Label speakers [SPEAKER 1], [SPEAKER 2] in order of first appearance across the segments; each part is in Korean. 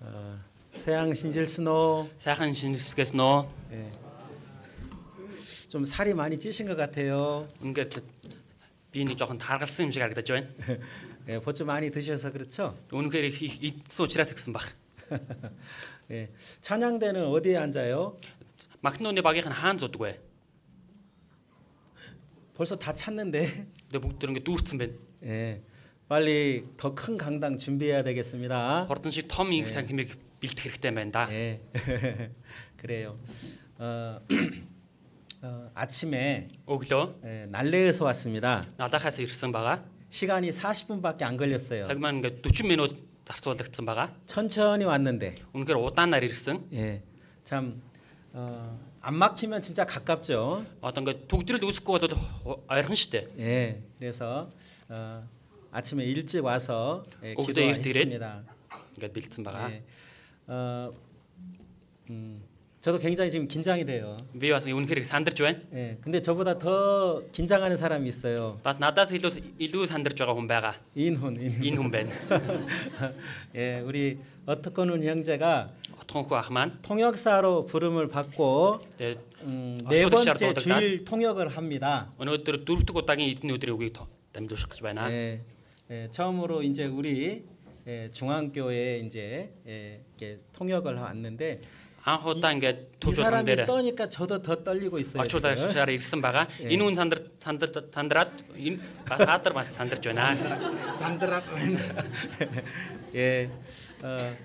[SPEAKER 1] 아, 서양 신질스노
[SPEAKER 2] сайхан шинэсгээс нөө
[SPEAKER 1] 예. 좀 살이 많이 찌신 것 같아요.
[SPEAKER 2] ингээд би нэг жоохон таргалсан юм шиг харагдаж байна.
[SPEAKER 1] 예, 보츠 많이 드셔서 그렇죠?
[SPEAKER 2] Үнэхээр их их идсэн учраас гэсэн баг.
[SPEAKER 1] 예. 찬양대는 어디에 앉아요?
[SPEAKER 2] Махнууны багийнх нь хаан зудаг бай.
[SPEAKER 1] 벌써 다 찼는데.
[SPEAKER 2] Тэгээ бүгд тэр ингээд дүүрсэн байна.
[SPEAKER 1] 예. 빨리 더 큰 강당 준비해야 되겠습니다.
[SPEAKER 2] Хурдан шиг том инх тань хэмээг бэлтэх хэрэгтэй байна да.
[SPEAKER 1] 예. 그래요. 어, 어, 아침에
[SPEAKER 2] Өглөө
[SPEAKER 1] 예, 날레에서 왔습니다.
[SPEAKER 2] налахаас ирсэн байгаа.
[SPEAKER 1] 시간이 40분밖에 안 걸렸어요.
[SPEAKER 2] Цаг маань ингээд 40 минут зарцуулагдсан байгаа.
[SPEAKER 1] 천천히 왔는데.
[SPEAKER 2] Үнэхээр удаанаар ирсэн.
[SPEAKER 1] 예. 참 어, 안 막히면 진짜 가깝죠.
[SPEAKER 2] Одоо ингээд төгжрөл үүсэхгүй болоод ху- ойрхон штэ.
[SPEAKER 1] 예. 그래서 어, 아침에 일찍 와서 예,
[SPEAKER 2] 오후도 일찍
[SPEAKER 1] 기도했습니다.
[SPEAKER 2] Ингээд бэлдсэн байгаа.
[SPEAKER 1] 예.
[SPEAKER 2] 아.
[SPEAKER 1] 어, 음, 저도 굉장히 지금 긴장이 돼요.
[SPEAKER 2] Би бас үнэхээр их сандарч байна.
[SPEAKER 1] 예. 근데 저보다 더 긴장하는 사람이 있어요.
[SPEAKER 2] Бат надаас илүү илүү сандарч байгаа хүн байгаа.
[SPEAKER 1] 인훈, 인훈.
[SPEAKER 2] Энэ хүн байна.
[SPEAKER 1] 예, 우리 어떻건은 형제가
[SPEAKER 2] Отхон хүү ах маань.
[SPEAKER 1] 통역사로 부름을 받고
[SPEAKER 2] Тэгээд
[SPEAKER 1] 음, 네
[SPEAKER 2] 어쩌다
[SPEAKER 1] 번째
[SPEAKER 2] 아, 시작도 어떨까?
[SPEAKER 1] 주일 통역을 합니다.
[SPEAKER 2] өнөөдөр дөрөвдөг удаагийн эзний өдрийн үгийг тоо- дамжуулах гэж байна.
[SPEAKER 1] 예, 예, 처음으로 이제 우리 예, 중앙교회 이제 예, 이렇게 통역을 왔는데
[SPEAKER 2] Анх удаа
[SPEAKER 1] 이
[SPEAKER 2] ингээд төлөвлөн
[SPEAKER 1] 사람이
[SPEAKER 2] дээр
[SPEAKER 1] 떠니까 저도 더 떨리고
[SPEAKER 2] 아,
[SPEAKER 1] 있어요. 지금.
[SPEAKER 2] орчуулгаар ирсэн байгаа. Энэ хүн сандар сандар сандраад энэ хаадар бас сандарч байна.
[SPEAKER 1] 산드라 예, 어,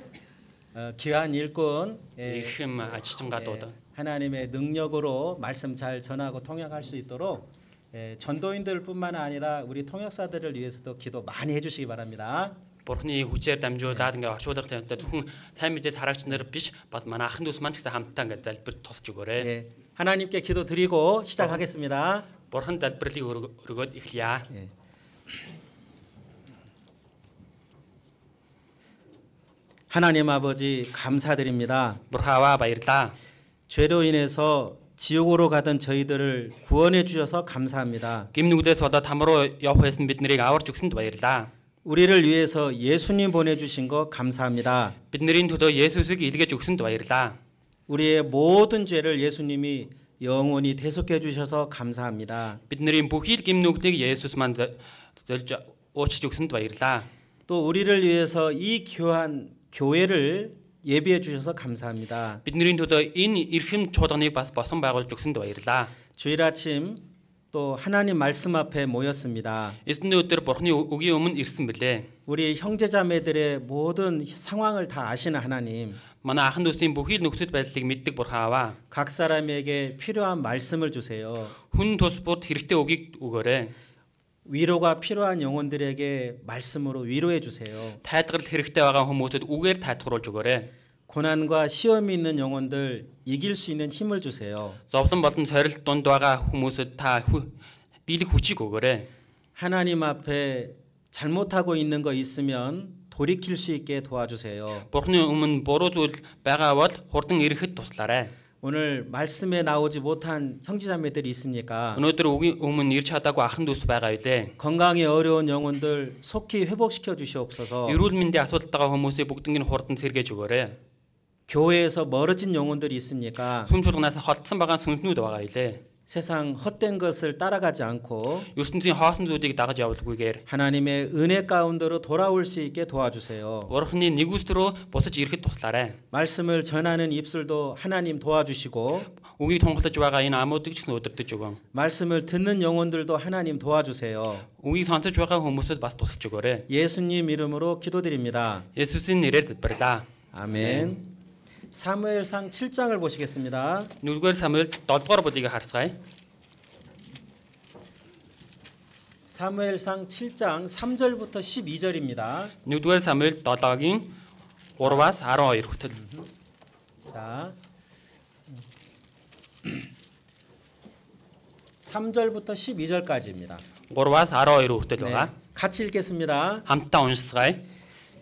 [SPEAKER 1] 어, 귀한 일꾼 예,
[SPEAKER 2] Ирэх юм ажилчин гадууд.
[SPEAKER 1] 하나님의 능력으로 말씀 잘 전하고 통역할 수 있도록 예, 전도인들뿐만 아니라 우리 통역사들을 위해서도 기도 많이 해주시기 바랍니다.
[SPEAKER 2] Бурхны хүчээр дамжуулаад ингээд орчуулах юм да зөвхөн тань мэдээ тараагч нар биш бас манай ахын дүүс маань ч гэсэн хамтдаа ингээд залбир тусч өгөөрэй.
[SPEAKER 1] 예, 하나님께 기도 드리고 시작하겠습니다.
[SPEAKER 2] Бурхан залбирлыг өргө- өргөөд эхлэе.
[SPEAKER 1] 예. 하나님 아버지 감사드립니다.
[SPEAKER 2] Бурхааваа баярлаа.
[SPEAKER 1] 죄로 인해서 지옥으로 가던 저희들을 구원해 주셔서 감사합니다.
[SPEAKER 2] Гимнүглээс болоод там руу явах байсан бид нарыг аварж өгсөнд баярлаа.
[SPEAKER 1] 우리를 위해서 예수님 보내주신 거 감사합니다.
[SPEAKER 2] Бидний төлөө Есүсийг илгээж өгсөнд баярлаа.
[SPEAKER 1] 우리의 모든 죄를 예수님이 영원히 대속해 주셔서 감사합니다.
[SPEAKER 2] Бидний бүхий л гимнүглийг Есүс манд зольж уучж өгсөнд баярлаа.
[SPEAKER 1] 또 우리를 위해서 이 교한 교회를 예비해 주셔서 감사합니다.
[SPEAKER 2] Бидний төлөө энэ эрхэм чуулганыг бас босон байгуулж өгсөнд баярлаа.
[SPEAKER 1] 주일 아침 또 하나님 말씀 앞에 모였습니다.
[SPEAKER 2] Эзний өдөр Бурхны үгийн өмнө ирсэн бэлээ.
[SPEAKER 1] 우리 형제자매들의 모든 상황을 다 아시는 하나님,
[SPEAKER 2] Манай ахын дүүсийн бүхий л нөхцөл байдлыг мэддэг Бурхан аваа.
[SPEAKER 1] 각 사람에게 필요한 말씀을 주세요.
[SPEAKER 2] Хүн тус бүрт хэрэгтэй үгийг өгөөрэй.
[SPEAKER 1] 위로가 필요한 영혼들에게 말씀으로 위로해 주세요.
[SPEAKER 2] Тайлгарл хэрэгтэй байгаа хүмүүсэд үгээр тайлгаруулж өгөөрэй.
[SPEAKER 1] 고난과 시험이 있는 영혼들 이길 수 있는 힘을 주세요.
[SPEAKER 2] Зовлон болон сорилт дунд байгаа хүмүүсэд та хүү- дийлэх хүчийг өгөөрэй.
[SPEAKER 1] 하나님 앞에 잘못하고 있는 거 있으면 돌이킬 수 있게 도와주세요.
[SPEAKER 2] Бурхны өмнө буруу зүйл байгаа бол хурдан ирэхэд туслаарай.
[SPEAKER 1] 오늘 말씀에 나오지 못한 형제자매들이 있습니까?
[SPEAKER 2] Өнөөдөр үгийн өмнө ирж чадаагүй ахын дүүс байгаа билээ.
[SPEAKER 1] 건강에 어려운 영혼들 속히 회복시켜 주시옵소서.
[SPEAKER 2] Эрүүл мэндийн асуудалтай хүмүүсийг бүгднийг нь хурдан сэргээж өгөөрэй.
[SPEAKER 1] 교회에서 멀어진 영혼들이 있습니까?
[SPEAKER 2] Сүм чуулганаас холдсон байгаа сүнснүүд байгаа хилээ.
[SPEAKER 1] 세상 헛된 것을 따라가지 않고
[SPEAKER 2] ертөнцийн хоосон зүйлийг дагаж явуулгүйгээр
[SPEAKER 1] 하나님의 은혜 가운데로 돌아올 수 있게 도와주세요.
[SPEAKER 2] Бурхны нэгүс рүү бусаж ирэхэд туслаарай.
[SPEAKER 1] 말씀을 전하는 입술도 하나님 도와주시고
[SPEAKER 2] Үгийг тунгалж байгаа энэ амуудыг ч гэсэн өдөртөж өгөн.
[SPEAKER 1] 말씀을 듣는 영혼들도 하나님 도와주세요.
[SPEAKER 2] Үгийг сонсож байгаа хүмүүсд бас тусалж өгөөрэй.
[SPEAKER 1] 예수님 이름으로 기도드립니다.
[SPEAKER 2] Есүсийн нэрээр залбирлаа.
[SPEAKER 1] 아멘. 사무엘상 7장을 보시겠습니다.
[SPEAKER 2] 1-р Самуэль 7-р бүлийг харцгаая.
[SPEAKER 1] 사무엘상 7장 3절부터 12절입니다.
[SPEAKER 2] 1-р Самуэль 7-гийн 3-аас 12 хүртэл.
[SPEAKER 1] 자. 3절부터 12절까지입니다. 네,
[SPEAKER 2] 3-аас 12 хүртэл байгаа.
[SPEAKER 1] 같이 읽겠습니다.
[SPEAKER 2] хамтдаа уншицгаая.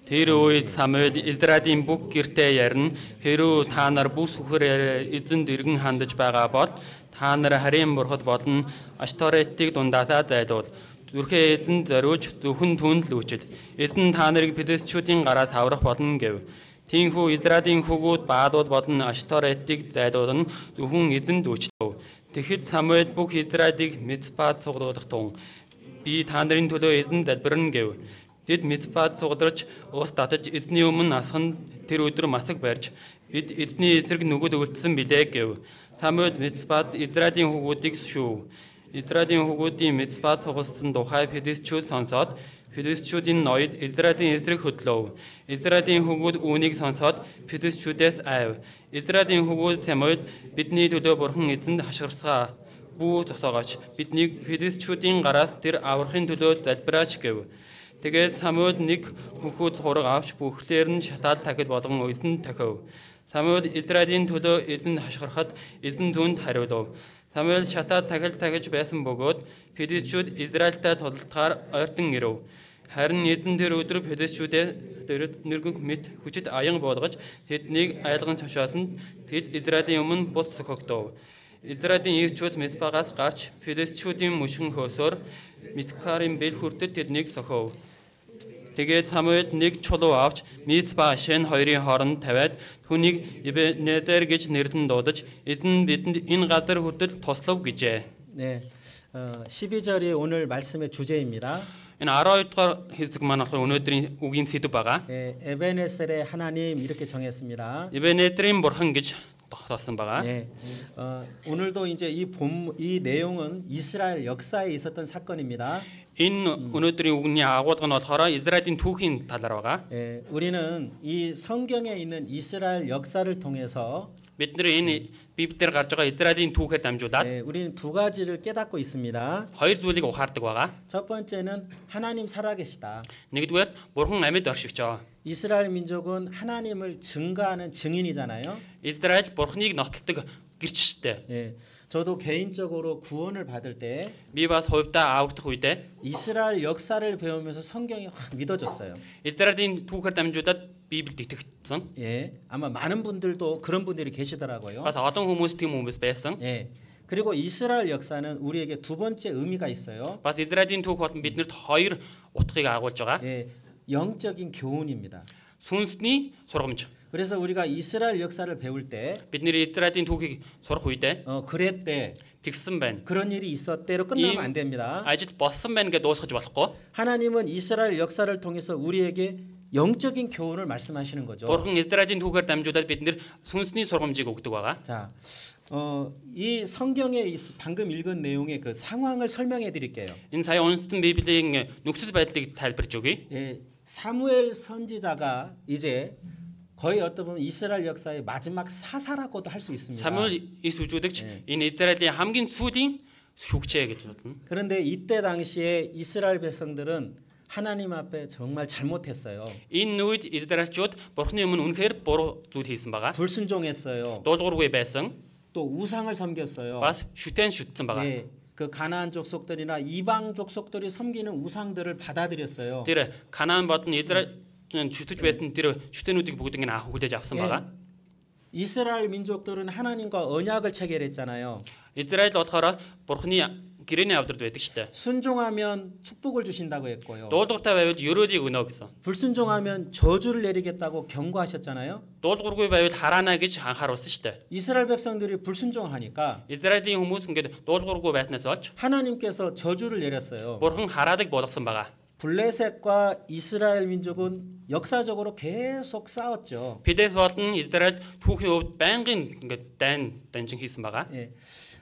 [SPEAKER 2] Тэр үед Самуэль Израилийн бүх гэртээ ярина. Хэрв та нар бүх сүхэр эзэнд иргэн хандаж байгаа бол та нар харийн бурхад болон Ашторетыг дундаасаа зайлуул. Зүрхээ эзэн зориуч зөвхөн түн л үчил. Эзэн та нарыг Филистчүүдийн гараас аврах болно гэв. Тиймээс Израилийн хүүгүүд баадууд болон Ашторетиг зайлууд нь зөвхөн эзэнд үчлэв. Тэгэхэд Самуэль бүх Израилийг Мицпад цуглуулах тун би та нарын төлөө эзэн залбирна гэв. Тэд Мицпад цугларч уус татаж эзний өмнө асхан тэр өдөр масаг барьж бид эзний эсрэг нүгэл өвлцсөн билээ гэв. Самуэль Мицпад Израилийн хүүгүүдийг шүүв. Израилийн хүүгүүдийн Мицпа цугцсан тухай филистчүүд сонсоод филистчүүдийн ноёд Израилийн эзрэг хөдлөв. Израилийн хүүгүүд үүнийг сонсоод филистчүүдээс айв. Израилийн хүүгүүд Самуэль бидний төлөө бурхан эзэнд хашгирцгаа бүү цоцоогооч биднийг филистчүүдийн гараас тэр аврахын төлөө залбираач гэв. Тэгээд Самуэль нэг хөхүүд хураг авч бүхлээр нь шатаал тахил болгон эзэнд тахив. Самуэль Израилийн төлөө эзэнд хашгирахад эзэн зүүнд хариулав. Самуэль шатаад тахил тахиж байсан бөгөөд Филистчүүд Израильтай тулдтаар ойртон ирэв. Харин эзэн тэр өдөр Филистчүүдээ дөрөв нэргэг мэд хүчит аян болгож тэднийг айлгын цашаас нь тэд Израилийн өмнө бут сөхөгдөв. Израилийн иргэчүүд Мицпагаас гарч Филистчүүдийн мөшин хөөсөөр Миткарын бэл хүртэл тэднийг сөхөв. Тэгээд Самуэль нэг чулуу авч Мицба шин хоёрын хооронд тавиад түүнийг Ибнэдэр гэж нэрдэн дуудаж эзэн бидэнд энэ газар хүртэл тослов гэжээ.
[SPEAKER 1] 네. 어, 12절이 오늘 말씀의 주제입니다.
[SPEAKER 2] Энэ 12 дугаар хэсэг маань болохоор өнөөдрийн үгийн сэдв байгаа.
[SPEAKER 1] 예, 에베네셀의 하나님 이렇게 정했습니다.
[SPEAKER 2] Ибнэдрийн бурхан гэж тоолсон байгаа.
[SPEAKER 1] 네. 어, 오늘도 이제 이 본 이 내용은 이스라엘 역사에 있었던 사건입니다.
[SPEAKER 2] Энэ өнөөдрийн үгний агуулга нь болохоор Израилийн түүхийн талаар байгаа.
[SPEAKER 1] 예, 우리는 이 성경에 있는 이스라엘 역사를 통해서
[SPEAKER 2] Бид нэр энэ библ дээр гарч байгаа Израилийн түүхэд дамжуулаад
[SPEAKER 1] 예, 우리는 두 가지를 깨닫고 있습니다.
[SPEAKER 2] хоёр зүйлийг ухаардаг байгаа.
[SPEAKER 1] 첫 번째는 하나님 살아계시다.
[SPEAKER 2] Нэгдүгээр бурхан амьд оршигчоо.
[SPEAKER 1] 이스라엘 민족은 하나님을 증거하는 증인이잖아요.
[SPEAKER 2] Израиль бурханыг нотолдог гэрчтэй.
[SPEAKER 1] 예, 저도 개인적으로 구원을 받을 때
[SPEAKER 2] Би бас хувьдаа аврагдах үедээ
[SPEAKER 1] 이스라엘 역사를 배우면서 성경이 확 믿어졌어요.
[SPEAKER 2] Израилийн түүхээр дамжуулаад Библийг итгэгдсэн.
[SPEAKER 1] 예, 아마 많은 분들도 그런 분들이 계시더라고요.
[SPEAKER 2] Бас олон хүмүүс тийм хүмүүс байсан.
[SPEAKER 1] 예, 그리고 이스라엘 역사는 우리에게 두 번째 의미가 있어요.
[SPEAKER 2] Бас Израилийн түүх болон биднэрт хоёр утгыг агуулж байгаа.
[SPEAKER 1] 예, 영적인 교훈입니다.
[SPEAKER 2] Сүнсний сургамж.
[SPEAKER 1] 그래서 우리가 이스라엘 역사를 배울 때
[SPEAKER 2] Бид нэр Израилийн түүхийг сурах үедээ
[SPEAKER 1] 어, 그랬대
[SPEAKER 2] тэгсэн байна.
[SPEAKER 1] 그런 일이 있었대로 끝나면
[SPEAKER 2] 이-
[SPEAKER 1] 안 됩니다.
[SPEAKER 2] Ажил болсон байна гэдээ дуусгаж болохгүй.
[SPEAKER 1] 하나님은 이스라엘 역사를 통해서 우리에게 영적인 교훈을 말씀하시는 거죠.
[SPEAKER 2] Бурхан Израилийн түүхээр дамжуулаад бид нэр сүнсний сургамжийг өгдөг байгаа.
[SPEAKER 1] 자, 어, 이 성경에 있- 방금 읽은 내용의 그 상황을 설명해 드릴게요.
[SPEAKER 2] Энэ сая уншсан Библийн нөхцөл байдлыг тайлбарж өгье.
[SPEAKER 1] 예, 사무엘 선지자가 이제 거의 어떤 보면 이스라엘 역사의 마지막 사사라고도 할 수 있습니다.
[SPEAKER 2] Самуэль эс үжүүлэгч энэ Израилийн хамгийн сүүлийн шүгчээ гэж болно.
[SPEAKER 1] 그런데 이때 당시에 이스라엘 백성들은 하나님 앞에 정말 잘못했어요.
[SPEAKER 2] Энэ үед Израильчууд Бурхны өмнө үнэхээр буруу зүйл хийсэн байгаа.
[SPEAKER 1] 불순종했어요.
[SPEAKER 2] Дуулуургүй байсан,
[SPEAKER 1] 또 우상을 섬겼어요.
[SPEAKER 2] бас шүтэн шүтсэн байгаа.
[SPEAKER 1] 예, 그 가나안 족속들이나 이방 족속들이 섬기는 우상들을 받아들였어요.
[SPEAKER 2] Тэр Канаан бодн Израиль шүтэж байсан тэр шүтэнүүдийг бүгд ингэ ах хүлээж авсан
[SPEAKER 1] 예.
[SPEAKER 2] байгаа.
[SPEAKER 1] 이스라엘 민족들은 하나님과 언약을 체결했잖아요.
[SPEAKER 2] Израиль болохоор Бурхны гэрээний авдрад байдаг штэ.
[SPEAKER 1] 순종하면 축복을 주신다고 했고요.
[SPEAKER 2] Дуулууртай байвал ёроолыг өгнө гэсэн.
[SPEAKER 1] 불순종하면 저주를 내리겠다고 경고하셨잖아요.
[SPEAKER 2] Дуулуургүй байвал хараана гэж анхааруулсан штэ.
[SPEAKER 1] 이스라엘 백성들이 불순종하니까
[SPEAKER 2] Израилийн хүмүүс ингээд дуулуургүй байснаас олж
[SPEAKER 1] 하나님께서 저주를 내렸어요.
[SPEAKER 2] Бурхан хараадаг болгосон байгаа.
[SPEAKER 1] 블레셋과 이스라엘 민족은 역사적으로 계속 싸웠죠.
[SPEAKER 2] Пилес болон Израиль түүхийн үед байнгын ингээд дайн данжин хийсэн байгаа.
[SPEAKER 1] 예.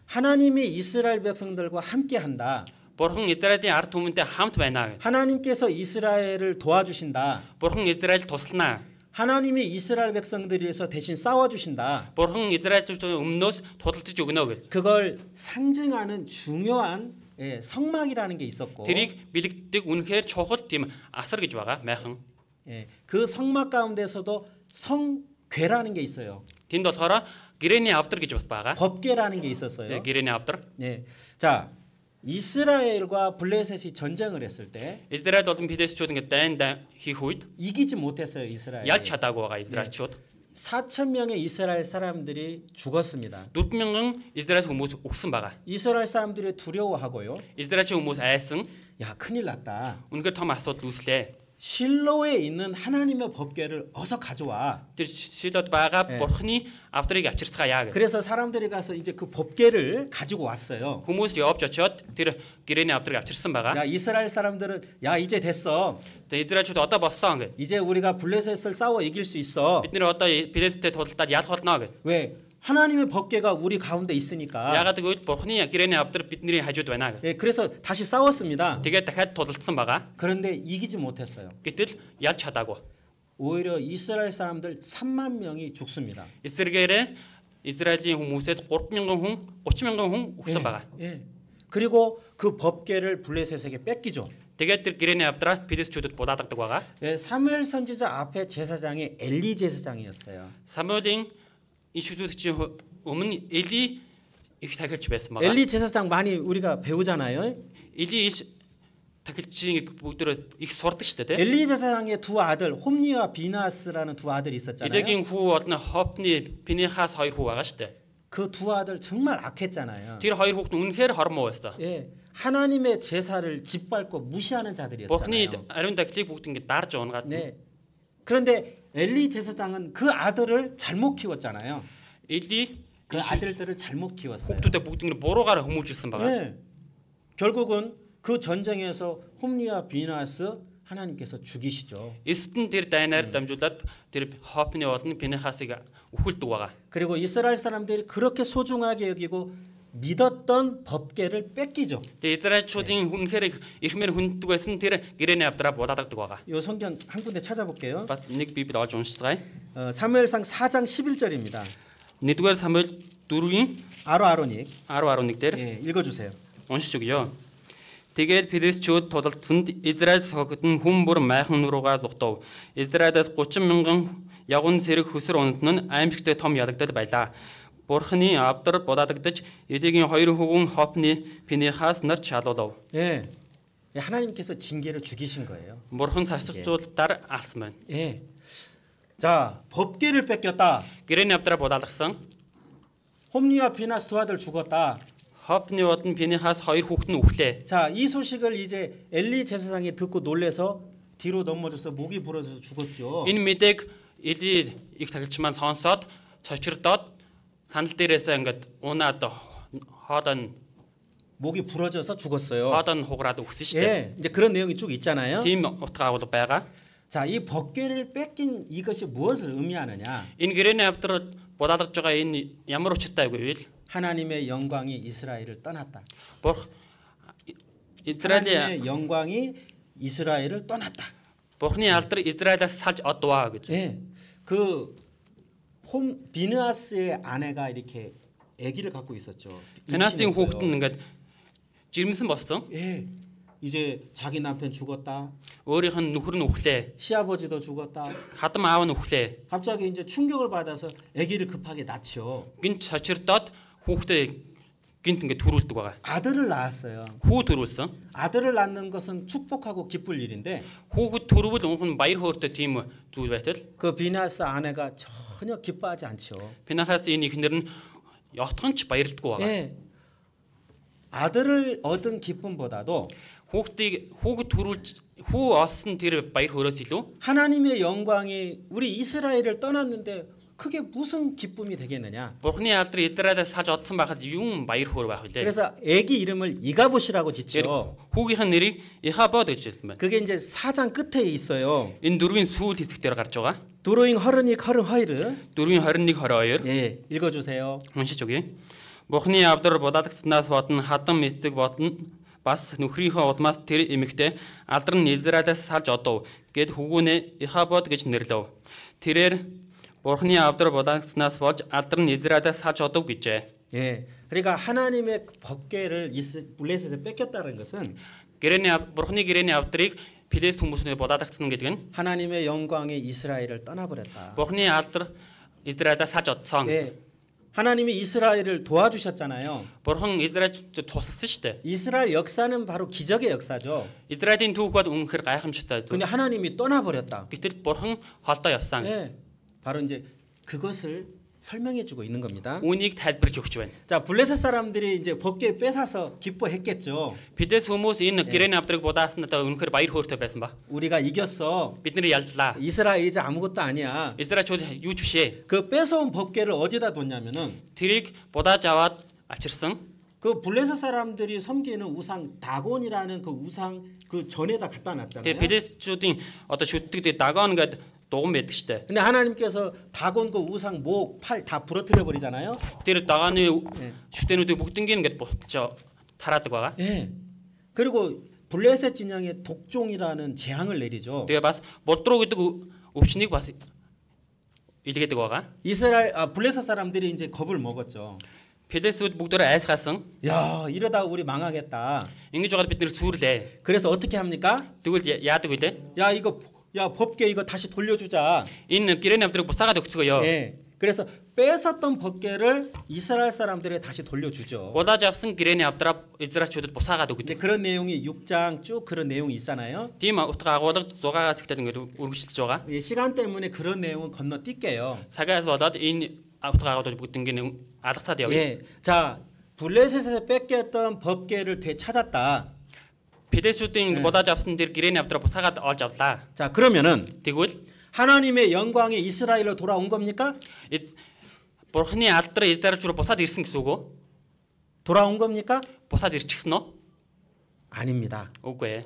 [SPEAKER 1] 하나님이 이스라엘 백성들과 함께 한다.
[SPEAKER 2] Бурхан Израилийн ард түмэнтэй хамт байна гэх.
[SPEAKER 1] 하나님께서 이스라엘을 도와주신다.
[SPEAKER 2] Бурхан Израиль туслана.
[SPEAKER 1] 하나님이 이스라엘 백성들을 위해서 대신 싸워 주신다.
[SPEAKER 2] Бурхан Израильчүүдийн өмнөөс тудалдаж өгнө гэж.
[SPEAKER 1] 그걸 상징하는 중요한 예, 성막이라는 게 있었고
[SPEAKER 2] Тэрийг бэлэгддэг үнэхээр чухал тийм асар гэж байгаа майхан.
[SPEAKER 1] 예, 그 성막 가운데서도 성궤라는 게 있어요.
[SPEAKER 2] Тэнд болохоор гэрээний авдар гэж бас байгаа.
[SPEAKER 1] 법궤라는 게 있었어요.
[SPEAKER 2] Тэгээ гэрээний авдар.
[SPEAKER 1] 예. 자, 이스라엘과 블레셋이 전쟁을 했을 때
[SPEAKER 2] Израиль болон Пилесчүүд ингээд дайн дайн хийх үед
[SPEAKER 1] 이기지 못했어요, 이스라엘.
[SPEAKER 2] ялч чадаагүй байгаа Израильчууд.
[SPEAKER 1] 4천 명의 이스라엘 사람들이 죽었습니다.
[SPEAKER 2] 4000 Израиль хүмүүс өгсөн байгаа.
[SPEAKER 1] 이스라엘 사람들이 두려워하고요.
[SPEAKER 2] Израильчийн хүмүүс айсан.
[SPEAKER 1] 야, 큰일 났다.
[SPEAKER 2] Үнэхээр том асуудал үүслээ.
[SPEAKER 1] 실로에 있는 하나님의 법궤를 어서 가져와.
[SPEAKER 2] Тэр шилод байгаа бурхны авдрыг авчирцгаая гэх.
[SPEAKER 1] 그래서 사람들이 가서 이제 그 법궤를 가지고 왔어요.
[SPEAKER 2] Хүмүүс явж очиод тэр гэрээний авдрыг авчирсан байгаа.
[SPEAKER 1] 야 이스라엘 사람들은 야 이제 됐어.
[SPEAKER 2] Тэгээд Израильчууд одоо болсон гэх.
[SPEAKER 1] 이제 우리가 블레셋을 싸워 이길 수 있어.
[SPEAKER 2] Бид нэр одоо Пилесттэй тулалдаад ялх болно гэх.
[SPEAKER 1] 왜 하나님의 법궤가 우리 가운데 있으니까.
[SPEAKER 2] Ягаад гэвэл бурхны гэрээний авдар бидний хажууд байна гэх.
[SPEAKER 1] 예, 그래서 다시 싸웠습니다.
[SPEAKER 2] Тэгээд дахиад тулалдсан байгаа.
[SPEAKER 1] 그런데 이기지 못했어요.
[SPEAKER 2] Гэтэл ялж чадаагүй.
[SPEAKER 1] 오히려 이스라엘 사람들 3만 명이 죽습니다.
[SPEAKER 2] Эсэргээрээ Израилийн хүмүүсээс 30000 хүн, 30000 хүн
[SPEAKER 1] Э.
[SPEAKER 2] өгсөн байгаа.
[SPEAKER 1] 예. 그리고 그 법궤를 블레셋에게 뺏기죠.
[SPEAKER 2] Тэгээд тэр гэрээний авдраа Пилестчүүдэд булаадагдаг байгаа.
[SPEAKER 1] 예, 사무엘 선지자 앞에 제사장이 엘리 제사장이었어요.
[SPEAKER 2] Самуэлийн иш үзүүлэгчийн ху- өмнө Эли их тахилч байсан байгаа.
[SPEAKER 1] 엘리 제사장 많이 우리가 배우잖아요.
[SPEAKER 2] Эли иш тахилчийн бүгдөө их сурдаг шүү дээ, тэ?
[SPEAKER 1] 엘리 제사장의 두 아들 홈니와 비나스라는 두 아들이 있었잖아요.
[SPEAKER 2] Эдэгийн хүү болно Хопны, Пинехас хоёр хүү байгаа шүү дээ.
[SPEAKER 1] 그 두 아들 정말 악했잖아요.
[SPEAKER 2] Тэр хоёр хүүхд нь үнэхээр хормоо байсан.
[SPEAKER 1] 예, 하나님의 제사를 짓밟고 무시하는
[SPEAKER 2] Бурхны
[SPEAKER 1] 뭐 자들이었잖아요.
[SPEAKER 2] ариун дахлыг бүгд ингэ дарж унгаад.
[SPEAKER 1] 네. 그런데 엘리 제사장은 그 아들을 잘못 키웠잖아요.
[SPEAKER 2] Эли
[SPEAKER 1] 그 아들들을 잘못 키웠어요.
[SPEAKER 2] хүүхдүүдээ бүгд ингэ буруугаар хүмүүжүүлсэн байгаа.
[SPEAKER 1] 네. 결국은 그 전쟁에서 홈리와 비나스 하나님께서 죽이시죠.
[SPEAKER 2] Эсэд нь тэр дайнаар дамжуулаад тэр хопны болон пинехасыг үхэлдэг байгаа.
[SPEAKER 1] 그리고 이스라엘 사람들이 그렇게 소중하게 여기고 믿었던 법궤를 뺏기죠.
[SPEAKER 2] Тэгээ Израильчуудын үнэхээр их эрхмээр хүнддэг байсан тэр гэрээний авдраа булаадагдаг байгаа.
[SPEAKER 1] 요 성경 한 군데 찾아볼게요.
[SPEAKER 2] Бас нэг библ олж уншицгаая.
[SPEAKER 1] 어, 사무엘상 4장 11절입니다.
[SPEAKER 2] 1-р Самуэль 4-ийн
[SPEAKER 1] 아로 아로닉.
[SPEAKER 2] 10 11 дээр
[SPEAKER 1] 예, 읽어주세요.
[SPEAKER 2] уншиж өгье. Тэгээд Филистчүүд тулалдсанд Израиль согт нь хүн бүр майхан руугаа зугтав. Израилаас 30 мянган явган зэрэг хөсөр унд нь аимшигтэй том ялагдал байлаа. Бурхны авдар булаадагдж Эдигийн хоёр хөвгөн Хопны Пинихас нар чалуулав.
[SPEAKER 1] 예. 예, 하나님께서 징계를 죽이신 거예요.
[SPEAKER 2] Бурхан цацгцуулдаар алсан байна.
[SPEAKER 1] 예. 자, 법궤를 뺏겼다.
[SPEAKER 2] Грэний авдраа булаалгасан.
[SPEAKER 1] 홈리와 비나스 두 아들 죽었다.
[SPEAKER 2] Хопны болон Пинихас хоёр хүүхэд нь үхлээ.
[SPEAKER 1] 자, 이 소식을 이제 엘리 제사장이 듣고 놀래서 뒤로 넘어져서 목이 부러져서 죽었죠.
[SPEAKER 2] Энэ мэдээг Эли их тагилч маань сонсоод цочирдоод санал дээрээсээ ингээд унаад хоолой нь
[SPEAKER 1] 목이 부러져서 죽었어요.
[SPEAKER 2] хоолой нь хугараад өгсөн шүү дээ.
[SPEAKER 1] 예. 이제 그런 내용이 쭉 있잖아요.
[SPEAKER 2] Тийм утгаа бол байгаа.
[SPEAKER 1] 자, 이 법궤를 뺏긴 이것이 무엇을 의미하느냐?
[SPEAKER 2] Энэ грэний авдар булаалгаж байгаа энэ ямар учиртай вэ гэвэл
[SPEAKER 1] 하나님의 영광이 이스라엘을 떠났다.
[SPEAKER 2] бурх Израилийн
[SPEAKER 1] 하나님의 영광이 이스라엘을 떠났다.
[SPEAKER 2] Бурхны алдар Израилаас салж одваа гэж.
[SPEAKER 1] 예. 그홈 비느아스의 아내가 이렇게 아기를 갖고 있었죠.
[SPEAKER 2] Пенасийн
[SPEAKER 1] 임신했어요.
[SPEAKER 2] хүүхэд нь ингээд жирэмсэн болсон.
[SPEAKER 1] 예. 이제 자기 남편 죽었다.
[SPEAKER 2] Өөрийнх нь нөхөр нь үхлээ.
[SPEAKER 1] 시아버지도 죽었다.
[SPEAKER 2] Хадам аав нь үхлээ.
[SPEAKER 1] 갑자기 이제 충격을 받아서 아기를 급하게 낳죠.
[SPEAKER 2] гинт сочирдоод хүүхдээ гинт ингээд төрүүлдэг байгаа.
[SPEAKER 1] 아들을 낳았어요.
[SPEAKER 2] Хүү төрүүлсэн.
[SPEAKER 1] 아들을 낳는 것은 축복하고 기쁠 일인데
[SPEAKER 2] Хүүхэд төрвөл өнхөн баяр хөөртэй тийм зүйл байтал
[SPEAKER 1] 그 비나스 아내가 전혀 기뻐하지 않죠.
[SPEAKER 2] Пинахас энэ ихнэр нь ятганч баярлдаггүй байгаа.
[SPEAKER 1] 예. 아들을 얻은 기쁨보다도
[SPEAKER 2] Хүүхдийг хүүхэд төрүүлж хүү олсон тэр баяр хөөрөөс илүү
[SPEAKER 1] 하나님의 영광이 우리 이스라엘을 떠났는데 그게 무슨 기쁨이 되겠느냐?
[SPEAKER 2] Бурхны алдар Израилаас саж одсон байхад юм баяр хөөр байх үлээ.
[SPEAKER 1] 그래서 아기 이름을 네. 이가봇이라고
[SPEAKER 2] Тэр
[SPEAKER 1] 짓죠.
[SPEAKER 2] хүүгийнх нь нэрийг Ихабод гэж хэлсэн байна.
[SPEAKER 1] 그게 이제 사장 끝에 있어요.
[SPEAKER 2] Энэ дөрвийн сүүл хэсэгтээр гарч байгаа.
[SPEAKER 1] 두로잉 허르니 커른 허이르.
[SPEAKER 2] Дөрвийн 21 22
[SPEAKER 1] 예, 읽어주세요.
[SPEAKER 2] уншиж өгье. Бухны авдар бодалгцнаас бодно хадам эцэг бодно бас нөхрийнхөө улмаас тэр эмэгтэй алдар нь Израилаас салж одов гэд хөгүүнэ Ихабод гэж нэрлэв. Тэрээр Бурхны авдар бодалгцнаас болж алдар нь Израилаас салж одов гэжээ.
[SPEAKER 1] 예, 그러니까 하나님의 법궤를 이스- 블레셋에 뺏겼다는 것은
[SPEAKER 2] Гэрэний ав- Бурхны гэрэний авдрыг Пилес хүмүүсний бодалгцсан гэдэг нь
[SPEAKER 1] 하나님의 영광이 이스라엘을 떠나버렸다.
[SPEAKER 2] Бурхны алдар Израилаас салж одсон.
[SPEAKER 1] 예, 하나님이 이스라엘을 도와주셨잖아요.
[SPEAKER 2] Бурхан Израильд тусалсан шүү дээ.
[SPEAKER 1] 이스라엘 역사는 바로 기적의 역사죠.
[SPEAKER 2] Израилийн түүх бод үнэхээр гайхамшигтай.
[SPEAKER 1] 근데 하나님이 떠나버렸다. Э.
[SPEAKER 2] Гэтэл Бурхан холдоо явсан.
[SPEAKER 1] 예. 바로 이제 그것을 설명해 주고 있는 겁니다.
[SPEAKER 2] Үнийг тайлбарж өгч байна.
[SPEAKER 1] 자, 블레셋 사람들이 이제 법궤 뺏어서 기뻐했겠죠.
[SPEAKER 2] Бидээс хүмүүс энэ гэрээний авдрыг будаасан одоо үнэхээр баяр хөөртэй байсан ба.
[SPEAKER 1] 우리가 이겼어.
[SPEAKER 2] Бид нэр яллаа.
[SPEAKER 1] 이스라엘 이제 아무것도 아니야.
[SPEAKER 2] Израильчууд юу ч бишээ.
[SPEAKER 1] 그 뺏어온 법궤를 어디다 뒀냐면은
[SPEAKER 2] Тэрийг будааж аваад авчирсан.
[SPEAKER 1] 그 블레셋 사람들이 섬기는 우상 다곤이라는 그 우상 그 전에다 갖다 놨잖아요.
[SPEAKER 2] Тэгээ Филистичүүдийн одоо шүтдэг дагон гэдэг дуган байдаг штэ.
[SPEAKER 1] 근데 하나님께서 다곤 그 우상 목, 팔 다 부러뜨려 버리잖아요.
[SPEAKER 2] Тэр дагоны шүтэнүүдийг бүгднийг ингээд бултж тараадаг байгаа.
[SPEAKER 1] 예. 그리고 블레셋 진영에 독종이라는 재앙을 내리죠.
[SPEAKER 2] Тэгээ бас булдруу гэдэг өв- өвчнийг бас илгээдэг байгаа.
[SPEAKER 1] 이스라엘 아, 블레셋 사람들이 이제 겁을 먹었죠.
[SPEAKER 2] Филистүүд бүгдөө айсгаасан.
[SPEAKER 1] 야, 이러다 우리 망하겠다.
[SPEAKER 2] Ингэж байгаад бид нэр сүрлээ.
[SPEAKER 1] 그래서 어떻게 합니까?
[SPEAKER 2] Тэгвэл я- яадаг вүлээ?
[SPEAKER 1] 야, 이거 야, 법계 이거 다시 돌려주자.
[SPEAKER 2] Энэ гэрээний авдрыг буцаагаад өгцгөөё.
[SPEAKER 1] 예. 그래서 뺏었던 법계를 이스라엘 사람들에 다시 돌려주죠.
[SPEAKER 2] Булааж авсан гэрээний авдраа израилчуудад буцаагаад өгдөг.
[SPEAKER 1] 이제 그런 내용이 6장 쭉 그런 내용이 있잖아요.
[SPEAKER 2] Тийм утга агуулгад 6-аас ихтэй ингээд үргэлжилж байгаа.
[SPEAKER 1] 예, 시간 때문에 그런 내용은 건너뛸게요.
[SPEAKER 2] Цагаас болоод энэ утга агуулгад бүгд ингээд алгацаад явъя.
[SPEAKER 1] 예. 자, 블레셋에서 뺏겼던 법계를 되찾았다.
[SPEAKER 2] Филистүүдийн булааж авсан тэр гэрээний авдраа буцаагаад олж авлаа.
[SPEAKER 1] 자, 그러면은
[SPEAKER 2] Тэгвэл
[SPEAKER 1] 하나님의 영광이 이스라엘로 돌아온 겁니까?
[SPEAKER 2] эз- Бурхны алдар израилч руу буцаад ирсэн гэсэн үг үү?
[SPEAKER 1] 돌아온 겁니까?
[SPEAKER 2] Буцаад ирчихсэн үү?
[SPEAKER 1] 아닙니다.
[SPEAKER 2] Үгүй ээ.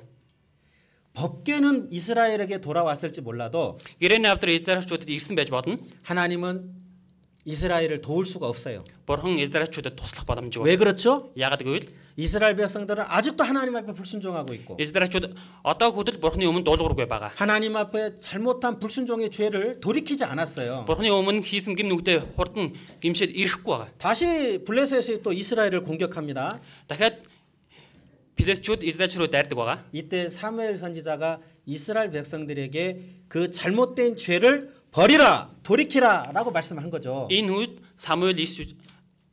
[SPEAKER 1] 법궤는 이스라엘에게 돌아왔을지 몰라도
[SPEAKER 2] Гэрээний авдар израилчуудад ирсэн байж болно.
[SPEAKER 1] 하나님은 이스라엘을 도울 수가 없어요.
[SPEAKER 2] Бурхан израилчуудад туслах боломжгүй.
[SPEAKER 1] 왜 그렇죠?
[SPEAKER 2] Яагаад гэвэл
[SPEAKER 1] 이스라엘 백성들은 아직도 하나님 앞에 불순종하고
[SPEAKER 2] 예.
[SPEAKER 1] 있고
[SPEAKER 2] израилчууд одоо хүртэл Бурхны өмнө дуулуургүй байгаа.
[SPEAKER 1] 하나님 앞에 잘못한 불순종의 죄를 돌이키지 않았어요.
[SPEAKER 2] Бурхны өмнө хийсэн гим нүгдээ хурдан гимшээд ирэхгүй байгаа.
[SPEAKER 1] 다시 블레셋이 또 이스라엘을 공격합니다.
[SPEAKER 2] Дахиад Филистичүүд Израильч руу дайрдаг байгаа.
[SPEAKER 1] 이때 사무엘 선지자가 이스라엘 백성들에게 그 잘못된 죄를 버리라, 돌이키라라고 말씀한 거죠.
[SPEAKER 2] Энэ үед Самуэль иш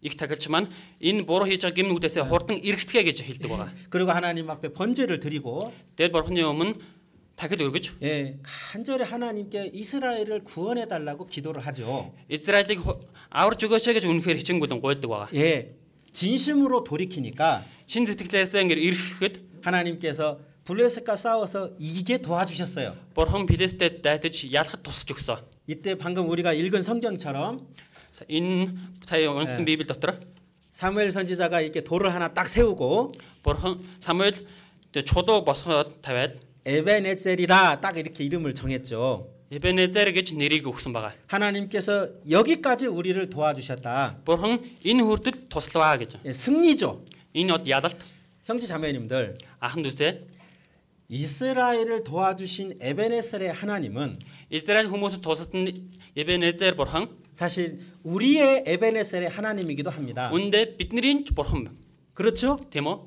[SPEAKER 2] их тахилч маань энэ буруу хийж байгаа гим нүгдээсээ хурдан эргэцгээ гэж хэлдэг байгаа.
[SPEAKER 1] 그리고 하나님 앞에 번제를 드리고
[SPEAKER 2] Тэгэл Бурхны өмнө тахил өргөж
[SPEAKER 1] 예, 간절히 하나님께 이스라엘을 구원해 달라고 기도를 하죠.
[SPEAKER 2] Израилыг ху- аварж өгөөч гэж үнэхээр хичэнгүлэн гуйдаг байгаа.
[SPEAKER 1] 예. 진심으로 돌이키니까
[SPEAKER 2] Шин зэтгэлээсээ ингэ эргэхэд
[SPEAKER 1] 하나님께서 블레셋과 싸워서 이기게 도와주셨어요.
[SPEAKER 2] Бурхан Филистед дайтаж ялахад тусч өгсөн.
[SPEAKER 1] 이때 방금 우리가 읽은 성경처럼
[SPEAKER 2] Са- Энэ сая унсан Библи дотор
[SPEAKER 1] 사무엘 선지자가 이렇게 돌을 하나 딱 세우고
[SPEAKER 2] Бурхан Самуэль тэг чулуу босгоод тавиад
[SPEAKER 1] 에베네셀이라 딱 이렇게 이름을 정했죠.
[SPEAKER 2] Эбенезер гэж нэрийг өгсөн байгаа.
[SPEAKER 1] 하나님께서 여기까지 우리를 도와주셨다.
[SPEAKER 2] Бурхан энэ хүртэл туславаа гэж.
[SPEAKER 1] 예, 승리죠.
[SPEAKER 2] Энэ од ялалт
[SPEAKER 1] 형제 자매님들,
[SPEAKER 2] аханд үзээ.
[SPEAKER 1] 이스라엘을 도와주신 에베네셀의 하나님은
[SPEAKER 2] Израиль хүмүүсд тусалсан Эбенезер бурхан
[SPEAKER 1] 사실 우리의 에베네셀의 하나님이기도 합니다.
[SPEAKER 2] үндэ бидний ч бурхан байна.
[SPEAKER 1] 그렇죠?
[SPEAKER 2] тийм үү?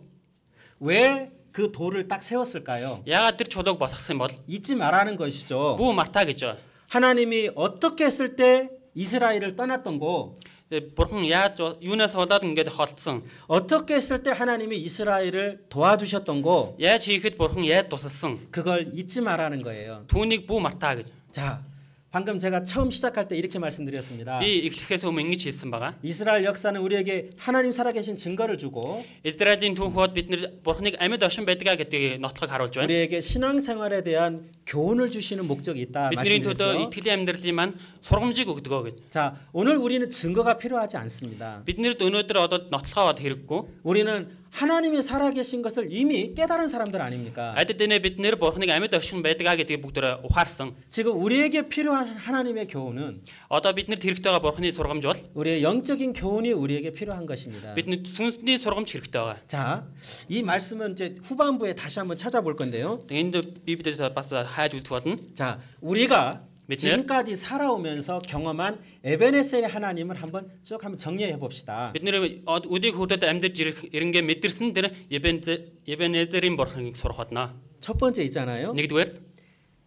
[SPEAKER 1] 왜 그 돌을 딱 세웠을까요?
[SPEAKER 2] Яагаад тэр чулууг босгосон юм бол
[SPEAKER 1] 잊지 말라는 것이죠.
[SPEAKER 2] бүү мартаа гэж. байгаа.
[SPEAKER 1] 하나님이 어떻게 했을 때 이스라엘을 떠났던 거,
[SPEAKER 2] Тэгээ Э, Бурхан яаж бол- юунаас болоод ингээд холдсон?
[SPEAKER 1] 어떻게 했을 때 하나님이 이스라엘을 도와주셨던 거,
[SPEAKER 2] Яаж хийхэд бурхан яаж тусалсан?
[SPEAKER 1] 그걸 잊지 말라는 거예요.
[SPEAKER 2] Түүнийг бүү мартаа гэж.
[SPEAKER 1] 자, 방금 제가 처음 시작할 때 이렇게 말씀드렸습니다.
[SPEAKER 2] Би эхлэхээс өмнө ингэж хэлсэн байгаа.
[SPEAKER 1] 이스라엘 역사는 우리에게 하나님 살아계신 증거를 주고
[SPEAKER 2] Израилийн түүхүүд бид нар бурханыг амьд оршин байдгаа гэдэг нотлог харуулж байна.
[SPEAKER 1] 우리에게 신앙생활에 대한 교훈을 주시는 목적이 있다
[SPEAKER 2] Бидний төлөө
[SPEAKER 1] 말씀드렸죠.
[SPEAKER 2] итгэлийн амьдралын маань сургамжийг өгдөгөө гэж.
[SPEAKER 1] 자, 오늘 우리는 증거가 필요하지 않습니다.
[SPEAKER 2] Биднэрд өнөөдөр одоо нотлохоо бод хэрэггүй.
[SPEAKER 1] 우리는 하나님이 살아계신 것을 이미 깨달은 사람들 아닙니까?
[SPEAKER 2] Адид нэ бид нэр бурхныг амьд оршин байдгаа гэдгийг бүгдөө ухаарсан.
[SPEAKER 1] 지금 우리에게 필요한 하나님의 교훈은
[SPEAKER 2] Одоо бид нэр хэрэгтэй байгаа бурхны сургамж бол
[SPEAKER 1] 우리의 영적인 교훈이 우리에게 필요한 것입니다.
[SPEAKER 2] бидний сүнсний сургамж хэрэгтэй байгаа.
[SPEAKER 1] 자, 이 말씀은 이제 후반부에 다시 한번 찾아볼 건데요.
[SPEAKER 2] Тэгээ Энд Библиэс бас хайж үзэх болно.
[SPEAKER 1] 자, 우리가
[SPEAKER 2] 믿지?
[SPEAKER 1] 지금까지 살아오면서 경험한 에베네셀의 하나님을 한번 쭉 한번 정리해 봅시다.
[SPEAKER 2] Бид нэр өдийг хүрдэд амьдарч ирэх эренгээ мэдэрсэн тэр Ебенезерийн бурхныг сурах болно.
[SPEAKER 1] 첫 번째 있잖아요.
[SPEAKER 2] Нэгдүгээр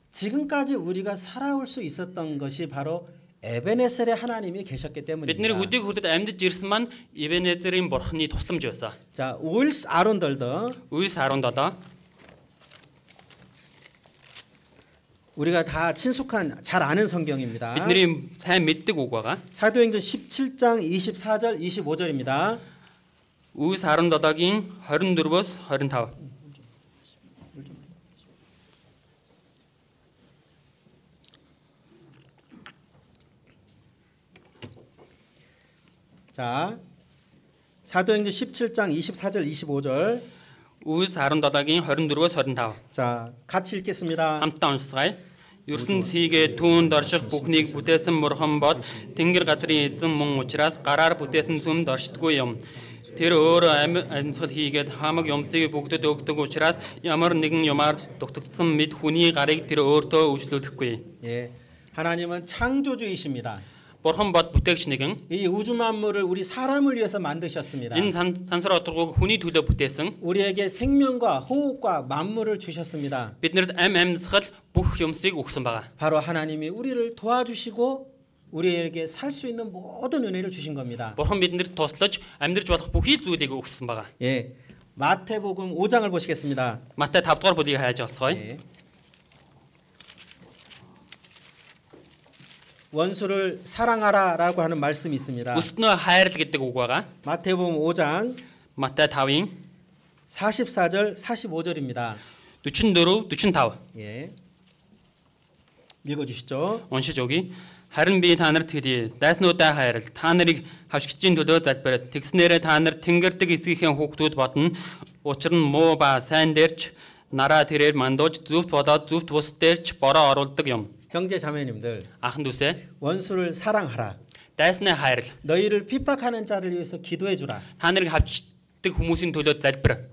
[SPEAKER 1] 지금까지 우리가 살아올 수 있었던 것이 바로 에베네셀의 하나님이 계셨기
[SPEAKER 2] бид нэр
[SPEAKER 1] 때문입니다.
[SPEAKER 2] өдийг хүрдэд амьдарч ирсэн маань Ебенезерийн бурхны тусламж байсан.
[SPEAKER 1] 자, 울스 아론덜더
[SPEAKER 2] Үйс 17
[SPEAKER 1] 우리가 다 친숙한 잘 아는 성경입니다.
[SPEAKER 2] бидний сайн мэддэг үг байгаа.
[SPEAKER 1] 사도행전 17장 24절 25절입니다.
[SPEAKER 2] Үйс 17-гийн 24-өөс 25.
[SPEAKER 1] 자. 사도행전 17장 24절 25절.
[SPEAKER 2] Үйс 17-гийн 24-өөс 25.
[SPEAKER 1] 자, 같이 읽겠습니다.
[SPEAKER 2] Хамтдаа уншицгаая. ертөнцийнхээ түүнд орших бүхнийг бүтээсэн бурхан бол тэнгэр газрын эзэн мөн учраас гараар бүтээсэн сүмд оршдгүй юм. Тэр өөрөө ами- амьсгал хийгээд хамаг юмсыг бүгдэд өгдөг учраас ямар нэгэн юмар дутагдсан мэд хүний гарыг тэр өөртөө үйлчлүүлэхгүй.
[SPEAKER 1] 예. 하나님은 창조주이십니다.
[SPEAKER 2] Бурхан бол бүтээгч нэгэн.
[SPEAKER 1] 이 우주 만물을 우리 사람을 위해서 만드셨습니다.
[SPEAKER 2] Энэ сан- сансар оторгог хүний төлөө бүтээсэн.
[SPEAKER 1] 우리에게 생명과 호흡과 만물을 주셨습니다.
[SPEAKER 2] Биднэрд ам амьсгал бүх юмсыг өгсөн байгаа.
[SPEAKER 1] 바로 하나님이 우리를 도와주시고 우리에게 살 수 있는 모든 은혜를 주신 겁니다.
[SPEAKER 2] Бурхан биднэрт туслаж амьдрж болох бүхий л зүйлийг өгсөн байгаа.
[SPEAKER 1] 예. 마태복음 5장을 보시겠습니다.
[SPEAKER 2] Матай 5 дугаар бүлийг хайж олцгоё.
[SPEAKER 1] 예. 원수를 사랑하라라고 하는 말씀이 있습니다.
[SPEAKER 2] Бүсднөө хайрл гэдэг үг байгаа.
[SPEAKER 1] 마태복음 5장
[SPEAKER 2] Матай 5-ын
[SPEAKER 1] 44절 45절입니다.
[SPEAKER 2] 44, 45
[SPEAKER 1] 예. 읽어 주시죠.
[SPEAKER 2] уншиж өгье. Харин би та нарт хэлье. Дайснуудаа хайрл. Та нарыг хавшигчийн төлөө залбирад. Тэгснээрээ та нар тэнгэрдэг эсгийнхээ хүүхдүүд бодно. Учир нь муу ба сайн дээрч нараа тэрээр мандууж зүвт бодоод зүвт бус дээрч бороо оруулдаг юм.
[SPEAKER 1] 형제 자매님들,
[SPEAKER 2] Аханд үсэ.
[SPEAKER 1] 원수를 사랑하라.
[SPEAKER 2] Дайснаа хайрл.
[SPEAKER 1] 너희를 핍박하는 자를 위해서 기도해 주라.
[SPEAKER 2] Та нарыг хавчдаг хүмүүсийн төлөө залбир.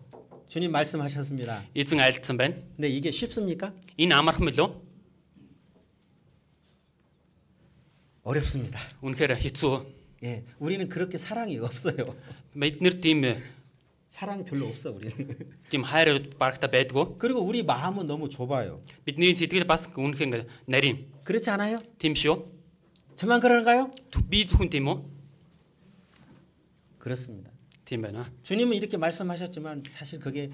[SPEAKER 1] 주님 말씀하셨습니다.
[SPEAKER 2] Эзэн айлдсан байна.
[SPEAKER 1] 근데 이게 쉽습니까?
[SPEAKER 2] Энэ амархан билүү?
[SPEAKER 1] 어렵습니다.
[SPEAKER 2] Үнэхээр хэцүү.
[SPEAKER 1] 예. 우리는 그렇게 사랑이 없어요.
[SPEAKER 2] Бид нэр тийм э,
[SPEAKER 1] 사랑 별로 없어 우리는.
[SPEAKER 2] тийм хайр барагта байдгүй.
[SPEAKER 1] 그리고 우리 마음은 너무 좁아요.
[SPEAKER 2] Бидний сэтгэл бас үнэхээр ингээ нарийн.
[SPEAKER 1] 그렇지 않아요?
[SPEAKER 2] Тийм шүү.
[SPEAKER 1] 저만 그런가요?
[SPEAKER 2] Т- Би зөвхөн тийм үү?
[SPEAKER 1] 그렇습니다.
[SPEAKER 2] Тийм байна.
[SPEAKER 1] 주님은 이렇게 말씀하셨지만 사실 그게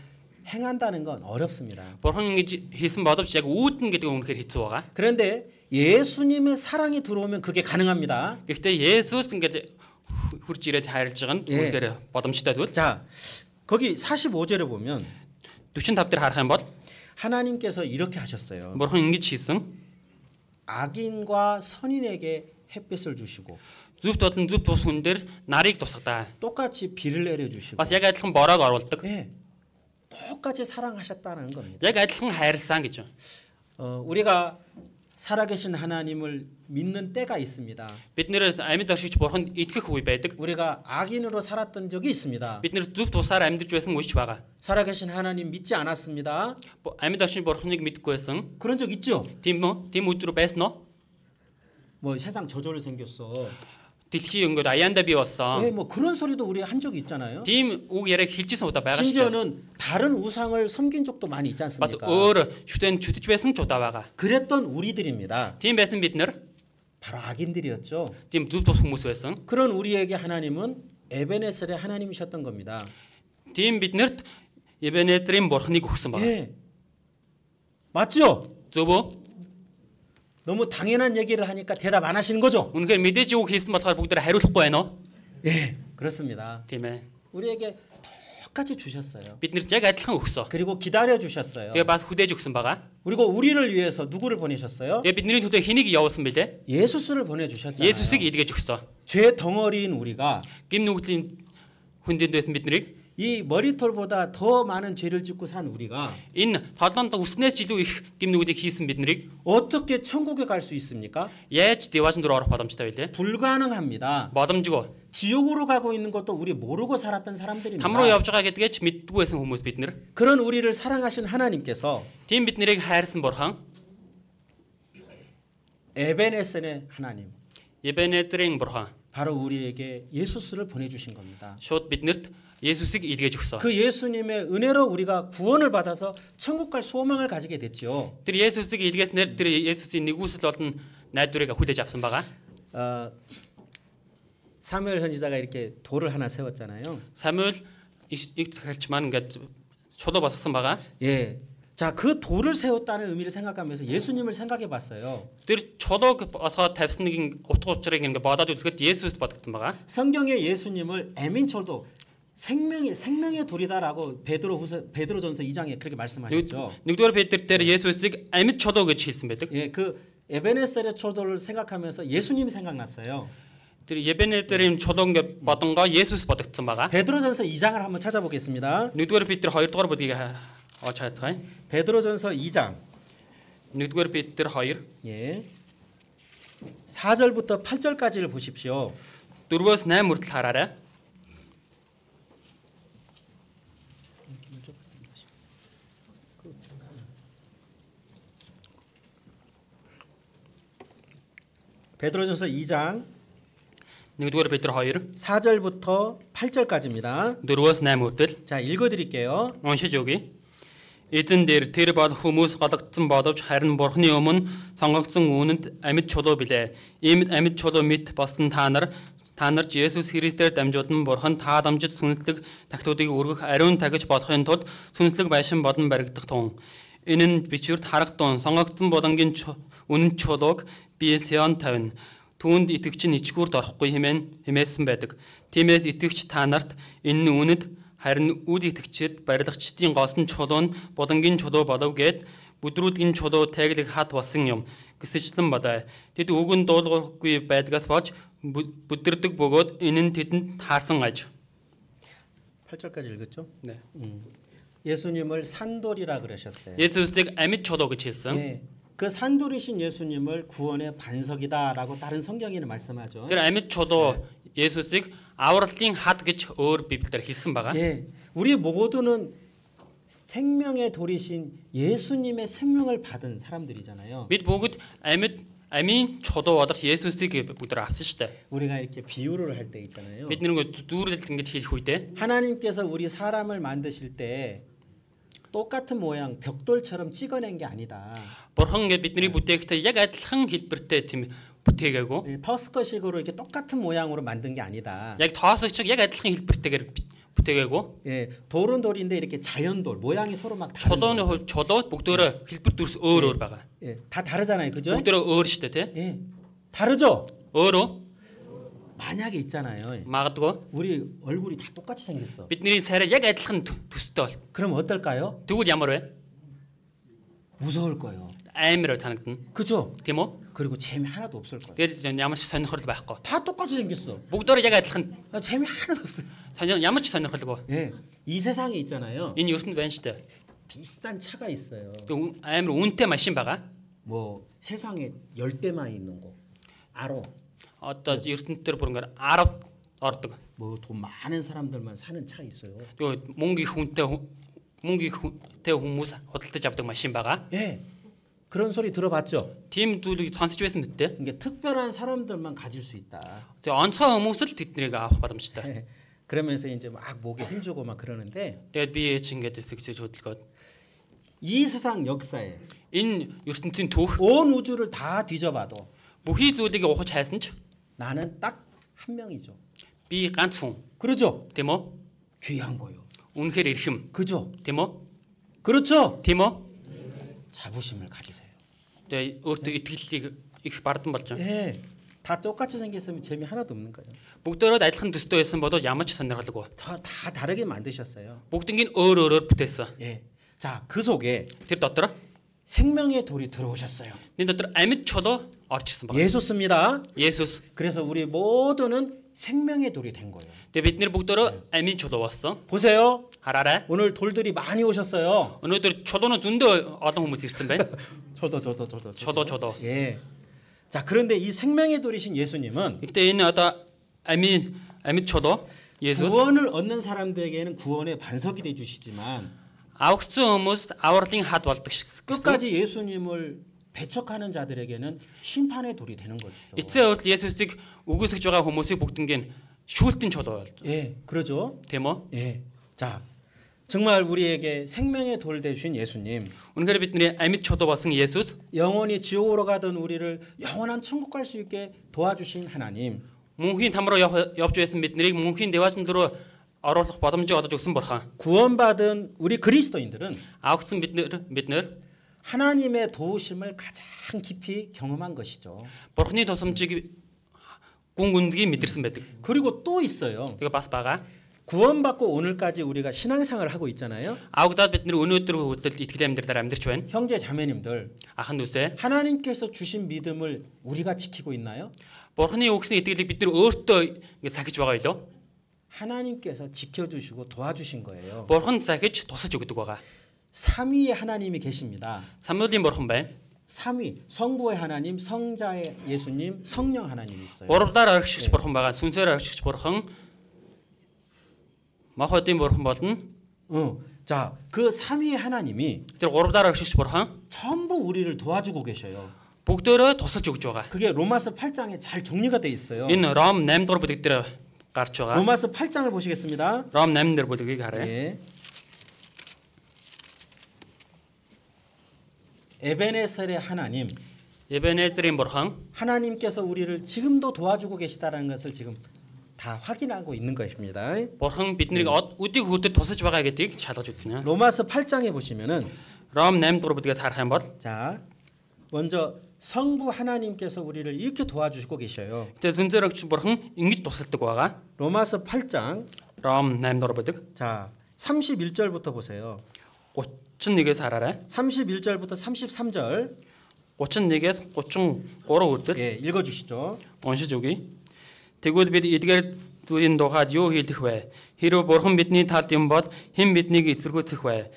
[SPEAKER 1] 행한다는 건 어렵습니다.
[SPEAKER 2] Бурхан ингэж хийсэн боловч яг үүдэн гэдэг нь үнэхээр хэцүү байгаа.
[SPEAKER 1] 그런데 예수님의 사랑이 들어오면 그게 가능합니다.
[SPEAKER 2] Гэхдээ Есүс ингээд хү- хурж ирээд хайрлж байгаа нь
[SPEAKER 1] Ээ.
[SPEAKER 2] үнэхээр боломжтой тэгвэл
[SPEAKER 1] 자, 거기 45절에 보면
[SPEAKER 2] 45 дээр харах юм бол
[SPEAKER 1] 하나님께서 이렇게 하셨어요.
[SPEAKER 2] Бурхан ингэж хийсэн.
[SPEAKER 1] 악인과 선인에게 햇빛을 주시고
[SPEAKER 2] Зүвт болон зүвт бус хүн дээр нарыг тусгадаа.
[SPEAKER 1] 똑같이 비를 내려 주시고
[SPEAKER 2] Бас яг адилхан бороог оруулдаг.
[SPEAKER 1] 예. 똑같이 사랑하셨다는 겁니다.
[SPEAKER 2] Яг адилхан хайрлсан гэж байна.
[SPEAKER 1] 어, 우리가 살아계신 하나님을 믿는 때가 있습니다.
[SPEAKER 2] Бид нэр амьд оршигч Бурханд итгэх үе байдаг.
[SPEAKER 1] 우리가 악인으로 살았던 적이 있습니다.
[SPEAKER 2] Бид нэр зүвт бусаар амьдарч байсан үеч байгаа.
[SPEAKER 1] 살아계신 하나님 믿지 않았습니다.
[SPEAKER 2] Бу- Амьд оршин Бурханыг мэдгүй байсан.
[SPEAKER 1] 그런 적 있죠?
[SPEAKER 2] Тийм үү? Тийм үдрүү байсан уу?
[SPEAKER 1] 뭐 세상 저절로 생겼어.
[SPEAKER 2] Дэлхий өнгөд аяанда
[SPEAKER 1] 예,
[SPEAKER 2] бий болсон.
[SPEAKER 1] 뭐 그런 소리도 우리 한 적이 있잖아요.
[SPEAKER 2] Тийм үг яриаг хилжсэн удаа байгаа шүү дээ.
[SPEAKER 1] 심지어는 다른 우상을 섬긴 적도 많이 있지
[SPEAKER 2] Бас
[SPEAKER 1] 않습니까?
[SPEAKER 2] өөр шүтэн чүтэж байсан ч удаа байгаа.
[SPEAKER 1] 그랬던 우리들입니다.
[SPEAKER 2] Тийм байсан бид нэр
[SPEAKER 1] 바로 악인들이었죠.
[SPEAKER 2] тийм зүв тус хүмүүс байсан.
[SPEAKER 1] 그런 우리에게 하나님은 에베네셀의 하나님이셨던 겁니다.
[SPEAKER 2] Тийм биднэрт Ибенетрийн бурхныг өгсөн байна.
[SPEAKER 1] 예. 맞죠?
[SPEAKER 2] Зөвөө.
[SPEAKER 1] 너무 당연한 얘기를 하니까 대답 안 하시는 거죠?
[SPEAKER 2] Үнэхээр мэдээж үг хийсэн болохоор бүгд тэ хариулахгүй байна уу?
[SPEAKER 1] 예. 그렇습니다.
[SPEAKER 2] Тийм ээ.
[SPEAKER 1] 우리에게 똑같이 주셨어요.
[SPEAKER 2] Биднэрт яг адилхан өгсөн.
[SPEAKER 1] 그리고 기다려 주셨어요.
[SPEAKER 2] Тэгээ бас хүдээж өгсөн байгаа.
[SPEAKER 1] 그리고 우리를 위해서 누구를 보내셨어요?
[SPEAKER 2] Тэгээ бидний төлөө хэнийг явуулсан бэлээ?
[SPEAKER 1] 예수스를 보내 주셨잖아요.
[SPEAKER 2] Есүсийг илгээж өгсөн.
[SPEAKER 1] 죄 덩어리인 우리가
[SPEAKER 2] Гим нүглийн хүндэнд байсан биднийг
[SPEAKER 1] 이 머리털보다 더 많은 죄를 짓고 산 우리가
[SPEAKER 2] энэ толгонд үснээс ч илүү их гим нүглийг хийсэн биднийг
[SPEAKER 1] 어떻게 천국에 갈 수 있습니까?
[SPEAKER 2] яаж диважн дөр орох боломжтой вэ?
[SPEAKER 1] 불가능합니다.
[SPEAKER 2] Боломжгүй.
[SPEAKER 1] 지옥으로 가고 있는 것도 우리 모르고 살았던 사람들입니다.
[SPEAKER 2] Там руу явж байгаа гэдгээ ч мэддэггүй байсан хүмүүс бид нэр.
[SPEAKER 1] 그런 우리를 사랑하신 하나님께서
[SPEAKER 2] Тийм бид нарыг хайрсан бурхан,
[SPEAKER 1] 에베네센의 하나님
[SPEAKER 2] Ибенедрийн бурхан
[SPEAKER 1] 바로 우리에게 예수스를 보내주신 겁니다.
[SPEAKER 2] шууд биднэрт Есүсийг илгээж өгсөн.
[SPEAKER 1] 그 예수님의 은혜로 우리가 구원을 받아서 천국 갈 소망을 가지게 됐죠.
[SPEAKER 2] Тэр Есүсийг илгээснээр тэр Есүсийн нэгүсэл болон найдварыг хүлээж авсан байгаа.
[SPEAKER 1] 어, 사무엘 선지자가 이렇게 돌을 하나 세웠잖아요.
[SPEAKER 2] Самуэль их их захиалч маань ингээд чулуу басгасан байгаа.
[SPEAKER 1] 예, 자, 그 돌을 세웠다는 의미를 생각하면서 예수님을 생각해 봤어요.
[SPEAKER 2] Тэр чулууг босгоод тавьсан нэг утга учирыг ингээ бодоод үзэхэд Есүс бодогдсон байгаа.
[SPEAKER 1] 성경에 예수님을 에민철도 생명의 생명의 돌이다라고 베드로후서 베드로전서 2장에 그렇게 말씀하셨죠.
[SPEAKER 2] Нэгд- Нэгдүгээр Петр дээр Есүсийг амьд чулуу гэж хэлсэн байдаг.
[SPEAKER 1] 예, 그 에베네셀의 철도를 생각하면서 예수님이 생각났어요.
[SPEAKER 2] Тэр Ебенезерийн чулуу ингээ бодонгоо Есүс бодогдсон байгаа.
[SPEAKER 1] 베드로전서 2장을 한번 찾아보겠습니다.
[SPEAKER 2] Нэгдүгээр Петр 2 дугаар бүлгийг ха- оч хайтгай.
[SPEAKER 1] 베드로전서 2장
[SPEAKER 2] Нэгдүгээр Петр 2
[SPEAKER 1] 예. 4절부터 8절까지를 보십시오.
[SPEAKER 2] 4-өөс 8 хүртэл хараарай.
[SPEAKER 1] 베드로전서 2장
[SPEAKER 2] 1-р Петр 2
[SPEAKER 1] 4절부터 8절까지입니다.
[SPEAKER 2] 4-өөс 8 хүртэл
[SPEAKER 1] 자, 읽어 드릴게요.
[SPEAKER 2] уншиж өгье. Эзэн дээр тэр бол хүмүүс голгдсон боловч харин Бурхны өмнө сонгогдсон үүнд амьд чулуу билээ. Ийм амьд чулуу мэт болсон та нар та нар ч Есүс Христээр дамжуулан Бурхан та дамжид сүнслэг тагтуудыг өргөх ариун тагж болохын тулд сүнслэг байшин болон баригдах тун. Энэ нь бичвэрт харах тун сонгогдсон болонгийн чу- үнэн чулууг би Сион тавина. Түүнд итгэгч нь ичгүүрд орохгүй хэмээн хэмээсэн байдаг. Тиймээс итгэгч та нарт энэ нь үнэд харин үл итгэгчд барилгачдын голсон чулуу нь булангийн чулуу болов гэд бүдрүүдгийн чулуу тайглаг хат болсон юм гэсэжлэн бодоо. Тэд үгэн дуулуургүй байдгаас болж бу- бүдэрдэг бөгөөд энэ нь тэдэнд таарсан аж.
[SPEAKER 1] 8절까지 읽었죠?
[SPEAKER 2] 네.
[SPEAKER 1] 예수님을 산돌이라 그러셨어요.
[SPEAKER 2] Есүсийг амьд чулуу гэж хэлсэн.
[SPEAKER 1] 예. 그 산돌이신 예수님을 구원의 반석이다라고 다른 성경에는 말씀하죠.
[SPEAKER 2] Тэр амьд чулуу Есүсийг авралын хад гэж өөр библиэр хэлсэн байгаа.
[SPEAKER 1] 예. 우리 모두는 생명의 돌이신 예수님의 생명을 받은 사람들이잖아요.
[SPEAKER 2] Бид бүгд амьд амийн чулуу болох Есүсийг бүгд авсан шүү дээ.
[SPEAKER 1] 우리가 이렇게 비유를 할 때 있잖아요.
[SPEAKER 2] Бид нэг зүүрлэлт ингэж хэлэх үедээ
[SPEAKER 1] 하나님께서 우리 사람을 만드실 때 똑같은 모양 벽돌처럼 찍어낸 게 아니다.
[SPEAKER 2] Бурхан ингээд бидний бүтээгтээ яг адилхан хэлбэртэй тийм бүтээгээгүй.
[SPEAKER 1] 예, 터스커식으로 이렇게 똑같은 모양으로 만든 게 아니다.
[SPEAKER 2] Яг тоосогч яг адилхан хэлбэртэйгээр бит- бүтээгээгүй.
[SPEAKER 1] 예, 돌은 돌인데 이렇게 자연돌 모양이 서로 막 다른 거.
[SPEAKER 2] Чулууны хувь чулуу бүгдөө хэлбэр төрс өөр өөр байгаа.
[SPEAKER 1] 예, 다 다르잖아요, 그죠?
[SPEAKER 2] Бүгдөө өөр штэ тий.
[SPEAKER 1] 예, 다르죠.
[SPEAKER 2] Өөрөө
[SPEAKER 1] 만약에 있잖아요.
[SPEAKER 2] магадгүй
[SPEAKER 1] 우리 얼굴이 다 똑같이 생겼어.
[SPEAKER 2] бидний царай яг адилхан тө- төстэй бол.
[SPEAKER 1] 그럼 어떨까요?
[SPEAKER 2] Тэгвэл ямар вэ?
[SPEAKER 1] 무서울 거예요.
[SPEAKER 2] Амар санагдана.
[SPEAKER 1] 그죠?
[SPEAKER 2] Тийм үү?
[SPEAKER 1] 그리고 재미 하나도 없을 거예요.
[SPEAKER 2] Тэгээд ямар ч сонирхол байхгүй.
[SPEAKER 1] 다 똑같이 생겼어.
[SPEAKER 2] Бүгдөө яг адилхан
[SPEAKER 1] 아, 재미 하나도 없어요.
[SPEAKER 2] сонир- ямар ч сонирхолгүй.
[SPEAKER 1] 예, 이 세상에 있잖아요.
[SPEAKER 2] Энэ ертөнд байна штэ.
[SPEAKER 1] 비싼 차가 있어요.
[SPEAKER 2] Тэг үн- Амар үнэтэй машин байгаа.
[SPEAKER 1] 뭐 세상에 열 대만 있는 거. 아로.
[SPEAKER 2] Одоо ертөнд төр бүр ингээд 10 ордог.
[SPEAKER 1] 뭐 돈 많은 사람들만 사는 차 있어요.
[SPEAKER 2] Юу мөнгө их хүнтэй ху- мөнгө их хүнтэй хүмүүс худалдаж авдаг машин байгаа.
[SPEAKER 1] 예. 그런 소리 들어봤죠?
[SPEAKER 2] Тим зүйлийг сонсч байсан гэдэг.
[SPEAKER 1] 그러니까 특별한 사람들만 가질 수 있다.
[SPEAKER 2] Тэгээ онцгой хүмүүс л тэднийг авах боломжтой.
[SPEAKER 1] 예. 그러면서 이제 막 목에 힘주고 막 그러는데
[SPEAKER 2] Тэгээд би ээ ч ингээд эсэгчэж хөдөлгөөд
[SPEAKER 1] 이 세상 역사에
[SPEAKER 2] энэ ертөнцийн түүх
[SPEAKER 1] 온 우주를 다 뒤져봐도
[SPEAKER 2] бүхий зүйлийг ухаж хайсан ч
[SPEAKER 1] 나는 딱 한 명이죠.
[SPEAKER 2] би ганц хүн
[SPEAKER 1] 그러죠?
[SPEAKER 2] тийм үү?
[SPEAKER 1] 귀한 거요.
[SPEAKER 2] Үнэхээр эрхэм
[SPEAKER 1] 그죠?
[SPEAKER 2] тийм үү?
[SPEAKER 1] 그렇죠?
[SPEAKER 2] Тийм үү?
[SPEAKER 1] 자부심을 가지세요.
[SPEAKER 2] Тэгээ өөртөө итгэлийг их бардан болж байна.
[SPEAKER 1] 예. 다 똑같이 생겼으면 재미 하나도 없는 거예요.
[SPEAKER 2] Бүгдөө адилхан төстэй байсан бодож ямар ч сонирхолгүй.
[SPEAKER 1] 다, 다 다르게 만드셨어요.
[SPEAKER 2] Бүгднийг өөр өөрөөр бүтээсэн.
[SPEAKER 1] 예. 자, 그 속에
[SPEAKER 2] Тэр дотор
[SPEAKER 1] 생명의 돌이 들어오셨어요.
[SPEAKER 2] энэ дотор амьд чулуу орж ирсэн байна.
[SPEAKER 1] 예수입니다.
[SPEAKER 2] Есүс
[SPEAKER 1] 그래서 우리 모두는 생명의 돌이 된 거예요.
[SPEAKER 2] Тэгээ бид нэр бүгдөө амийн чулуу болсон.
[SPEAKER 1] 보세요.
[SPEAKER 2] Хараарай.
[SPEAKER 1] 오늘 돌들이 많이 오셨어요.
[SPEAKER 2] Өнөөдөр чулууны зөндөө олон хүмүүс ирсэн байна.
[SPEAKER 1] 저도 저도 저도
[SPEAKER 2] Чулуу чулуу.
[SPEAKER 1] 예. 자, 그런데 이 생명의 돌이신 예수님은
[SPEAKER 2] Гэхдээ энэ одоо амийн амьд чулуу Есүс
[SPEAKER 1] 구원을 얻는 사람들에게는 구원의 반석이 돼 주시지만
[SPEAKER 2] аврагдсан хүмүүст авралын хад болдог шиг.
[SPEAKER 1] 끝까지 예수님을 배척하는 자들에게는 심판의 돌이 되는 것이죠.
[SPEAKER 2] Эцсийн хувьд Есүсийг үгүйсгэж байгаа хүмүүсийг бүгднийг шүүлтэн чулуу болж.
[SPEAKER 1] 예, 그러죠.
[SPEAKER 2] Тийм үү?
[SPEAKER 1] 예. 자, 정말 우리에게 생명의 돌 되신 예수님,
[SPEAKER 2] Үнэхээр бидний амьд чулуу болсон Есүс
[SPEAKER 1] 영원히 지옥으로 가던 우리를 영원한 천국 갈 수 있게 도와주신 하나님,
[SPEAKER 2] мөнхийн там руу явж явж байсан биднийг мөнхийн дэваачн руу оруулах боломжийг олж өгсөн бурхан.
[SPEAKER 1] 구원받은 우리 그리스도인들은
[SPEAKER 2] Авгсан бид нэр бид нэр
[SPEAKER 1] 하나님의 도우심을 가장 깊이 경험한 것이죠.
[SPEAKER 2] бурхны тусламжийг гүн гүндгий мэдэрсэн байдаг.
[SPEAKER 1] 그리고 또 있어요.
[SPEAKER 2] Тэгээ бас байгаа.
[SPEAKER 1] 구원받고 오늘까지 우리가 신앙생활을 하고 있잖아요.
[SPEAKER 2] Авгадад бид нэр өнөөдөр хүртэл итгэл амьдралаар амьдрч байна.
[SPEAKER 1] 형제 자매님들,
[SPEAKER 2] Ахан дүүсээ
[SPEAKER 1] 하나님께서 주신 믿음을 우리가 지키고 있나요?
[SPEAKER 2] бурхны өгсөн итгэлийг бид нэр өөртөө ингэ сахиж байгаа юу?
[SPEAKER 1] 하나님께서 지켜주시고 도와주신 거예요.
[SPEAKER 2] Бурхан захиж тусаж өгдөг байгаа.
[SPEAKER 1] 삼위의 하나님이 계십니다.
[SPEAKER 2] Самуэлийн бурхан байна.
[SPEAKER 1] 삼위 성부의 하나님, 성자의 예수님, 성령 하나님이 있어요.
[SPEAKER 2] Гуравлаар оргишгч бурхан байгаа. Сүнсээр оргишгч бурхан. Махотын бурхан болно.
[SPEAKER 1] 어, 자, 그 삼위의 하나님이
[SPEAKER 2] Тэр гуравлаар оргишгч бурхан
[SPEAKER 1] 전부 우리를 도와주고 계셔요.
[SPEAKER 2] бүгдөө тусалж өгж байгаа.
[SPEAKER 1] 그게 로마서 8장에 잘 정리가 돼 있어요.
[SPEAKER 2] Энэ Ром 8 дугаар бүлэг дээр гарч байгаа.
[SPEAKER 1] 로마서 8장을 보시겠습니다.
[SPEAKER 2] Ром 8 дээр бүлгийг харъя.
[SPEAKER 1] 예. 예. 에베네셀의 하나님,
[SPEAKER 2] Эбенезрийн бурхан
[SPEAKER 1] 하나님께서 우리를 지금도 도와주고 계시다라는 것을 지금 다 확인하고 있는 것입니다.
[SPEAKER 2] бурхан биднийг од- үдийг хөдөд тусаж байгаа гэдгийг шалгаж өгнө.
[SPEAKER 1] 로마서 8장에 보시면은
[SPEAKER 2] Ром 8 дугаар бүлгээс харах юм бол
[SPEAKER 1] 자, 먼저 성부 하나님께서 우리를 이렇게 도와주시고 계셔요.
[SPEAKER 2] тэгээ зүнзээр өгч бурхан ингэж тусалдаг байгаа.
[SPEAKER 1] 로마서 8장
[SPEAKER 2] Ром 8 дугаар бүлэг
[SPEAKER 1] 자, 31절부터 보세요.
[SPEAKER 2] 31-ээс хараарай.
[SPEAKER 1] 31절부터 33절.
[SPEAKER 2] 31-ээс 33 хүртэл
[SPEAKER 1] 예, 읽어 주시죠.
[SPEAKER 2] уншиж өгье. Тэгвэл бид эдгээр зүйлийн тухайд юу хийх вэ? Хэрв бурхан бидний талд юм бол хэн биднийг эсэргүүцэх вэ?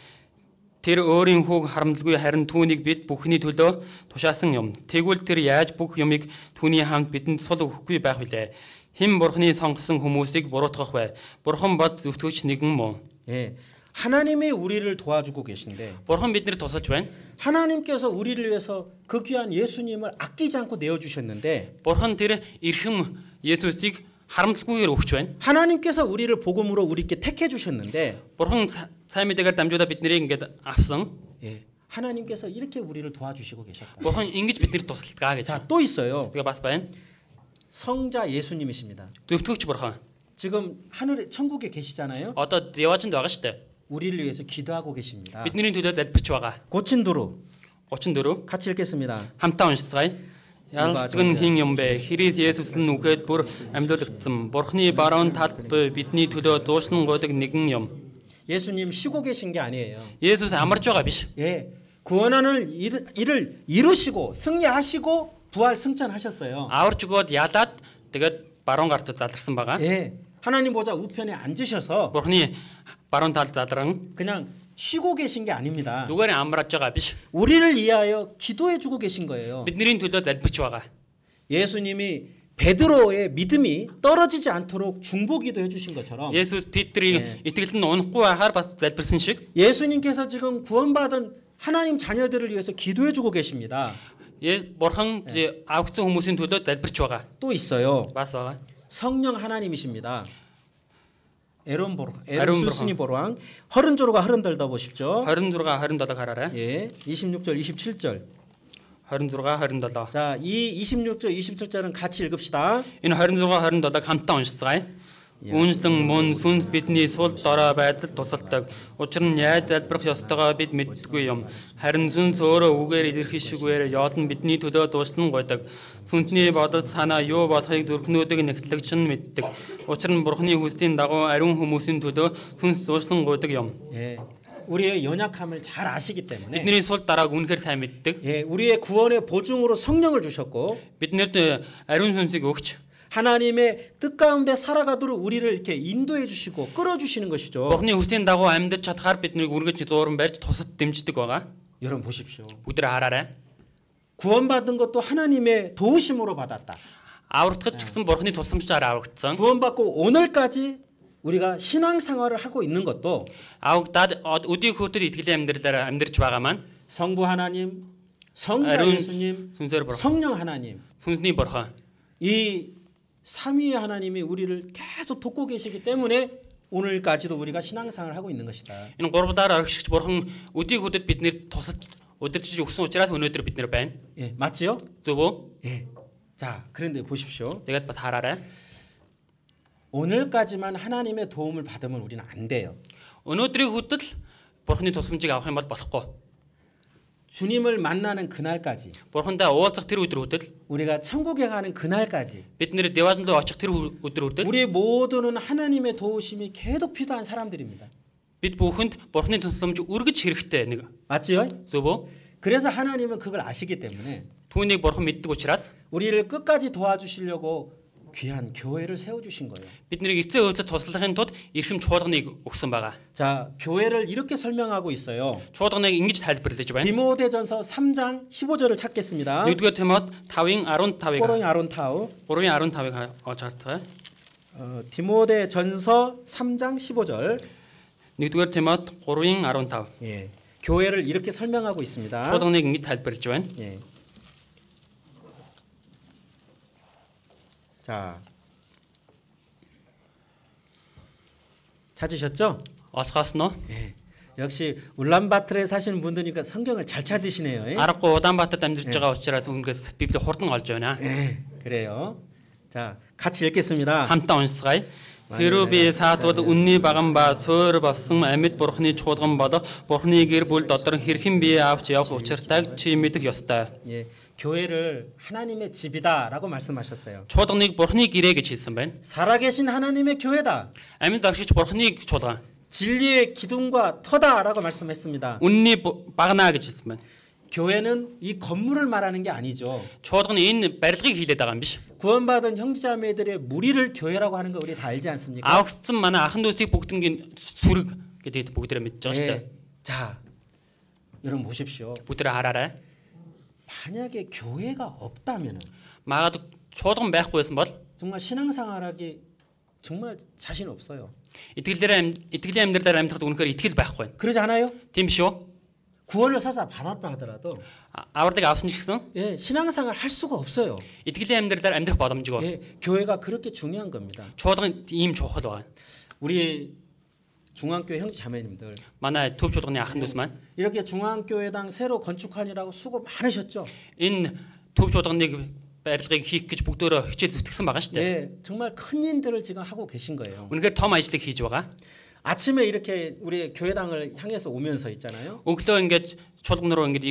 [SPEAKER 2] Тэр өөрийн хүүг харамдалгүй харин түүнийг бид бүхний төлөө тушаасан юм. Тэгвэл тэр яаж бүх юмыг түүний хамт бидэнд сул өгөхгүй байх вүлээ? Хэн бурхны сонгосон хүмүүсийг буруутгах вэ? Бурхан бол зөвтгөгч нэгэн мөн.
[SPEAKER 1] 예. 하나님이 우리를 도와주고 계신데
[SPEAKER 2] Бурхан биднэр тусалж байна.
[SPEAKER 1] 하나님께서 우리를 위해서 그 귀한 예수님을 아끼지 않고 내어 주셨는데
[SPEAKER 2] Бурхан тэр эрхэм Есүсийг харамдалгүйгээр өгч байна.
[SPEAKER 1] 하나님께서 우리를 복음으로 우리께 택해 주셨는데
[SPEAKER 2] Бурхан ца- сайн мэдээгээр дамжуулаад биднийг ингээд авсан.
[SPEAKER 1] 예. 하나님께서 이렇게 우리를 도와주시고 계셨다.
[SPEAKER 2] Бурхан ингэж биднэр тусалдгаа гэж.
[SPEAKER 1] 자, 또 있어요.
[SPEAKER 2] Тэгээ бас байна.
[SPEAKER 1] 성자 예수님이십니다.
[SPEAKER 2] Зөвтгөгч бурхан.
[SPEAKER 1] 지금 하늘에 천국에 계시잖아요.
[SPEAKER 2] Одоо яваачнд байгаа шүү дээ.
[SPEAKER 1] 우리를 위해서 기도하고 계십니다.
[SPEAKER 2] Бидний төлөө залбирч байгаа.
[SPEAKER 1] 고친 도로
[SPEAKER 2] 34
[SPEAKER 1] 같이 읽겠습니다.
[SPEAKER 2] хамтаа уншицгаая. Ялцдаг нь хин юм бэ? Христ Есүс нь үгээд бүр амьдлагдсан. Бурхны баруун талд буй бидний төлөө дуушнан гуйдаг нэгэн юм.
[SPEAKER 1] 예수님 쉬고 계신 게 아니에요.
[SPEAKER 2] Есүс амарч байгаа биш.
[SPEAKER 1] 예. 구원하는 일- 일을 이루시고 승리하시고 부활 승천하셨어요.
[SPEAKER 2] Аварч өгөөд ялаад тэгээд баруун гарт заларсан байгаа.
[SPEAKER 1] 예. 하나님 보좌 우편에 앉으셔서
[SPEAKER 2] Бурхны баруун талд залран
[SPEAKER 1] 그냥 쉬고 계신 게 아닙니다.
[SPEAKER 2] зүгээр амарч байгаа биш.
[SPEAKER 1] 우리를 위하여 기도해 주고 계신 거예요.
[SPEAKER 2] Бидний төлөө залбирч байгаа.
[SPEAKER 1] 예수님이 베드로의 믿음이 떨어지지 않도록 중보기도 해 주신 것처럼
[SPEAKER 2] Есүс Петрийн итгэл нь унахгүй байхаар бас залбирсан шиг
[SPEAKER 1] 예수님께서 지금 구원받은 하나님 자녀들을 위해서 기도해 주고 계십니다.
[SPEAKER 2] Е- Э, Бурхан зэ- авгцсан хүмүүсийн төлөө залбирч байгаа.
[SPEAKER 1] 또 있어요.
[SPEAKER 2] Бас байгаа.
[SPEAKER 1] 성령 하나님이십니다. 에론 보로
[SPEAKER 2] 에론
[SPEAKER 1] 에론
[SPEAKER 2] 보로.
[SPEAKER 1] 수스니 보로왕 허른조로가 허른덜다 보십시오.
[SPEAKER 2] 26 27 хараарай.
[SPEAKER 1] 예. 26절 27절.
[SPEAKER 2] 26 27.
[SPEAKER 1] 자, 이 26절 27절은 같이 읽읍시다.
[SPEAKER 2] Энэ 26 27-ыг хамтаа уншицгаая. Үүнчлэн мөн сүнс бидний сул дорой байдал тусалдаг. Учир нь яаж залбирах ёстойгоо бид мэддэггүй юм. Харин сүнс өөрөө үгээр илэрхийлшгээр яолн бидний төлөө дуушлан гойдог. Сүнсний бодол санаа юу бодохыг зүрхнөөдөг нэгтлэгч нь мэддэг. Учир нь бурхны хүслийн дагуу ариун хүмүүсийн төлөө сүнс дуушлан гойдог юм.
[SPEAKER 1] 예. 우리의 연약함을 잘 아시기 때문에
[SPEAKER 2] Бидний сул дарааг үнэхээр сайн мэддэг.
[SPEAKER 1] 예, 우리의 구원의 보증으로 성령을 주셨고
[SPEAKER 2] Биднэрт э, ариун сүнсийг өгч
[SPEAKER 1] 하나님의 뜻 가운데 살아가도록 우리를 이렇게 인도해 주시고 끌어 주시는 것이죠.
[SPEAKER 2] Бурхны хүслийн дагуу амьдч чадхаар биднийг үргэж зууран барьж тусад дэмждэг байгаа.
[SPEAKER 1] 여러분 보십시오.
[SPEAKER 2] Бүгдээр хараарай.
[SPEAKER 1] 구원받은 것도 하나님의 도우심으로 받았다.
[SPEAKER 2] Аврагдах ч гэсэн Бурхны тусламжаар аврагдсан.
[SPEAKER 1] 구원받고 오늘까지 우리가 신앙생활을 하고 있는 것도
[SPEAKER 2] Аврагдаад од- өдийг хөтөл итгэлийн амьдралаар амьдарч байгаа маань
[SPEAKER 1] 성부 하나님, 성자
[SPEAKER 2] ариун
[SPEAKER 1] 예수님,
[SPEAKER 2] сүнсээр бурхан,
[SPEAKER 1] 성령 하나님
[SPEAKER 2] сүнсний бурхан.
[SPEAKER 1] 이 삼위의 하나님이 우리를 계속 돕고 계시기 때문에 오늘까지도 우리가 신앙생활을 하고 있는 것이다.
[SPEAKER 2] Энэ гурвлаар оргишгч бурхан өдийг хөтөд биднэр тусад удирдах өгсөн учраас өнөөдөр бид нар байна.
[SPEAKER 1] 예, 맞지요?
[SPEAKER 2] Зөв үү?
[SPEAKER 1] 예. 자, 그런데 보십시오.
[SPEAKER 2] Тэгээд бас хараарай.
[SPEAKER 1] 오늘까지만 하나님의 도움을 받으면 우리는 안 돼요.
[SPEAKER 2] Өнөөдрийн хөтөл Бурхны тусламжийг авах юм бол болохгүй.
[SPEAKER 1] 주님을 만나는 그날까지
[SPEAKER 2] Бурхандаа уулзах тэр өдөр хүртэл
[SPEAKER 1] 우리가 천국에 가는 그날까지
[SPEAKER 2] бид нэр Девазан руу очих тэр үр- өдөр хүртэл
[SPEAKER 1] 우리 모두는 하나님의 도우심이 계속 필요한 사람들입니다.
[SPEAKER 2] бид бүхэнд Бурхны тусламж өргөж хэрэгтэй нэг
[SPEAKER 1] 맞지요?
[SPEAKER 2] зөвөө.
[SPEAKER 1] 그래서 하나님은 그걸 아시기 때문에
[SPEAKER 2] Түүнийг Бурхан мэддэг учраас
[SPEAKER 1] 우리를 끝까지 도와주시려고 귀한 교회를 세워주신 거예요.
[SPEAKER 2] бид нэрийг эцсийн хөвлөд туслахын тулд эрхэм чуулганыг өгсөн байгаа.
[SPEAKER 1] 자, 교회를 이렇게 설명하고 있어요.
[SPEAKER 2] Чуулганыг ингэж тайлбарлаж байна.
[SPEAKER 1] 디모데전서 3장 15절을 찾겠습니다.
[SPEAKER 2] 1-р Тимот 5:15-ыг
[SPEAKER 1] 꼬롱이 아론타우
[SPEAKER 2] 3:15-ыг олж хартаа.
[SPEAKER 1] 어, 디모데전서 3장 15절
[SPEAKER 2] 1-р Тимот 3:15.
[SPEAKER 1] 예, 교회를 이렇게 설명하고 있습니다.
[SPEAKER 2] Чуулганыг ингэж тайлбарлаж байна.
[SPEAKER 1] 예. 자 찾으셨죠?
[SPEAKER 2] Олсоосно.
[SPEAKER 1] 예. 역시 울란바토르에 사시는 분들이니까 성경을 잘 찾으시네요. 예?
[SPEAKER 2] Аргагүй Удаанбаатарт амьдарч байгаа учраас өнгөрөөс Библийг хурдан олж байна.
[SPEAKER 1] 예, 그래요. 자 같이 읽겠습니다.
[SPEAKER 2] Хамтаа унсгая.
[SPEAKER 1] Манай
[SPEAKER 2] Хэрв би
[SPEAKER 1] найз
[SPEAKER 2] саатууд үнний баган ба суур болсон амьд бурхны чуулган болох бурхны гэр бүл дотор хэрхэн бие авч явах учиртайг чи мэдэх ёстой.
[SPEAKER 1] 예, 교회를 하나님의 집이다라고 말씀하셨어요.
[SPEAKER 2] Чуулганыг бурхны гэрээ гэж хэлсэн байна.
[SPEAKER 1] 살아계신 하나님의 교회다.
[SPEAKER 2] Амьд загшигч бурхны чуулган.
[SPEAKER 1] 진리의 기둥과 터다라고 말씀했습니다.
[SPEAKER 2] Үнний бу- багнаа гэж хэлсэн байна.
[SPEAKER 1] 교회는 이 건물을 말하는 게 아니죠.
[SPEAKER 2] Чуулган энэ барилгыг хийлээд байгаа юм биш.
[SPEAKER 1] 구원받은 형제자매들의 무리를 교회라고 하는 거 우리 다 알지 않습니까?
[SPEAKER 2] Авгсцсан манай ахын дүүсийг бүгднгийн сүрэг гэдэгт бүгдээрээ мэдж байгаа шүү дээ.
[SPEAKER 1] 예. 자, 여러분 보십시오.
[SPEAKER 2] Бүгдээрээ хараарай.
[SPEAKER 1] 만약에 교회가 없다면
[SPEAKER 2] Магад чуулган байхгүй байсан бол
[SPEAKER 1] 정말 신앙생활하기 정말 자신 없어요.
[SPEAKER 2] итгэлээр ам- итгэлийн амьдралаар амьдрахад үнэхээр итгэл байхгүй байна.
[SPEAKER 1] 그러지 않아요?
[SPEAKER 2] Тийм шүү.
[SPEAKER 1] 구원을 설사 받았다 하더라도
[SPEAKER 2] А- Авралыг авсан ч гэсэн
[SPEAKER 1] 예, 신앙생활 할 수가 없어요.
[SPEAKER 2] итгэлийн амьдралаар амьдрах боломжгүй.
[SPEAKER 1] 예, 교회가 그렇게 중요한 겁니다.
[SPEAKER 2] Чуулган ийм чухал байгаа.
[SPEAKER 1] 우리 중앙교회 형제 자매님들
[SPEAKER 2] Манай төв чуулганы ахын дүүс маань
[SPEAKER 1] 이렇게 중앙교회당 새로 건축하느라고 수고 많으셨죠?
[SPEAKER 2] энэ төв чуулганыг барилгыг хийх гэж бүгдөө хичээл зүтгэсэн байгаа шүү дээ.
[SPEAKER 1] 네, 정말 큰 일들을 지금 하고 계신 거예요.
[SPEAKER 2] Үнэхээр том ажлыг хийж байгаа.
[SPEAKER 1] 아침에 이렇게 우리 교회당을 향해서 오면서 있잖아요.
[SPEAKER 2] Өглөө ингээд чуулган руу ингээд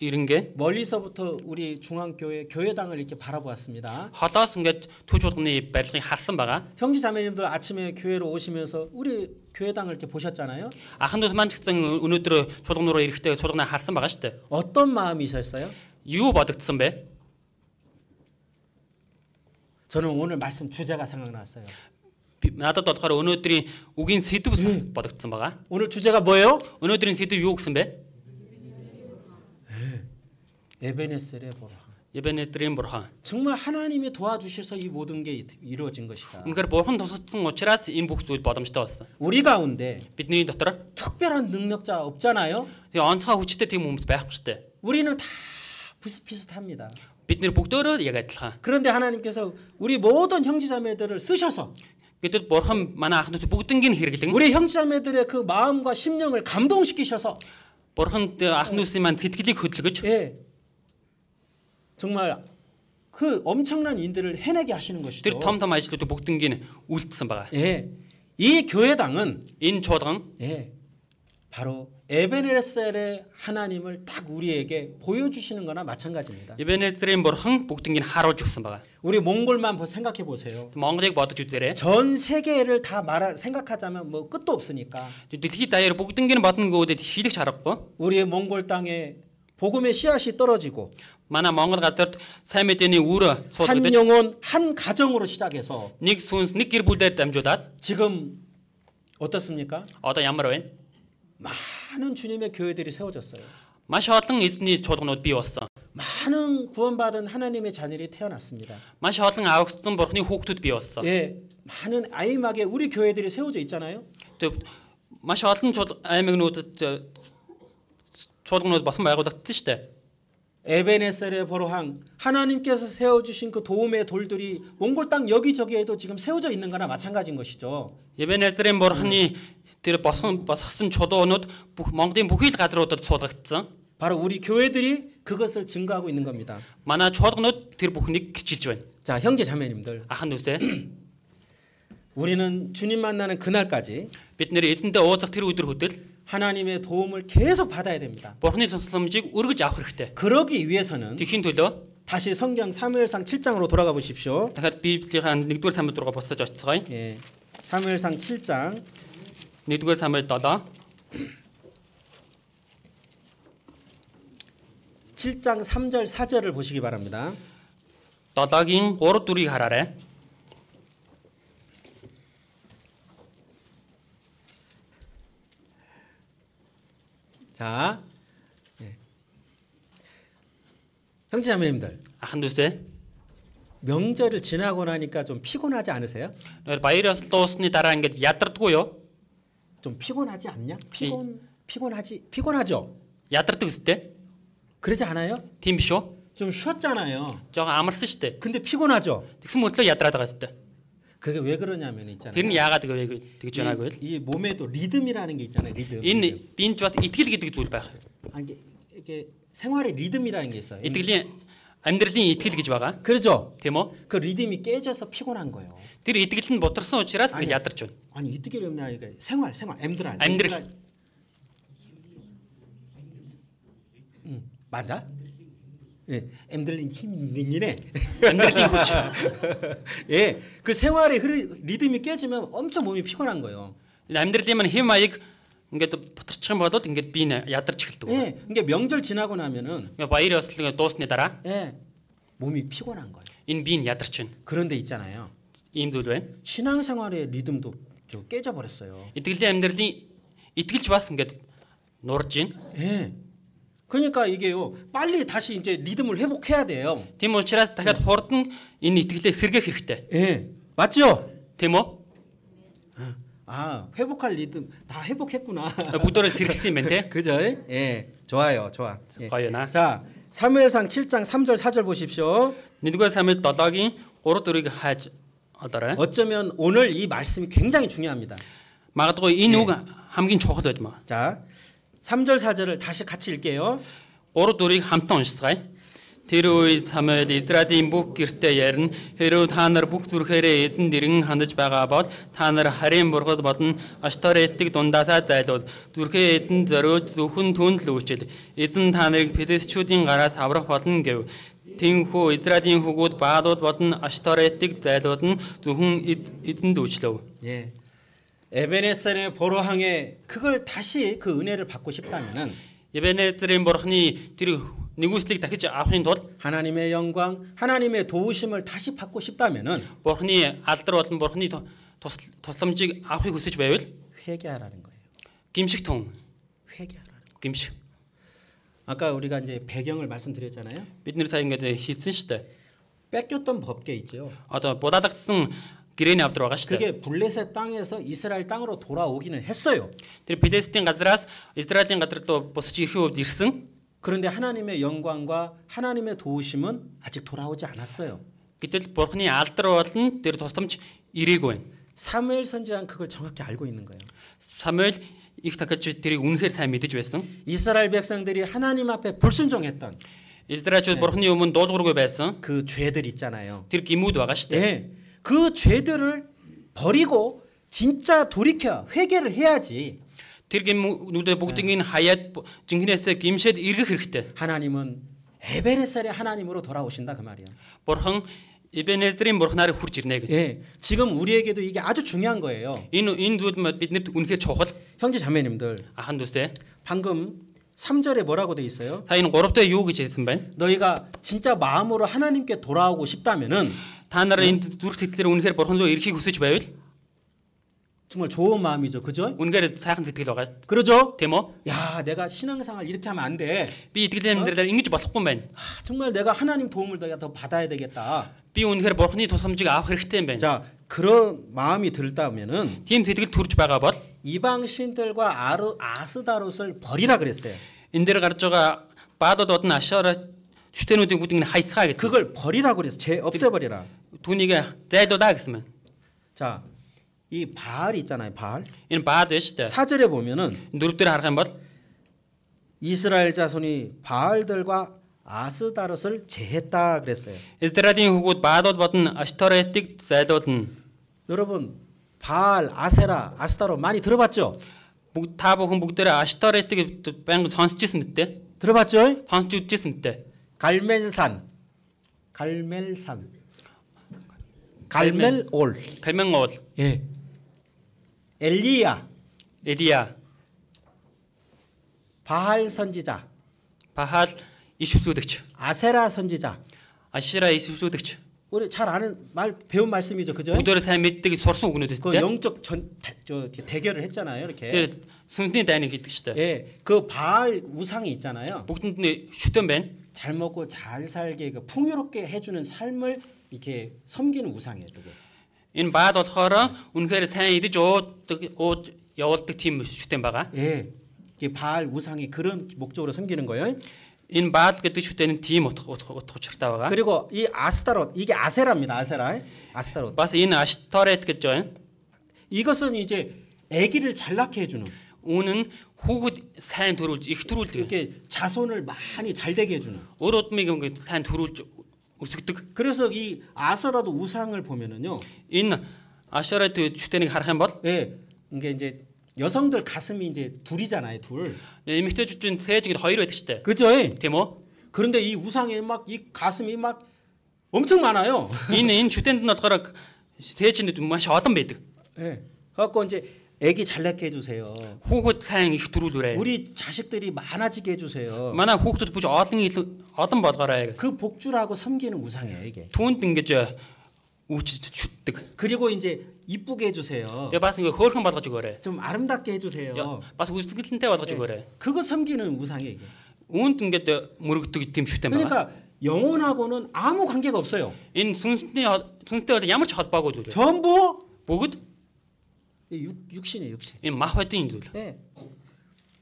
[SPEAKER 2] ирэнгээ
[SPEAKER 1] 멀리서부터 우리 중앙교회 교회당을 이렇게 바라보았습니다.
[SPEAKER 2] Холоос ингээд төв чуулганы барилгыг харсан байгаа.
[SPEAKER 1] 형제 자매님들 아침에 교회로 오시면서 우리 교회당을 이렇게 보셨잖아요.
[SPEAKER 2] Ахын дүүс маань ч гэсэн өнөөдөр чуулган руу эрэхтэй чуулганаа харсан байгаа шүү дээ.
[SPEAKER 1] 어떤 마음이셨어요?
[SPEAKER 2] Юу бодогдсон бэ?
[SPEAKER 1] 저는 오늘 말씀 주제가 생각났어요.
[SPEAKER 2] Би- Надад болохоор өнөөдрийн үгийн сэдв бодогдсон байгаа.
[SPEAKER 1] 오늘 주제가 뭐예요?
[SPEAKER 2] Өнөөдрийн сэдв юу гэсэн бэ?
[SPEAKER 1] 에베네셀의 보라.
[SPEAKER 2] Ебенедрийн бурхан.
[SPEAKER 1] 정말 하나님이 도와주셔서 이 모든 게 이루어진 것이다.
[SPEAKER 2] Үнэхээр бурхан тусалсан учраас энэ бүх зүйл боломжтой болсон.
[SPEAKER 1] 우리 가운데
[SPEAKER 2] Бидний дотор
[SPEAKER 1] 특별한 능력자 없잖아요.
[SPEAKER 2] тэгээ онцгой хүчтэй тийм хүмүүс байхгүй шүү дээ.
[SPEAKER 1] 우리는 다 비슷비슷합니다.
[SPEAKER 2] Бид нэр бүгдөө яг адилхан.
[SPEAKER 1] 그런데 하나님께서 우리 모든 형제자매들을 쓰셔서
[SPEAKER 2] Гэтэл бурхан манай ахнууд бүгднийг хэрэглэн
[SPEAKER 1] 우리 형제자매들의 그 마음과 심령을 감동시키셔서
[SPEAKER 2] бурханд ахнуусын маань сэтгэлийг хөдөлгөж
[SPEAKER 1] 예 정말 그 엄청난 인들을 해내게 하시는
[SPEAKER 2] тэр
[SPEAKER 1] 것이죠. 예,
[SPEAKER 2] том том ажлуудыг бүгднийг үйлдэлсэн байгаа.
[SPEAKER 1] 예이 교회당은
[SPEAKER 2] Энэ чуулган
[SPEAKER 1] 예 바로 에베네셀의 하나님을 딱 우리에게 보여주시는 거나 마찬가지입니다.
[SPEAKER 2] Ибенезрийн бурхан бүгднийг харуулж өгсөн байгаа.
[SPEAKER 1] 우리 몽골만 보- 생각해 보세요.
[SPEAKER 2] Монголыг бодож үзээрэй.
[SPEAKER 1] 전 세계를 다 말하, 생각하자면 뭐 끝도 없으니까
[SPEAKER 2] Дэлхийд даяар бүгднийг бодно гэдэг хийлэгч харахгүй.
[SPEAKER 1] 우리의 몽골 땅에 복음의 씨앗이 떨어지고
[SPEAKER 2] Манай Монгол газарт сайн мэдээний үр
[SPEAKER 1] 한
[SPEAKER 2] суулгаж
[SPEAKER 1] 영혼 한 가정으로 시작해서
[SPEAKER 2] нэг сүнс нэг гэр бүлээр дамжуулаад
[SPEAKER 1] 지금 어떻습니까?
[SPEAKER 2] одоо ямар байна?
[SPEAKER 1] 많은 주님의 교회들이 세워졌어요.
[SPEAKER 2] Маш олон эзний чуулганууд бий болсон.
[SPEAKER 1] 많은 구원받은 하나님의 자녀들이 태어났습니다.
[SPEAKER 2] Маш олон аврагдсан бурхны хүүхдүүд бий болсон.
[SPEAKER 1] 예, 많은 아이막에 우리 교회들이 세워져 있잖아요.
[SPEAKER 2] Тэгээд маш олон чуул- аймагнуудад э, чуулганууд болсон байгуулагдсан шүү дээ.
[SPEAKER 1] 에베네셀의 보로항 하나님께서 세워주신 그 도움의 돌들이 몽골 땅 여기저기에도 지금 세워져 있는 거나 마찬가지인 것이죠.
[SPEAKER 2] Ибенезрийн бурхны тэр босгон босгосон чулуунууд бүх Монголын бүхий л газруудад суулгагдсан.
[SPEAKER 1] 바로 우리 교회들이 그것을 증거하고 있는 겁니다.
[SPEAKER 2] Манай чуулганууд тэр бүхнийг гिचилж байна.
[SPEAKER 1] 자, 형제 자매님들
[SPEAKER 2] Ахан дүүсээ
[SPEAKER 1] 우리는 주님 만나는 그날까지
[SPEAKER 2] Бид нэр эзэнтэй уулзах тэр өдөр хүртэл
[SPEAKER 1] 하나님의 도움을 계속 받아야 됩니다.
[SPEAKER 2] Бурхны тусламжийг өргөж авах хэрэгтэй.
[SPEAKER 1] 그러기 위해서는
[SPEAKER 2] Тэхийн төлөө
[SPEAKER 1] 다시 성경 사무엘상 7장으로 돌아가 보십시오.
[SPEAKER 2] дахиад Библийн 1-р самбар 6 босож очицгаая.
[SPEAKER 1] 예. 사무엘상 7장
[SPEAKER 2] 1-р самбар 7
[SPEAKER 1] 7장 3절 4절을 보시기 바랍니다.
[SPEAKER 2] 7-гийн 3 4-ийг хараарай.
[SPEAKER 1] 자. 예. 형제자매님들,
[SPEAKER 2] Ахан дүүсээ.
[SPEAKER 1] 명절을 지나고 나니까 좀 피곤하지 않으세요?
[SPEAKER 2] Баяр ёслол дуусны дараа ингээд ядардгүй юу?
[SPEAKER 1] 좀 피곤하지 않냐? 피곤 피곤하지 피곤하죠.
[SPEAKER 2] Ядардаг үстэй.
[SPEAKER 1] 그러지 않아요?
[SPEAKER 2] Тийм биш үү?
[SPEAKER 1] 좀 쉬었잖아요.
[SPEAKER 2] Жогоо амарсан штэ.
[SPEAKER 1] 근데 피곤하죠.
[SPEAKER 2] Тэгсэн мөртлөө ядраад байгаа штэ.
[SPEAKER 1] 그게 왜 그러냐면 있잖아요.
[SPEAKER 2] Тэр нь яагаад гэвэл тэгж байгааг вэ?
[SPEAKER 1] 이, 이 몸에도 리듬이라는 게 있잖아요. 리듬.
[SPEAKER 2] Энэ бинж бат итгэл гэдэг зүйл байх.
[SPEAKER 1] 아니, 이게, 이게 생활의 리듬이라는 게 있어요.
[SPEAKER 2] Итгэлийн амьдралын итгэл гэж байгаа.
[SPEAKER 1] 그렇죠.
[SPEAKER 2] Тийм үү?
[SPEAKER 1] 그 리듬이 깨져서 피곤한 거예요.
[SPEAKER 2] Тэр итгэл нь бутарсан учраас ингээд ядарч байна.
[SPEAKER 1] 아니 이떻게 렵냐니까 생활 생활 엠드랄.
[SPEAKER 2] Амьдрал.
[SPEAKER 1] 음, 맞아? 예, 엠들린 힘이네.
[SPEAKER 2] Амьдралын хүч.
[SPEAKER 1] 예, 그 생활의 흐르, 리듬이 깨지면 엄청 몸이 피곤한 거예요.
[SPEAKER 2] Амьдралын маань хэм маяг ингээд бутарчих юм бодоод ингээд би нэ ядарч эхэлдэг.
[SPEAKER 1] 예, 그러니까 명절 지나고 나면은
[SPEAKER 2] Ингээд баяр ёслол ингээд дуусны дараа
[SPEAKER 1] 예, 몸이 피곤한 거예요.
[SPEAKER 2] энэ би нь ядарч байна.
[SPEAKER 1] 그런데 있잖아요.
[SPEAKER 2] Ийм зүйл байна.
[SPEAKER 1] 신앙생활의 리듬도 저 깨져 버렸어요.
[SPEAKER 2] Итгэлийн амьдралын итгэлж бас ингээд нурж байна.
[SPEAKER 1] 예. 그러니까 이게요. 빨리 다시 이제 리듬을 회복해야 돼요.
[SPEAKER 2] Тийм учраас дахиад хурдан энэ итгэлээ сэргээх хэрэгтэй.
[SPEAKER 1] 예. 맞죠?
[SPEAKER 2] Тийм үү?
[SPEAKER 1] 아, 회복할 리듬 다 회복했구나.
[SPEAKER 2] Бүгдөө сэргэсэн юм байна те.
[SPEAKER 1] 그죠? 예. 좋아요. 좋아. 예.
[SPEAKER 2] Гоё юм аа.
[SPEAKER 1] 자, 사무엘상 7장 3절 4절 보십시오.
[SPEAKER 2] Нэгдүгээр самбар 7-гийн 3 4-ыг хайж олоорой.
[SPEAKER 1] 어쩌면 오늘 이 말씀이 굉장히 중요합니다.
[SPEAKER 2] Магадгүй энэ үг хамгийн чухал байж магад.
[SPEAKER 1] 자, 3절 4절을 다시 같이 읽게요.
[SPEAKER 2] 3 4-ыг хамтан уншицгаая. Тэр үед Самуэль Идрадийн бүх гертэ ярина. Хэрв та нар бүх зүрхээрээ эзэн дэрэн хандаж байгаа бол та нар харийн бургад болон Ашторетиг дундаасаа зайлуул. Зүрхээ эзэн зориуд зөвхөн түн л үүчил. Эзэн та нарыг Филистичүүдийн гараас аврах болно гэв. Тинхүү Идрадийн хөгүүд баалууд болон Ашторетиг зайлуулна зөвхөн эзэн дүүчлөв.
[SPEAKER 1] 예. 에베네셀의 보로항에 그걸 다시 그 은혜를 받고 싶다면은
[SPEAKER 2] Ебенезрийн бурхны тэр нэгүслийг дахиж авахын тулд
[SPEAKER 1] 하나님의 영광, 하나님의 도우심을 다시 받고 싶다면은
[SPEAKER 2] Бурхны алдар болон Бурхны ту- тус- тусламжийг авахыг хүсэж байвал
[SPEAKER 1] 회개하라는 거예요.
[SPEAKER 2] гимших тун
[SPEAKER 1] 회개하라. 는
[SPEAKER 2] гимших.
[SPEAKER 1] 아까 우리가 이제 배경을 말씀드렸잖아요.
[SPEAKER 2] Бид нэр цаа ингээд хийсэн штэ.
[SPEAKER 1] 뺏겼던 법계 있지요.
[SPEAKER 2] Одоо будаадагсан грэний авдар байгаа штэ.
[SPEAKER 1] 그게 블레셋 땅에서 이스라엘 땅으로 돌아오기는 했어요.
[SPEAKER 2] Тэр Палестин газраас Израилийн газар руу босч ирэхин үед ирсэн.
[SPEAKER 1] 그런데 하나님의 영광과 하나님의 도우심은 아직 돌아오지 않았어요.
[SPEAKER 2] Гэтэл Бурхны алдар болон тэр тусламж ирээгүй байна.
[SPEAKER 1] 사무엘 선지자는 그걸 정확히 알고 있는 거예요.
[SPEAKER 2] Самуэль их дахиж тэрийг үнэхээр сайн мэдэж байсан.
[SPEAKER 1] 이스라엘 백성들이 하나님 앞에 불순종했던
[SPEAKER 2] Израильчууд Бурхны өмнө дуулуургүй байсан.
[SPEAKER 1] 그 죄들 있잖아요.
[SPEAKER 2] Тэр гимүүд байгаа штэ.
[SPEAKER 1] 예. 그 죄들을 버리고 진짜 돌이켜 회개를 해야지.
[SPEAKER 2] Тэр гимнүүдээ бүгдийг нь хаяад бу- жинхнээсээ гимшээд эргэх хэрэгтэй.
[SPEAKER 1] 하나님은 에베레셀의 하나님으로 돌아오신다 그 말이에요.
[SPEAKER 2] Бурхан Ибенезрийн бурхнаар хурж ирнэ гэж.
[SPEAKER 1] 예. 지금 우리에게도 이게 아주 중요한 거예요.
[SPEAKER 2] Энэ энэ зүйл ма- биднэрт үнэхээр чухал
[SPEAKER 1] 형제 자매님들,
[SPEAKER 2] ахан дүүсээ.
[SPEAKER 1] 방금 3절에 뭐라고 돼 있어요?
[SPEAKER 2] Та энэ 3 дэх юу гэж хэлсэн байна?
[SPEAKER 1] 너희가 진짜 마음으로 하나님께 돌아오고 싶다면은
[SPEAKER 2] Та нар энэ зүрх сэтгэлээр үнэхээр бурхан руу ирэхийг хүсэж байвал
[SPEAKER 1] 정말 좋은 마음이죠. 그죠?
[SPEAKER 2] үнэхээр сайхан сэтгэл байгаа
[SPEAKER 1] 그러죠?
[SPEAKER 2] тийм үү?
[SPEAKER 1] 야, 내가 신앙생활 이렇게 하면 안 돼.
[SPEAKER 2] Би итгэлийн амьдралаар ингэж болохгүй юм байна.
[SPEAKER 1] 하, 정말 내가 하나님 도움을 내가 더 받아야 되겠다.
[SPEAKER 2] Би үнэхээр бурханы тусламжийг авах хэрэгтэй юм байна.
[SPEAKER 1] 자, 그런 마음이 들다면은
[SPEAKER 2] Тийм сэтгэл төрж байгаа бол
[SPEAKER 1] 이방 신들과 아르, 아스다롯을 버리라 그랬어요.
[SPEAKER 2] энэ дээр гарч байгаа баадууд бодно ашаара чүтэнүүдийн бүгдийг нь хайсгаа гэдэг.
[SPEAKER 1] 그걸 버리라 그랬어. 제 없애버리라.
[SPEAKER 2] Түүнийг зайлуулаа гэсэн байна.
[SPEAKER 1] 자, 이 바알 있잖아요. 바알.
[SPEAKER 2] Энэ баад биш үү?
[SPEAKER 1] 사절에 보면은
[SPEAKER 2] Дөрөв дээр харах юм бол
[SPEAKER 1] 이스라엘 자손이 바알들과 아스다롯을 제했다 그랬어요.
[SPEAKER 2] Израилийн хөгүүд баалууд бодно Ашторетиг зайлуулна.
[SPEAKER 1] 여러분 바알, 아세라, 아스타로 많이 들어봤죠?
[SPEAKER 2] бүгд та бүхэн бүгдээрээ Аштаретыг байнга сонсч ирсэн гэдэг.
[SPEAKER 1] 들어봤죠?
[SPEAKER 2] Сонсч үзсэн гэдэг.
[SPEAKER 1] 갈멜산, 갈멜산, 갈멜올,
[SPEAKER 2] Камен уул,
[SPEAKER 1] 예, 엘리야,
[SPEAKER 2] Элия,
[SPEAKER 1] 바알 선지자,
[SPEAKER 2] Бахал иш үсүүдэгч,
[SPEAKER 1] 아세라 선지자.
[SPEAKER 2] Ашира иш үсүүдэгч.
[SPEAKER 1] 우리 잘 아는 말 배운 말씀이죠, 그죠?
[SPEAKER 2] Бүгдээрээ сайн мэддэг сурсан үгнүүд
[SPEAKER 1] 그
[SPEAKER 2] гэдэг.
[SPEAKER 1] 영적 전 대- 저, 이렇게 대결을 했잖아요, 이렇게.
[SPEAKER 2] Тэгээд сүнсний дайныг хийдэг ч гэдэг.
[SPEAKER 1] 예, 그 바알 우상이 있잖아요.
[SPEAKER 2] Бүгдэнд нь шүтэн байна.
[SPEAKER 1] 잘 먹고 잘 살게 그 풍요롭게 해주는 삶을 이렇게 섬기는 우상이에요, 그게.
[SPEAKER 2] Энэ баад болохоор үнэхээр сайн идэж уудаг ууж явуулдаг тийм шүтэн байгаа.
[SPEAKER 1] 예, 이게 바알 우상이 그런 목적으로 섬기는 거예요.
[SPEAKER 2] Энэ баал гэдэг шүтэн нь тийм утга утга утга учиртай байгаа.
[SPEAKER 1] 그리고 이 아스타롯 이게 아세라입니다, 아세라, 아스타롯.
[SPEAKER 2] Бас энэ Аштарет гэж байна.
[SPEAKER 1] 이것은 이제 아기를 잘 낳게 해주는
[SPEAKER 2] Үүн нь хүүхэд сайн төрүүлж, их төрүүлдэг.
[SPEAKER 1] 이렇게 자손을 많이 잘 되게 해주는.
[SPEAKER 2] Өр удмыг ингээд сайн төрүүлж өсгдөг.
[SPEAKER 1] 그래서 이 아세라도 우상을 보면은요,
[SPEAKER 2] Энэ Ашарет шүтэнийг харах юм бол
[SPEAKER 1] 예, 이게 이제 여성들 가슴이 이제 둘이잖아요, 둘.
[SPEAKER 2] эмэгтэйчүүдийн цээжгэд хоёр байдаг штэ.
[SPEAKER 1] 그죠? 예.
[SPEAKER 2] Тийм үү?
[SPEAKER 1] 그런데 이 우상에 막 이 가슴이 막 엄청 많아요.
[SPEAKER 2] Энэ энэ шүтэнд нь болохоор цээжнүүд маш олон байдаг.
[SPEAKER 1] 예. 그래갖고 이제 애기 잘 낳게 해주세요.
[SPEAKER 2] Хүүхэд сайн их төрүүлээрэй.
[SPEAKER 1] 우리 자식들이 많아지게 해주세요.
[SPEAKER 2] Манай хүүхдүүд бүх олон илүү олон болгоорой.
[SPEAKER 1] 그 복주라고 섬기는 우상이에요 이게.
[SPEAKER 2] Түүнд ингэж үүч шүтдэг.
[SPEAKER 1] 그리고 이제 이쁘게 해주세요.
[SPEAKER 2] Тэгээ бас ингээ хөөрхөн болгож өгөөрэй.
[SPEAKER 1] 좀 아름답게 해주세요.
[SPEAKER 2] Бас үзэсгэлэнтэй болгож өгөөрэй.
[SPEAKER 1] 그거 섬기는 우상이에요 이게.
[SPEAKER 2] Үүнд ингээд мөрөгдөг тийм шүтэн байна.
[SPEAKER 1] 그러니까 영혼하고는 아무 관계가 없어요.
[SPEAKER 2] Энэ сүнсний хол- сүнстэй бол ямар ч холбоогүй зүйл.
[SPEAKER 1] 전부
[SPEAKER 2] Бүгд
[SPEAKER 1] 이 육, 육신이에요 육신.
[SPEAKER 2] энэ мах бодийн зүйл.
[SPEAKER 1] 예.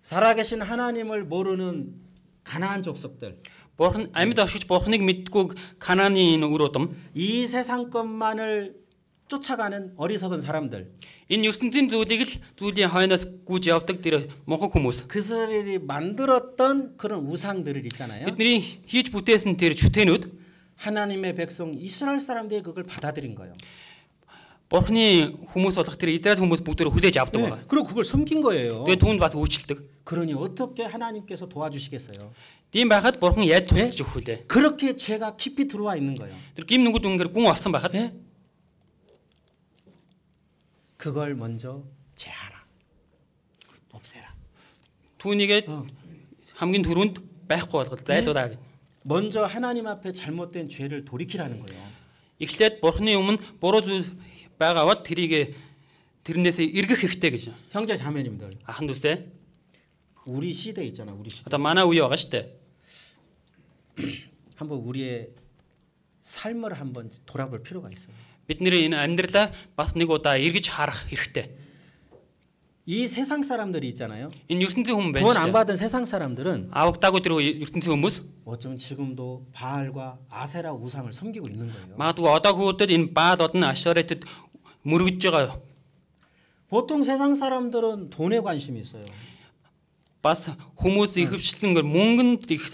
[SPEAKER 1] 살아계신 하나님을 모르는 가나안 족속들.
[SPEAKER 2] Бурхан амьд ошигч бурханыг мэддгүйг Кананы энэ үр удам.
[SPEAKER 1] 이 세상 것만을 쫓아가는 어리석은 사람들.
[SPEAKER 2] Энэ ертөнцийн зүйлийг л зүйлийн хойноос гүйж явдаг тэр мунхан хүмүүс.
[SPEAKER 1] 그들이 만들었던 그런 우상들을 있잖아요.
[SPEAKER 2] Бидний хийж бүтээсэн тэр шүтэнүүд
[SPEAKER 1] 하나님의 백성 이스라엘 사람들이 그걸 받아들인 거예요.
[SPEAKER 2] Бурхны хүмүүс болох тэр Израиль хүмүүс бүгдөө хүлээж
[SPEAKER 1] 네.
[SPEAKER 2] авдаг байгаа.
[SPEAKER 1] 그리고 그걸 섬긴 거예요.
[SPEAKER 2] Тэгээ түүнд бас үйлчлдэг.
[SPEAKER 1] 그러니 어떻게 하나님께서 도와주시겠어요?
[SPEAKER 2] Тийм байхад Бурхан яаж тусалж өгөх вүлээ?
[SPEAKER 1] 그렇게 죄가 깊이 들어와 있는 거예요.
[SPEAKER 2] Тэр гим нүгд үнгээр гүн орсон байхад
[SPEAKER 1] 그걸 먼저 제하라. 없애라. 어.
[SPEAKER 2] түүнийг хамгийн түрүүнд байхгүй болгол зайлуулаа гэнэ.
[SPEAKER 1] 먼저 하나님 앞에 잘못된 죄를 돌이키라는 거예요.
[SPEAKER 2] Эхлээд Бурхны өмнө буруу зүйл байгаа бол тэрийг тэрнээс эргэх хэрэгтэй гэж.
[SPEAKER 1] 형제 자매님들,
[SPEAKER 2] Ахан дүүсээ.
[SPEAKER 1] 우리 시대 있잖아, 우리 시대.
[SPEAKER 2] Одоо манай үе байгаа шүү дээ.
[SPEAKER 1] 한번 우리의 삶을 한번 돌아볼 필요가 있어요.
[SPEAKER 2] Бидний энэ амьдралаа бас нэг удаа эргэж харах хэрэгтэй.
[SPEAKER 1] 이 세상 사람들이 있잖아요.
[SPEAKER 2] Энэ ертөнцийн хүмүүс
[SPEAKER 1] 구원 안
[SPEAKER 2] байна шүү дээ.
[SPEAKER 1] 받은 세상 사람들은
[SPEAKER 2] Авагдаагүй тэр ертөнцийн хүмүүс
[SPEAKER 1] 어쩌면 지금도 바알과 아세라 우상을 섬기고 있는 거예요.
[SPEAKER 2] магадгүй одоогийн үедэд энэ баад одны ашоретэд мөргөж байгаа
[SPEAKER 1] 보통 세상 사람들은 돈에 관심이 있어요.
[SPEAKER 2] бас хүмүүс ихэвчлэнгээр мөнгөнд их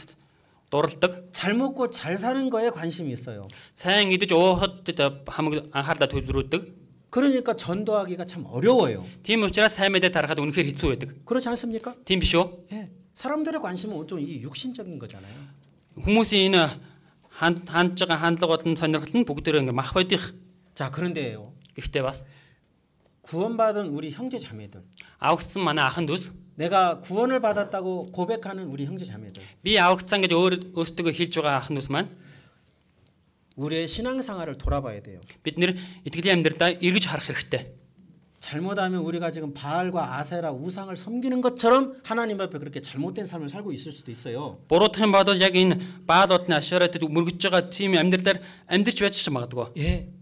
[SPEAKER 2] дурладаг.
[SPEAKER 1] 잘 먹고 잘 사는 거에 관심이 있어요.
[SPEAKER 2] Сайн идэж уухад хамаг анхаарлаа төвлөрүүлдэг.
[SPEAKER 1] 그러니까 전도하기가 참 어려워요.
[SPEAKER 2] Тийм учраас сайн мэдээ тарахад үнэхээр хэцүү байдаг.
[SPEAKER 1] 그렇지 않습니까?
[SPEAKER 2] Тийм биш үү?
[SPEAKER 1] 예. 사람들의 관심은 어쩌면 이 육신적인 거잖아요.
[SPEAKER 2] Хүмүүсийн энэ ханд хандж байгаа хандлага болон сонирхол нь бүгдээрээ ингээ мах бодих.
[SPEAKER 1] 자, 그런데요.
[SPEAKER 2] Гэхдээ бас
[SPEAKER 1] 구원받은 우리 형제 자매들.
[SPEAKER 2] аврагдсан манай аханд үз.
[SPEAKER 1] 내가 구원을 받았다고 고백하는 우리 형제 자매들.
[SPEAKER 2] Би аврагдсан гэж өөр өөртөө хэлж байгаа аханд үз маань
[SPEAKER 1] 우리의 신앙생활을 돌아봐야 돼요.
[SPEAKER 2] бид нэр итгэлийн амьдралаа эргэж харах хэрэгтэй.
[SPEAKER 1] 잘못하면 우리가 지금 바알과 아세라 우상을 섬기는 것처럼 하나님 앞에 그렇게 잘못된 삶을 살고 있을 수도 있어요.
[SPEAKER 2] Буруудах юм бол яг энэ баал болны ашаратад мөргөж байгаа тийм амьдралаар амьдрч байж ч магадгүй.
[SPEAKER 1] 예.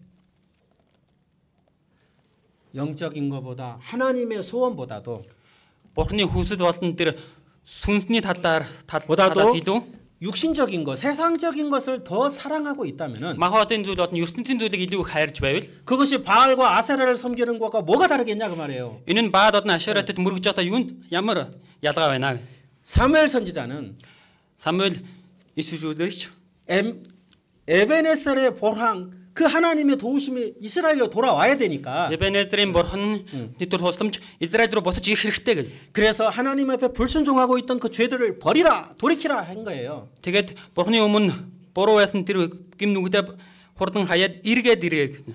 [SPEAKER 1] 영적인 것보다 하나님의 소원보다도
[SPEAKER 2] Бурхны хүсэл болон тэр сүнсний талаар тал
[SPEAKER 1] Бодадуу.
[SPEAKER 2] талаас илүү
[SPEAKER 1] 육신적인 것, 세상적인 것을 더 사랑하고 있다면은
[SPEAKER 2] мах хотын зүйл болон ертөнцийн зүйлийг илүү их хайрж байвал
[SPEAKER 1] 그것이 바알과 아세라를 섬기는 것과 뭐가 다르겠냐 그 말이에요.
[SPEAKER 2] Энэ нь баад одны ашаратад мөргөж байгаа юунд ямар ялгаа байна вэ?
[SPEAKER 1] 사무엘 선지자는
[SPEAKER 2] Самуэль Иесус үлэрч
[SPEAKER 1] 엠, 에베네셀의 보랑 그 하나님의 도우심이 이스라엘로 돌아와야 되니까
[SPEAKER 2] Эбенезрийн бурхан нэгдүгээр тусламж Израиль руу босож ирэх хэрэгтэй гэж.
[SPEAKER 1] 그래서 하나님 앞에 불순종하고 있던 그 죄들을 버리라 돌이키라 한 거예요.
[SPEAKER 2] Тэгээд бурханы өмнө буруу байсан тэр гим нүгдэ хурдан хаяад эргээд ирээ гэсэн.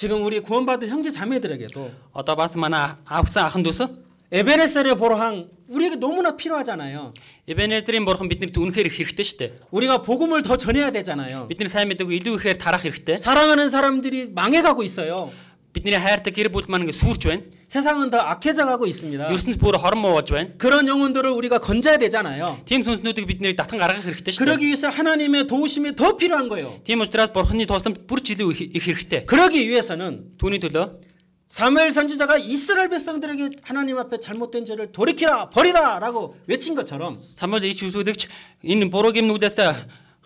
[SPEAKER 1] 지금 우리 구원받은 형제 자매들에게도
[SPEAKER 2] Одоо бас манай авсан ахын дүүс
[SPEAKER 1] 에베네셀의 보로항 우리에게 너무나 필요하잖아요.
[SPEAKER 2] Эбенезрийн бурхан биднэрт үнэхээр их хэрэгтэй шүү дээ.
[SPEAKER 1] 우리가 복음을 더 전해야 되잖아요.
[SPEAKER 2] Бид нар сайн мэдээг илүү ихээр тарах хэрэгтэй.
[SPEAKER 1] 사랑하는 사람들이 망해가고 있어요.
[SPEAKER 2] Бидний хайртай гэр бүл маань ингэ сүрч байна.
[SPEAKER 1] 세상은 더 악해져가고 있습니다.
[SPEAKER 2] ертөнд бүр хорн муу болж байна.
[SPEAKER 1] 그런 영혼들을 우리가 건져야 되잖아요.
[SPEAKER 2] Тим сүнснүүдийг бид нэр татан гаргах хэрэгтэй шүү
[SPEAKER 1] 그러기
[SPEAKER 2] дээ.
[SPEAKER 1] 위해서 하나님의 도우심이 더 필요한 거예요.
[SPEAKER 2] Тим учраас бурханы тусламж бүр ч илүү их их хэрэгтэй.
[SPEAKER 1] 그러기 위해서는
[SPEAKER 2] Түүний төлөө
[SPEAKER 1] 사무엘 선지자가 이스라엘 백성들에게 하나님 앞에 잘못된 죄를 돌이키라 버리라라고 외친 것처럼
[SPEAKER 2] Самуэль ич үсүүдэгч энэ буруу гимнүүдээс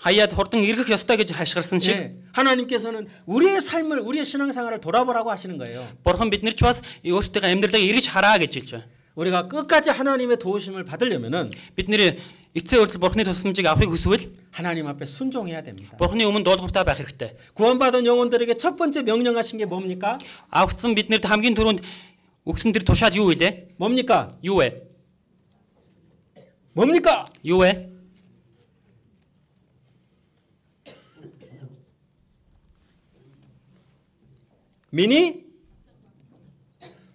[SPEAKER 2] хаяад хурдан эргэх ёстой гэж хашгирсан шиг
[SPEAKER 1] 예, 하나님께서는 우리의 삶을 우리의 신앙생활을 돌아보라고 하시는 거예요.
[SPEAKER 2] бурхан бид нар ч бас өөртөө амьдралаа эргэж хараа гэж хэлж байна.
[SPEAKER 1] 우리가 끝까지 하나님의 도우심을 받으려면은
[SPEAKER 2] Бид нэр эцсийн хүртэл бурханы тусламжийг авахыг хүсвэл
[SPEAKER 1] 하나님 앞에 순종해야 됩니다.
[SPEAKER 2] бурханы өмнө дуулууртай байх хэрэгтэй.
[SPEAKER 1] 구원받은 영혼들에게 첫 번째 명령하신 게 뭡니까?
[SPEAKER 2] Авгдсан бид нарт хамгийн түрүүнд өгсөн тэр тушаал юу вэ?
[SPEAKER 1] 뭡니까?
[SPEAKER 2] Юу вэ?
[SPEAKER 1] 뭡니까?
[SPEAKER 2] Юу вэ?
[SPEAKER 1] 미니?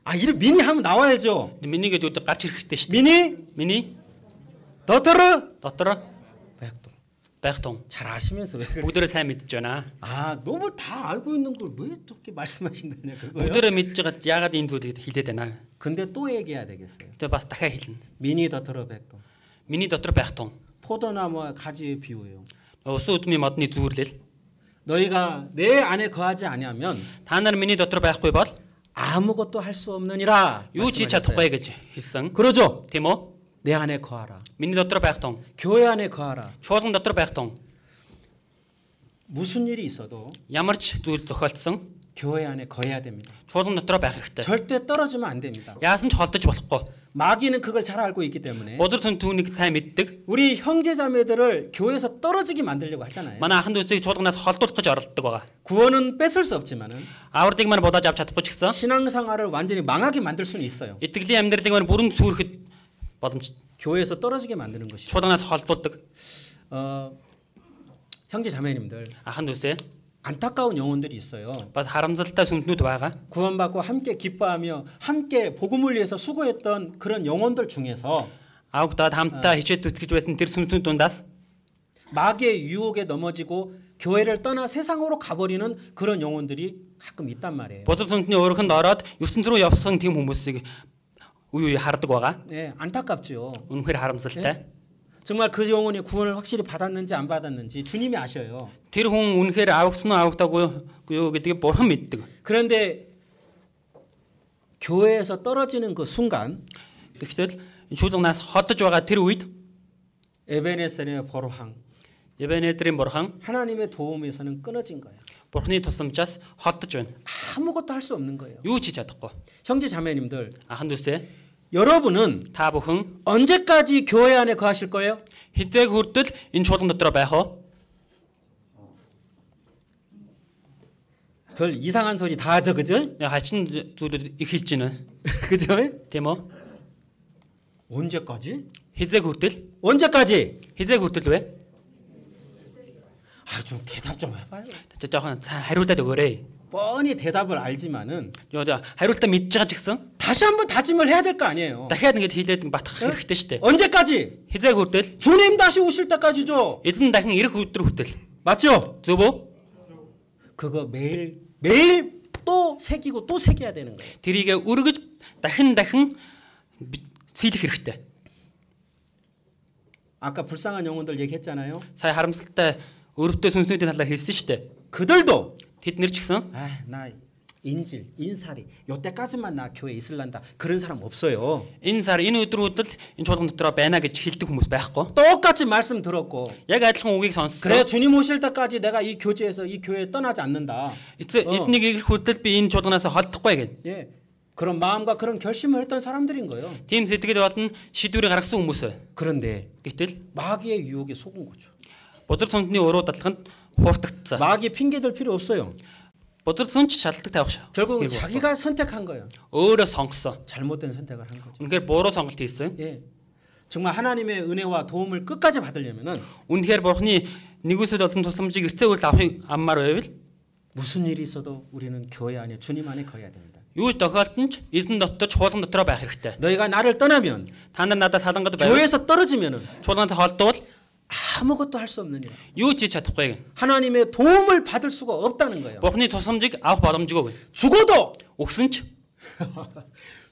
[SPEAKER 1] 아, 이름 미니 하면 나와야죠.
[SPEAKER 2] Миний гэдэг үг гарч ирэх хэрэгтэй шүү дээ.
[SPEAKER 1] 미니,
[SPEAKER 2] Миний
[SPEAKER 1] 너터르,
[SPEAKER 2] дотор
[SPEAKER 1] 백동.
[SPEAKER 2] байх тун
[SPEAKER 1] 잘 아시면서 왜 그래?
[SPEAKER 2] бүгдээрээ сайн мэдж байна.
[SPEAKER 1] 아, 너무 다 알고 있는 걸 왜 그렇게 말씀하신다냐 그거요.
[SPEAKER 2] Бүгдээрээ мэдж байгаа яагаад энэ зүйлийг хилээд байна.
[SPEAKER 1] 근데 또 얘기해야 되겠어요.
[SPEAKER 2] Тэгээ бас дахиад хэлнэ.
[SPEAKER 1] 미니, 너터르, 백동.
[SPEAKER 2] Миний дотор байх тун
[SPEAKER 1] 포도나무 뭐 가지에 비워요.
[SPEAKER 2] усан үдмийн модны зүүрлэл
[SPEAKER 1] 너희가 내 안에 거하지 아니하면
[SPEAKER 2] та нар миний дотор байхгүй бол
[SPEAKER 1] 아무것도 할 수 없느니라.
[SPEAKER 2] юу ч хийж
[SPEAKER 1] 말씀하셨어요.
[SPEAKER 2] чадахгүй гэж хэлсэн.
[SPEAKER 1] 그러죠.
[SPEAKER 2] Тийм үү?
[SPEAKER 1] 내 안에 거하라.
[SPEAKER 2] Миний дотор байх тун
[SPEAKER 1] 교회 안에 거하라.
[SPEAKER 2] чуулган дотор байх тун
[SPEAKER 1] 무슨 일이 있어도
[SPEAKER 2] ямар ч зүйл зохиолдсон
[SPEAKER 1] 교회 안에 거해야 됩니다.
[SPEAKER 2] чуулган дотор байх хэрэгтэй.
[SPEAKER 1] 절대 떨어지면 안 됩니다.
[SPEAKER 2] Яасан ч холдож болохгүй.
[SPEAKER 1] 마귀는 그걸 잘 알고 있기 때문에
[SPEAKER 2] Бузар сүн түүнийг сайн мэддэг.
[SPEAKER 1] 우리 형제자매들을 교회에서 떨어지게 만들려고 하잖아요.
[SPEAKER 2] Манай ахын дүүсийг чуулганаас холдуулах гэж оролддог байгаа.
[SPEAKER 1] 구원은 뺏을 수 없지만은
[SPEAKER 2] Авардыг маань бодож авч чадахгүй ч гэсэн
[SPEAKER 1] 신앙생활을 완전히 망하게 만들 수는 있어요.
[SPEAKER 2] итгэлийн амьдралыг маань бүрэн сүрэхэд боломж
[SPEAKER 1] 교회에서 떨어지게 만드는 것이.
[SPEAKER 2] чуулганаас холдуулдаг
[SPEAKER 1] 어, 형제 자매님들
[SPEAKER 2] ахын дүүсээ
[SPEAKER 1] 안타까운 영혼들이 있어요.
[SPEAKER 2] бас харамсалтай сүмтнүүд байгаа.
[SPEAKER 1] 구원받고 함께 기뻐하며 함께 복음을 위해서 수고했던 그런 영혼들 중에서
[SPEAKER 2] Авгадад хамтдаа хичээд зүтгэж байсан тэр сүмтнүүд дундаас
[SPEAKER 1] 마귀의 유혹에 넘어지고 교회를 떠나 세상으로 가버리는 그런 영혼들이 가끔 있단 말이에요.
[SPEAKER 2] Бузар сүмтний өөрхөнд ороод ертөнц рүү явсан тийм хүмүүсийг үе үе хардаг байгаа.
[SPEAKER 1] 네, 안타깝죠.
[SPEAKER 2] Үнэхээр харамсалтай.
[SPEAKER 1] 정말 그 영혼이 구원을 확실히 받았는지 안 받았는지 주님이 아셔요.
[SPEAKER 2] Тэр хүн үнэхээр авгсан уу авгатаагүй юу гэдгийг бурхан мэддэг.
[SPEAKER 1] 그런데 교회에서 떨어지는 그 순간
[SPEAKER 2] Тэгвэл шүүлгнаас хотож байгаа тэр үед
[SPEAKER 1] 에베네셀의 버로항
[SPEAKER 2] Ебенедрийн бурхан
[SPEAKER 1] 하나님의 도움에서는 끊어진 거예요.
[SPEAKER 2] бурхны тусламжаас хотож байна.
[SPEAKER 1] 아무것도 할 수 없는 거예요.
[SPEAKER 2] Юу ч хийж чадахгүй.
[SPEAKER 1] 형제 자매님들,
[SPEAKER 2] Ахан дүүсээ
[SPEAKER 1] 여러분은
[SPEAKER 2] та бүхэн
[SPEAKER 1] 언제까지 교회 안에 거하실 거예요?
[SPEAKER 2] хизээг хүртэл энэ чуулган дотор байх уу?
[SPEAKER 1] 별 이상한 소리 다 하죠, 그죠?
[SPEAKER 2] Хачин зүйлүүд их хэлж байна.
[SPEAKER 1] 그죠?
[SPEAKER 2] Тийм үү?
[SPEAKER 1] 언제까지?
[SPEAKER 2] Хизээг хүртэл
[SPEAKER 1] 언제까지?
[SPEAKER 2] хизээг хүртэл вэ?
[SPEAKER 1] 아, 좀 대답 좀 해봐요.
[SPEAKER 2] За жоохон цаа- хариултад өгөөрэй.
[SPEAKER 1] 뻔히 대답을 알지만은
[SPEAKER 2] Юу за хариултаа мэдж байгаа ч гэсэн
[SPEAKER 1] 다시 한번 다짐을 해야 될 거 아니에요.
[SPEAKER 2] дахиад ингэж хилээд батгах хэрэгтэй шүү дээ.
[SPEAKER 1] 언제까지?
[SPEAKER 2] Хизээг хүртэл
[SPEAKER 1] 주님 다시 오실 때까지죠.
[SPEAKER 2] эзэн дахин ирэх өдөр хүртэл
[SPEAKER 1] 맞죠?
[SPEAKER 2] зөв үү?
[SPEAKER 1] 그거 매일 매일 또 새기고 또 새겨야 되는 거예요.
[SPEAKER 2] Тэрийг өргөж дахин дахин би- сийлэх хэрэгтэй.
[SPEAKER 1] 아까 불쌍한 영혼들 얘기했잖아요.
[SPEAKER 2] Сая харамсалтай өрөвтэй сүнснүүдийн талаар хэлсэн шүү дээ.
[SPEAKER 1] 그들도
[SPEAKER 2] Тэд нэр ч гэсэн
[SPEAKER 1] 아, 나 인질, 인사리 요때까지만 나 교회 있을란다. 그런 사람 없어요.
[SPEAKER 2] энэ сар энэ өдрүүд л энэ чуулган дотор байна гэж хэлдэг хүмүүс байхгүй.
[SPEAKER 1] 똑같이 말씀 들었고
[SPEAKER 2] Яг адилхан үгийг сонссон.
[SPEAKER 1] 그래 주님 오실 때까지 내가 이 교제에서 이 교회에 떠나지 않는다.
[SPEAKER 2] Эцэг
[SPEAKER 1] Оо.
[SPEAKER 2] эднийг ирэх хүртэл би энэ чуулганаас холдохгүй гэв.
[SPEAKER 1] 예. 그런 마음과 그런 결심을 했던 사람들인 거예요.
[SPEAKER 2] Тим сэтгэл болно шийдвэрийг гаргасан хүмүүс.
[SPEAKER 1] 그런데
[SPEAKER 2] Гэтэл
[SPEAKER 1] 마귀의 유혹에 속은 거죠.
[SPEAKER 2] Бузар цонтны уруу дадлаханд хууртагдсан.
[SPEAKER 1] 마귀 핑계 댈 필요 없어요.
[SPEAKER 2] Бузар зүүн ч шалтдаг тавих шээ.
[SPEAKER 1] 결국 은 자기가 선택한 거예요.
[SPEAKER 2] Өөрөө сонгосон.
[SPEAKER 1] 잘못된 선택을 한 거죠.
[SPEAKER 2] Үнэхээр буруу сонголт хийсэн.
[SPEAKER 1] 예. 정말 하나님의 은혜와 도움을 끝까지 받으려면은
[SPEAKER 2] Үнэхээр бурхны нэгүсэл олон тусламжийг эртээ үл авахыг аммаар байвал
[SPEAKER 1] 무슨 일이 있어도 우리는 교회 안에 주님 안에 거해야 됩니다.
[SPEAKER 2] юу ч тохиолдсон ч эзэн дотор чуулган дотроо байх хэрэгтэй.
[SPEAKER 1] 너희가 나를 떠나면
[SPEAKER 2] Та нар надад салангад байвал
[SPEAKER 1] 교회에서 떨어지면은
[SPEAKER 2] чуулган холдвол
[SPEAKER 1] 아무것도 할 수 없는 일.
[SPEAKER 2] юу ч хийж чадахгүй гэн.
[SPEAKER 1] 하나님의 도움을 받을 수가 없다는 거예요.
[SPEAKER 2] Бурхны тусламжийг авах боломжгүй гэн.
[SPEAKER 1] 죽어도
[SPEAKER 2] Өгсөн ч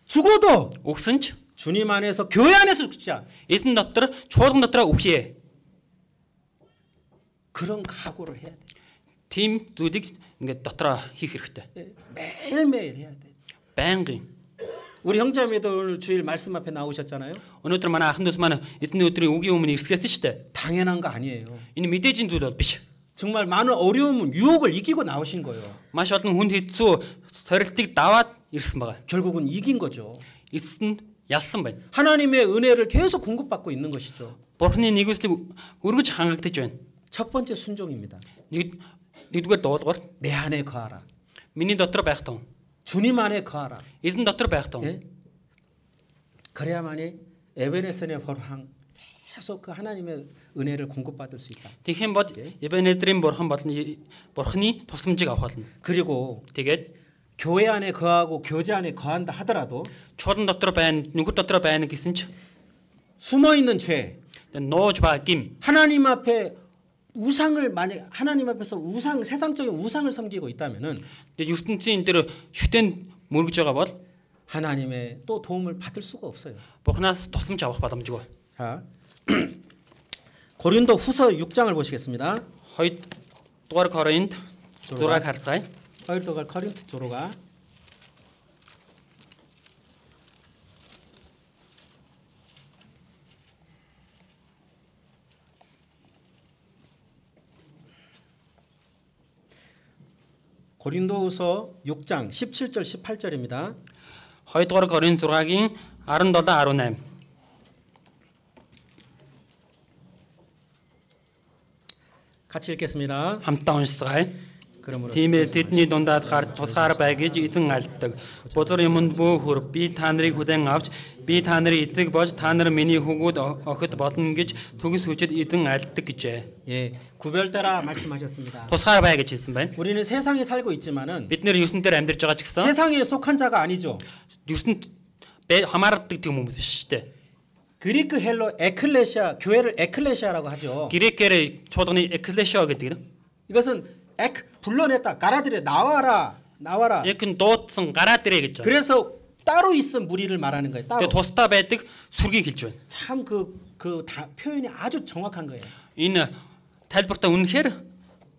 [SPEAKER 1] 죽어도
[SPEAKER 2] өгсөн ч
[SPEAKER 1] 주님 안에서 교회 안에서 죽자.
[SPEAKER 2] эзэн дотор чуулган дотроо өвхье.
[SPEAKER 1] 그런 각오를 해야 돼.
[SPEAKER 2] Тим зүйлийг ингээд дотроо хийх хэрэгтэй.
[SPEAKER 1] 예, 매일매일 해야 돼.
[SPEAKER 2] Байнгын.
[SPEAKER 1] 우리 형제님도 오늘 주일 말씀 앞에 나오셨잖아요.
[SPEAKER 2] Өнөөдөр манай ахын дүүс маань эзний өдрийн үгийн өмнө ирсгээсэн шүү дээ.
[SPEAKER 1] 당연한 거 아니에요.
[SPEAKER 2] Энэ мэдээжийн зүйл бол биш.
[SPEAKER 1] 정말 많은 어려움은 유혹을 이기고 나오신 거예요.
[SPEAKER 2] Маш олон хүн хэцүү сорилтыг даваад ирсэн байгаа.
[SPEAKER 1] 결국은 이긴 거죠.
[SPEAKER 2] Эцэнд ялсан байна.
[SPEAKER 1] 하나님의 은혜를 계속 공급받고 있는 것이죠.
[SPEAKER 2] Бурхны нэгүслийг өргөж хангагдж байна.
[SPEAKER 1] 첫 번째 순종입니다.
[SPEAKER 2] Нэг нэгдүгээр дуулгаар
[SPEAKER 1] 내 안에 거하라.
[SPEAKER 2] миний дотор байх тун.
[SPEAKER 1] 주님 안에 거하라.
[SPEAKER 2] Эзэн дотор байх тун.
[SPEAKER 1] 예? 그래야만이 에베네슨의 벌황 계속 그 하나님의 은혜를 공급받을 수 있다.
[SPEAKER 2] Тэгхийн бод Ибенедрийн бурхан болно бурхны тусламжийг авах болно.
[SPEAKER 1] 그리고
[SPEAKER 2] Тэгээд
[SPEAKER 1] 교회 안에 거하고 교제 안에 거한다 하더라도
[SPEAKER 2] чуулган дотор байна, нүгүр дотор байна гэсэн ч
[SPEAKER 1] 숨어 있는 죄,
[SPEAKER 2] нууж баа гим.
[SPEAKER 1] 하나님 앞에 우상을 만약 하나님 앞에서 우상 세상적인 우상을 섬기고 있다면은
[SPEAKER 2] Тэгээд ертөнцийн энэ төр шүтэн мөргөж байгаа бол
[SPEAKER 1] 하나님의 또 도움을 받을 수가 없어요.
[SPEAKER 2] Бухнаас тусламж авах боломжгүй.
[SPEAKER 1] 자, 고린도 후서 6장을 보시겠습니다.
[SPEAKER 2] 2 дугаар Коринт 6-ыг харцгаая.
[SPEAKER 1] 바울도가 커린트 조로가 고린도후서 6장 17절 18절입니다.
[SPEAKER 2] 2 дугаар Коринт 6-гийн 17-18.
[SPEAKER 1] 같이 읽겠습니다.
[SPEAKER 2] Хамтдаа уншицгаая.
[SPEAKER 1] 그러므로
[SPEAKER 2] Тиймээ тэдний дундаад гарч тусгаар бай гэж эзэн алддаг. Бузар юмд муу хөр би та нарыг хүлээн авч би та нарын эзэг болж та нар миний хөгүүд о- охид болно гэж төгс хүчит эзэн алддаг гэжээ.
[SPEAKER 1] 예, 구별되라 말씀하셨습니다.
[SPEAKER 2] Тусгаар бай гэж хэлсэн байна.
[SPEAKER 1] 우리는 세상에 살고 있지만은
[SPEAKER 2] Бид нэр ертөнтөөр амьдарч байгаа ч гэсэн
[SPEAKER 1] 세상에 속한 자가 아니죠.
[SPEAKER 2] ертөнд бай- хамаардаг тийм хүмүүс биш шүү дээ.
[SPEAKER 1] 그리크 헬로 에클레시아 교회를 에클레시아라고 하죠.
[SPEAKER 2] Грекээр чуулганы эклешо гэдэг нь
[SPEAKER 1] 이것은 액 불러냈다 가라들에 나와라 나와라
[SPEAKER 2] яг нь дуудсан гараа дээрэ гэж байна.
[SPEAKER 1] 그래서 따로 있은 무리를 말하는 거예요 따로
[SPEAKER 2] Тэгээ тусдаа байдаг сүргийг хэлж байна.
[SPEAKER 1] 참 그 그 다 표현이 아주 정확한 거예요
[SPEAKER 2] Энэ тайлбартаа үнэхээр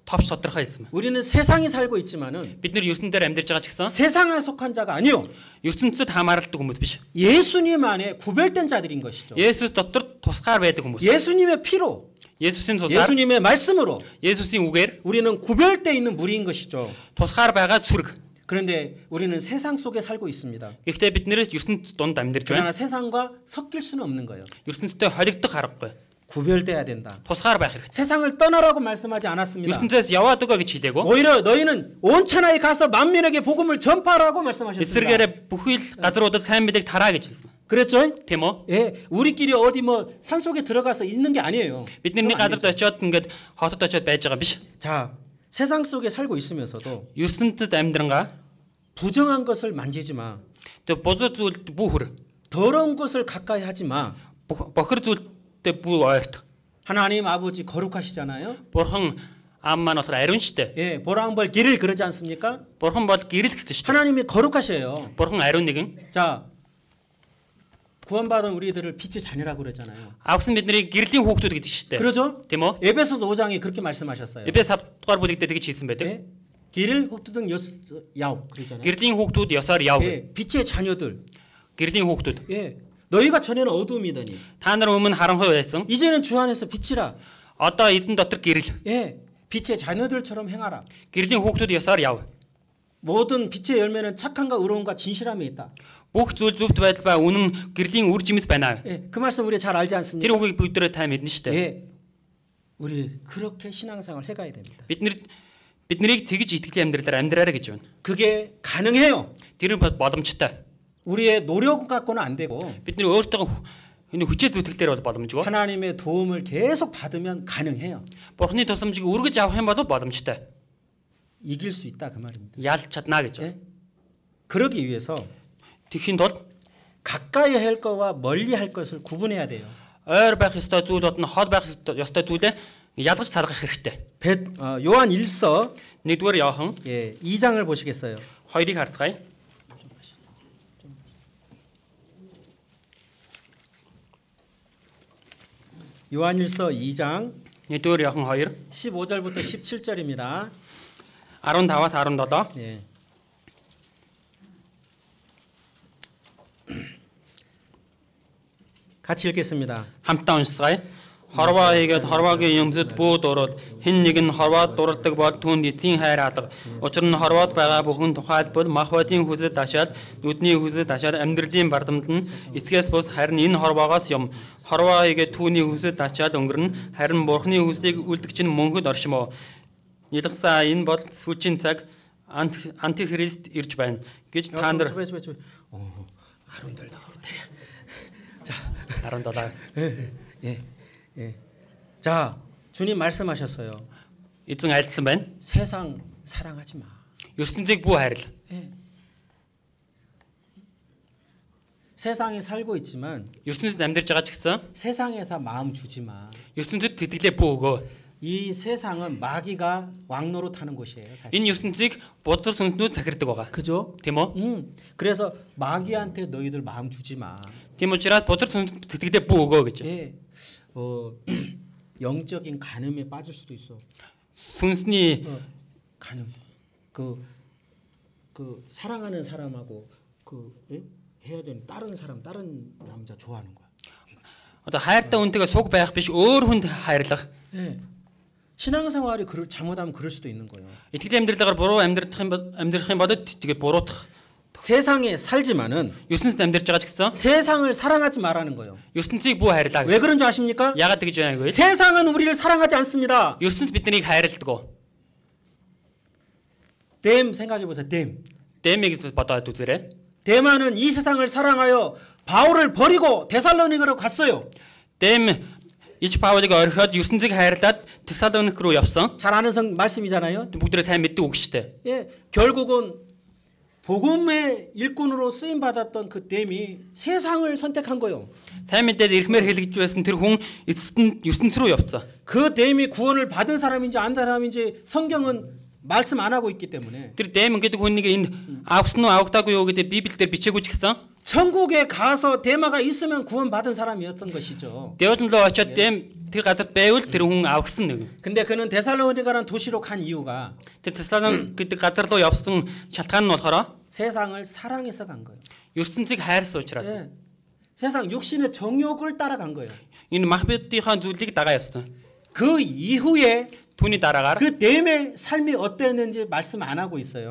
[SPEAKER 2] товч тодорхой хэлсэн байна.
[SPEAKER 1] 우리는 세상에 살고 있지만은
[SPEAKER 2] Бид нэр ертөндөөр амьдарч байгаа ч гэсэн
[SPEAKER 1] 세상에 속한 자가 아니요
[SPEAKER 2] ертөнцид хамааралтай хүмүүс биш.
[SPEAKER 1] 예수님 안에 구별된 자들인 것이죠
[SPEAKER 2] Есүс дотор тусгаар байдаг хүмүүс.
[SPEAKER 1] 예수님의 피로
[SPEAKER 2] Есүсийн тусгаар,
[SPEAKER 1] 예수님의 말씀으로
[SPEAKER 2] Есүсийн үгээр
[SPEAKER 1] 우리는 구별되어 있는 무리인 것이죠
[SPEAKER 2] тусгаар байгаа сүрэг.
[SPEAKER 1] 그런데 우리는 세상 속에 살고 있습니다
[SPEAKER 2] Гэхдээ бид нэр ертөнцид дунд амьдарч
[SPEAKER 1] 그러나
[SPEAKER 2] байна.
[SPEAKER 1] 세상과 섞일 수는 없는 거예요
[SPEAKER 2] ертөнцтэй холигдох аргагүй.
[SPEAKER 1] 구별돼야 된다
[SPEAKER 2] Тусгаар байх хэрэгтэй.
[SPEAKER 1] 세상을 떠나라고 말씀하지 않았습니다
[SPEAKER 2] ертөнцөөс яваад өгөө гэж хэлээгөө.
[SPEAKER 1] 오히려 너희는 온 천하에 가서 만민에게 복음을 전파하라고 말씀하셨습니다.
[SPEAKER 2] Эсвэргээрээ бүхий л газруудад сайн мэдээг тараа гэж хэлсэн.
[SPEAKER 1] 그랬죠?
[SPEAKER 2] Тийм үү?
[SPEAKER 1] 예, 우리끼리 어디 뭐 산속에 들어가서 있는 게 아니에요.
[SPEAKER 2] Бид нэр нэг газарт очиод ингээд хотод очиод байж байгаа биш.
[SPEAKER 1] 자, 세상 속에 살고 있으면서도
[SPEAKER 2] ертөнцид амьдрангаа
[SPEAKER 1] 부정한 것을 만지지 마.
[SPEAKER 2] тэгээ бузар зүйлд бүү хөр.
[SPEAKER 1] 더러운 것을 가까이 하지 마.
[SPEAKER 2] Бөх- Бохир зүйлдээ бүү ойрт.
[SPEAKER 1] 하나님 아버지 거룩하시잖아요.
[SPEAKER 2] Бурхан ам маань болохоор ариун штэ.
[SPEAKER 1] 예, 보랑벌 길을 그러지 않습니까?
[SPEAKER 2] Бурхан бол гэрэл гэсэн штэ.
[SPEAKER 1] 하나님이 거룩하셔요.
[SPEAKER 2] Бурхан ариун нэгэн.
[SPEAKER 1] 자, 구원받은 우리들을 빛의 자녀라고 그러잖아요.
[SPEAKER 2] Авсан бидний гэрлийн хүүхдүүд гэдэг штэ.
[SPEAKER 1] 그러죠?
[SPEAKER 2] Тийм үү?
[SPEAKER 1] 에베소서 5장에 그렇게 말씀하셨어요.
[SPEAKER 2] Эбес 5 дугаар бүлэгтээ тэгж хэлсэн байдаг.
[SPEAKER 1] 예? 길을 호두등 여스- 야옥 그러잖아요.
[SPEAKER 2] Гэрлийн хүүхдүүд ёсоор яв. гэв.
[SPEAKER 1] 예, 빛의 자녀들.
[SPEAKER 2] Гэрлийн хүүхдүүд.
[SPEAKER 1] 예. 너희가 전에는 어둠이더니
[SPEAKER 2] Та нар өмнө харанхуй байсан.
[SPEAKER 1] 이제는 주 안에서 빛이라.
[SPEAKER 2] Одоо эзэн дотор гэрэл.
[SPEAKER 1] 예. 빛의 자녀들처럼 행하라.
[SPEAKER 2] Гэрлийн хүүхдүүд ёсоор яв.
[SPEAKER 1] 모든 빛의 열매는 착함과 의로움과 진실함이 있다.
[SPEAKER 2] Бүх зүйл зүвт байдал ба үнэн гэрлийн үр жимс байна.
[SPEAKER 1] 예. 그 말씀 우리 잘 알지 않습니까? 네.
[SPEAKER 2] Тэр үгийг бүгдээрээ та мэднэ штэ.
[SPEAKER 1] 예. 우리 그렇게 신앙생활 해가야 됩니다.
[SPEAKER 2] Бид нэр бид нарыг тэгж итгэлийн амьдралаар амьдраарай гэж байна.
[SPEAKER 1] 그게 가능해요.
[SPEAKER 2] Тэр бол боломжтой.
[SPEAKER 1] 우리의 노력 갖고는 안 되고
[SPEAKER 2] Бид нэр өөртөө энэ хүчээр зүтгэлээр бол боломжгүй.
[SPEAKER 1] 하나님의 도움을 계속 받으면 가능해요.
[SPEAKER 2] Бурхны тусламжийг үргэж авах юм бол боломжтой.
[SPEAKER 1] 이길 수 있다 그 말입니다.
[SPEAKER 2] Ялж чадна гэж байна.
[SPEAKER 1] 예? 그러기 위해서
[SPEAKER 2] Тэгхийн тулд
[SPEAKER 1] 가까이 할 것과 멀리 할 것을 구분해야 돼요.
[SPEAKER 2] ойр байх ёстой зүйл бодно, хол байх ёстой- ёстой зүйлээ ялгаж царгах хэрэгтэй.
[SPEAKER 1] 벳- 어, 요한 1서
[SPEAKER 2] Нэгдүгээр Иохан
[SPEAKER 1] 예, 2장을 보시겠어요.
[SPEAKER 2] 2-ыг харцгаая.
[SPEAKER 1] 요한 1서 2장
[SPEAKER 2] Нэгдүгээр Иохан 2
[SPEAKER 1] 15절부터 17절입니다.
[SPEAKER 2] 15-аас 17.
[SPEAKER 1] 예. 같이 읽겠습니다.
[SPEAKER 2] хамтаа уншсаая. Хорвоо хийгээд хорвоогийн юмсад бүүд урвал хэн нэг нь хорвоод дурладаг бол түүнд эцгийн хайр алга. Учир нь хорвоод байгаа бүхэн тухайлбал махбодийн хүлэд ашаад нүдний хүлэд ашаад амьдралын бардамд нь эцгээс бус харин энэ хорвоогоос юм. Хорвоо хийгээд түүний хүлэд ашаад өнгөрнө. Харин бурхны хүслийг үлдэгч нь мөнхөд оршимо. Нилгсаа энэ бол сүүчийн цаг анти- антихрист ирж байна гэж та нар
[SPEAKER 1] 좀, 좀, 좀, 좀. 어, 아론달다. 자,
[SPEAKER 2] 17
[SPEAKER 1] 예, 예, 예. 자, 주님 말씀하셨어요.
[SPEAKER 2] эзэн альдсан байна.
[SPEAKER 1] 세상 사랑하지 마.
[SPEAKER 2] ертөнцийг бүү хайрла.
[SPEAKER 1] 예. 세상에 살고 있지만
[SPEAKER 2] ертөнцид амьдарч байгаа ч гэсэн
[SPEAKER 1] 세상에서 마음 주지 마.
[SPEAKER 2] ертөнцид тэтгэлээ бүү өгөө.
[SPEAKER 1] 이 세상은 마귀가 왕노로 타는 곳이에요. 사실.
[SPEAKER 2] Энэ ертөнцийг бодзор сүнснүүд захирдаг байгаа.
[SPEAKER 1] 그죠?
[SPEAKER 2] Тийм үү?
[SPEAKER 1] 음. 그래서 마귀한테 너희들 마음 주지 마.
[SPEAKER 2] Тийм учраас бодзор сүнснүүд тэтгэлээ бүү өгөө гэж.
[SPEAKER 1] 예. 어, 영적인 간음에 빠질 수도 있어.
[SPEAKER 2] Сүнсний
[SPEAKER 1] 어, 간음. 그, 그 사랑하는 사람하고 그 예? 해야 되는 다른 사람, 다른 남자 좋아하는 거야.
[SPEAKER 2] одоо хайртай үнтэйгээ суг байх биш өөр хүнд хайрлах.
[SPEAKER 1] 예. 신앙생활이 그럴 잘못하면 그럴 수도 있는 거예요.
[SPEAKER 2] Итгэл амьдралаар буруу амьдрах юм бол амьдрах юм бодод тэгээд буруутах.
[SPEAKER 1] 세상에 살지만은
[SPEAKER 2] ертөнцид амьдарч байгаа ч гэсэн
[SPEAKER 1] 세상을 사랑하지 말라는 거예요.
[SPEAKER 2] ертөнцийг бүү хайрлаа. гэж.
[SPEAKER 1] 왜 그런 줄 아십니까?
[SPEAKER 2] Яагаад тэгж байна гэвэл
[SPEAKER 1] 세상은 우리를 사랑하지 않습니다.
[SPEAKER 2] ертөнцид биднийг хайрладаг.
[SPEAKER 1] 댐 생각해 보세요. 댐.
[SPEAKER 2] Дэмиг бодоод үзээрэй.
[SPEAKER 1] 대만은 이 세상을 사랑하여 바울을 버리고 데살로니가로 갔어요.
[SPEAKER 2] Дэм Иж Паулыг орхиод ертөнцийг хайрлаад Тесалоник руу явсан.
[SPEAKER 1] 잘 아는 성 말씀이잖아요.
[SPEAKER 2] Бүгдээ сайн мэддэг үг шүү дээ.
[SPEAKER 1] 예, 결국은 복음의 일꾼으로 쓰임 받았던 그 댐이 세상을 선택한 거예요.
[SPEAKER 2] Сайн мэдээд ирхмээр хэлгэж байсан тэр хүн эцэст ертөнц рүү явцсан.
[SPEAKER 1] 그 댐이 구원을 받은 사람인지 안 사람인지 성경은 말씀 안 하고 있기 때문에
[SPEAKER 2] Тэр Дэмэн гэдэг хүнийг энд авсан уу авагдаагүй юу гэдэг Библиэлд дээр бичээгүй ч гэсэн
[SPEAKER 1] 천국에 가서 대마가 있으면 구원 받은 사람이었던 것이죠.
[SPEAKER 2] Дэвтэн рүү очиод Дэм тэр газарт байвал тэр хүн авгсан нэг.
[SPEAKER 1] 근데 그는 데살로니가라는 도시로 간 이유가
[SPEAKER 2] Тэр Тесалон гэдэг газар руу явсан шалтгаан нь болохоор
[SPEAKER 1] 세상을 사랑해서 간 거예요.
[SPEAKER 2] ертөнцийг хайрсан учраас
[SPEAKER 1] 예. 세상 육신의 정욕을 따라간 거예요.
[SPEAKER 2] энэ Махбетийнхаа зүйлийг дагаа явсан.
[SPEAKER 1] 그 이후에
[SPEAKER 2] Түүний дараагаар
[SPEAKER 1] 그 댐의 삶이 어땠는지 말씀 안 하고 있어요.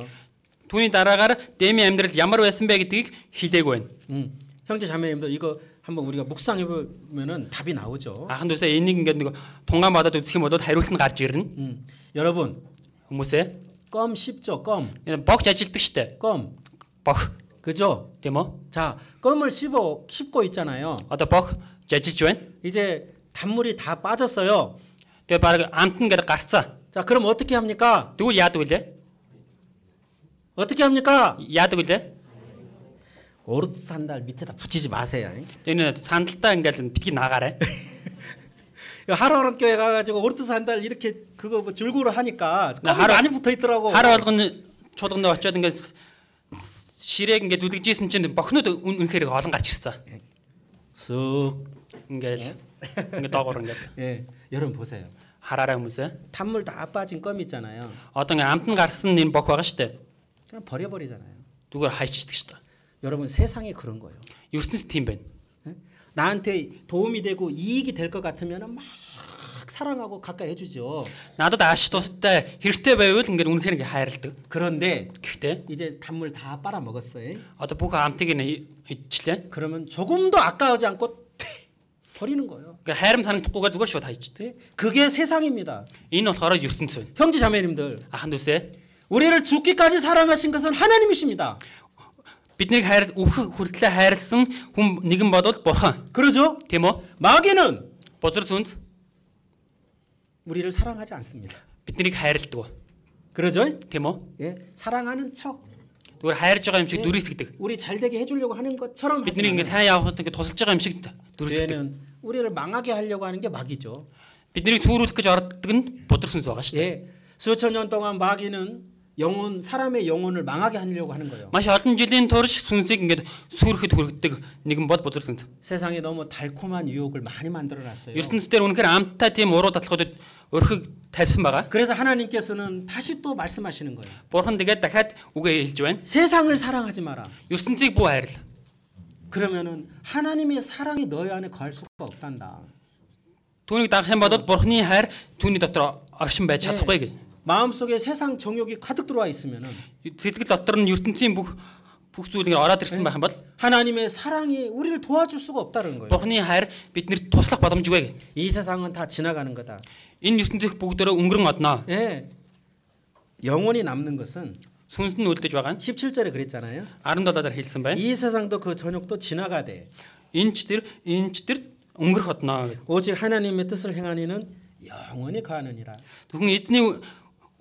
[SPEAKER 2] түүний дараагаар Дэмийн амьдрал ямар байсан бэ гэдгийг хэлээгүй байна.
[SPEAKER 1] 음. 형제 자매님들 이거 한번 우리가 묵상해 보면은 답이 나오죠.
[SPEAKER 2] Ахан дүүсээ энийг ингээд нэг тунгаан бодоод үзэх юм бол хариулт нь гарч ирнэ.
[SPEAKER 1] 음. 여러분
[SPEAKER 2] Хүмүүсээ
[SPEAKER 1] 껌 씹죠 껌
[SPEAKER 2] энэ богч ажилтдаг штэ.
[SPEAKER 1] 껌
[SPEAKER 2] Бог
[SPEAKER 1] 그죠?
[SPEAKER 2] тийм үү?
[SPEAKER 1] 자 껌을 씹어 씹고 있잖아요.
[SPEAKER 2] Одоо бог жажиж байна.
[SPEAKER 1] 이제 단물이 다 빠졌어요.
[SPEAKER 2] Тэгээ баг амт нь гэдэг гарцсан.
[SPEAKER 1] 자 그럼 어떻게 합니까?
[SPEAKER 2] Тэгвэл яадаг үлээ?
[SPEAKER 1] 어떻게 합니까?
[SPEAKER 2] Яадаг үлээ?
[SPEAKER 1] 오르트 산달 밑에다 붙이지 마세요.
[SPEAKER 2] Энэ сандалтаа ингээл битгий наагаарэ.
[SPEAKER 1] 하루하루 교회 가가지고 오르트 산달 이렇게 그거 뭐 줄구로 하니까 껌이
[SPEAKER 2] 나 하루-
[SPEAKER 1] 많이 붙어 있더라고.
[SPEAKER 2] Хар болгоны чуулганд очиод ингээл с- ширээг ингээд үлгжсэн чинь бохнод үн үнхээр олон гарч ирсэн.
[SPEAKER 1] 쑥.
[SPEAKER 2] Ингээл ингээд доогуур ингээд
[SPEAKER 1] 예, 여러분 보세요.
[SPEAKER 2] хараарай хүмүүсээ.
[SPEAKER 1] 단물 다 빠진 껌 있잖아요.
[SPEAKER 2] Одоо ингээд амт нь гарсан энэ бог байгаа штэ.
[SPEAKER 1] 그냥 버려버리잖아요.
[SPEAKER 2] Зүгээр хайчдаг штэ.
[SPEAKER 1] 여러분 세상이 그런 거예요.
[SPEAKER 2] ертөнцид тийм байна.
[SPEAKER 1] 예? 나한테 도움이 되고 이익이 될 것 같으면 막 사랑하고 가까이 해주죠.
[SPEAKER 2] Надад ааш тустай хэрэгтэй байвал ингээд үнэхээр ингээд хайрладаг.
[SPEAKER 1] 그런데
[SPEAKER 2] Гэхдээ
[SPEAKER 1] 이제 단물 다 빨아 먹었어요.
[SPEAKER 2] одоо бүх амтыг нь идчихлээ.
[SPEAKER 1] 그러면 조금도 아까워지 않고 퇴! 버리는 거예요.
[SPEAKER 2] 그러니까 хайрам санагдахгүйгээр зүгээр шууд хайчдаг.
[SPEAKER 1] 네? 그게 세상입니다.
[SPEAKER 2] Энэ болохоор ертөнц байна.
[SPEAKER 1] 형제 자매님들,
[SPEAKER 2] Аханд үсэ.
[SPEAKER 1] 우리를 죽기까지 사랑하신 것은 하나님이십니다.
[SPEAKER 2] Биднийг хайр үхэх хүртлээр хайрлсан хүн нэгэн бодвол бурхан.
[SPEAKER 1] 그러죠?
[SPEAKER 2] Тийм үү?
[SPEAKER 1] 마귀는
[SPEAKER 2] Бузар зүнз
[SPEAKER 1] 우리를 사랑하지 않습니다.
[SPEAKER 2] биднийг хайрладаг.
[SPEAKER 1] 그러죠?
[SPEAKER 2] Тийм үү?
[SPEAKER 1] 예, 사랑하는 척,
[SPEAKER 2] Зүгээр хайрж байгаа юм шиг дүрсэгдэг.
[SPEAKER 1] 우리 잘 되게 해주려고 하는 것처럼
[SPEAKER 2] Бид нэг ингэ
[SPEAKER 1] 하지만
[SPEAKER 2] сайн явахад ингэ тусалж байгаа юм шиг дүрсэгдэг.
[SPEAKER 1] 죄는 우리를 망하게 하려고 하는 게 마귀죠.
[SPEAKER 2] Биднийг цөөрүүлэх гэж ордог нь бузар сүнс байгаа шүү дээ.
[SPEAKER 1] 예, 수천 년 동안 마귀는 영혼, 사람의 영혼을 망하게 하려고 하는 거예요.
[SPEAKER 2] Маш олон жилийн турш сүнсийг ингэ сүрэхэд хүргдэг нэгэн бол бузар сүнс.
[SPEAKER 1] 세상에 너무 달콤한 유혹을 많이 만들어 놨어요.
[SPEAKER 2] ертөнцийн дээр үнэхээр амттай тийм уруу датлахуудад өрхөг тавьсан байгаа.
[SPEAKER 1] 그래서 하나님께서는 다시 또 말씀하시는 거예요.
[SPEAKER 2] Бурхан тэгээд дахиад үгээ хэлж байна.
[SPEAKER 1] 세상을 사랑하지 마라.
[SPEAKER 2] ертөнцийг бүү хайрла.
[SPEAKER 1] 그러면은 하나님의 사랑이 너희 안에 거할 수가 없단다.
[SPEAKER 2] Түүнийг дагах юм бол бурхны хайр түүний дотор оршин байж чадахгүй гэж.
[SPEAKER 1] 마음속에 세상 정욕이 가득 들어와 있으면은
[SPEAKER 2] Сэтгэл дотор нь ертөнцийн бүх бүх зүйл ингэ ороод ирсэн байх юм бол
[SPEAKER 1] 하나님의 사랑이 우리를 도와줄 수가 없다는 거예요.
[SPEAKER 2] бурхны хайр биднэрт туслах боломжгүй гэж.
[SPEAKER 1] 이 세상은 다 지나가는 거다.
[SPEAKER 2] Энэ ертөнцийнх бүгдөө өнгөрөн одноо.
[SPEAKER 1] 예. 영원히 남는 것은
[SPEAKER 2] Сүнс нь үлдэж байгаа нь
[SPEAKER 1] 17절에 그랬잖아요.
[SPEAKER 2] 17-аар хэлсэн байна.
[SPEAKER 1] 이 세상도 그 저녁도 지나가되
[SPEAKER 2] Энч тэр энч тэр өнгөрөх одноо гэж.
[SPEAKER 1] 오직 하나님의 뜻을 행하는 이는 영원히 가느니라.
[SPEAKER 2] Түүхэн эзний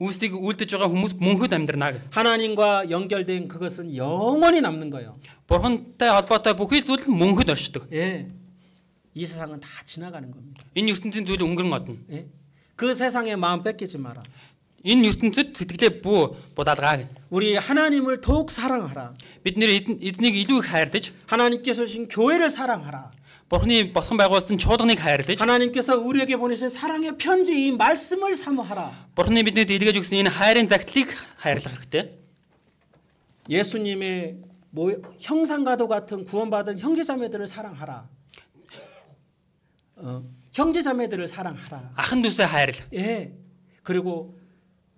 [SPEAKER 2] үүсийг үлдэж байгаа хүмүүс мөнхөд амьдрнаа гэж.
[SPEAKER 1] 하나님과 연결된 그것은 영원히 남는 거예요.
[SPEAKER 2] Бурхантай холбоотой бүхий зүйл нь мөнхөд оршдог.
[SPEAKER 1] 예. 이 세상은 다 지나가는 겁니다.
[SPEAKER 2] Энэ ертөнцийн зүйл өнгөрөн одно.
[SPEAKER 1] 예. 그 세상에 마음 뺏기지 마라.
[SPEAKER 2] Энэ ертөнцид сэтгэлээ бүү будаалгаа гэж.
[SPEAKER 1] 우리 하나님을 더욱 사랑하라.
[SPEAKER 2] Бид нэр эдн- эднийг илүү их хайрлаж,
[SPEAKER 1] 하나님께서 주신 교회를 사랑하라.
[SPEAKER 2] Бурхны босгон байгуулсан чуулганыг хайрлаж,
[SPEAKER 1] 하나님께서 우리에게 보내신 사랑의 편지 이 말씀을 사모하라.
[SPEAKER 2] Бурхны биднэрт илгээж өгсөн энэ хайрын загтлыг хайрлах хэрэгтэй.
[SPEAKER 1] 예수님의 모 형상과도 같은 구원받은 형제자매들을 사랑하라. 어, 형제자매들을 사랑하라.
[SPEAKER 2] Ахын дүсээ хайрла.
[SPEAKER 1] 예. 그리고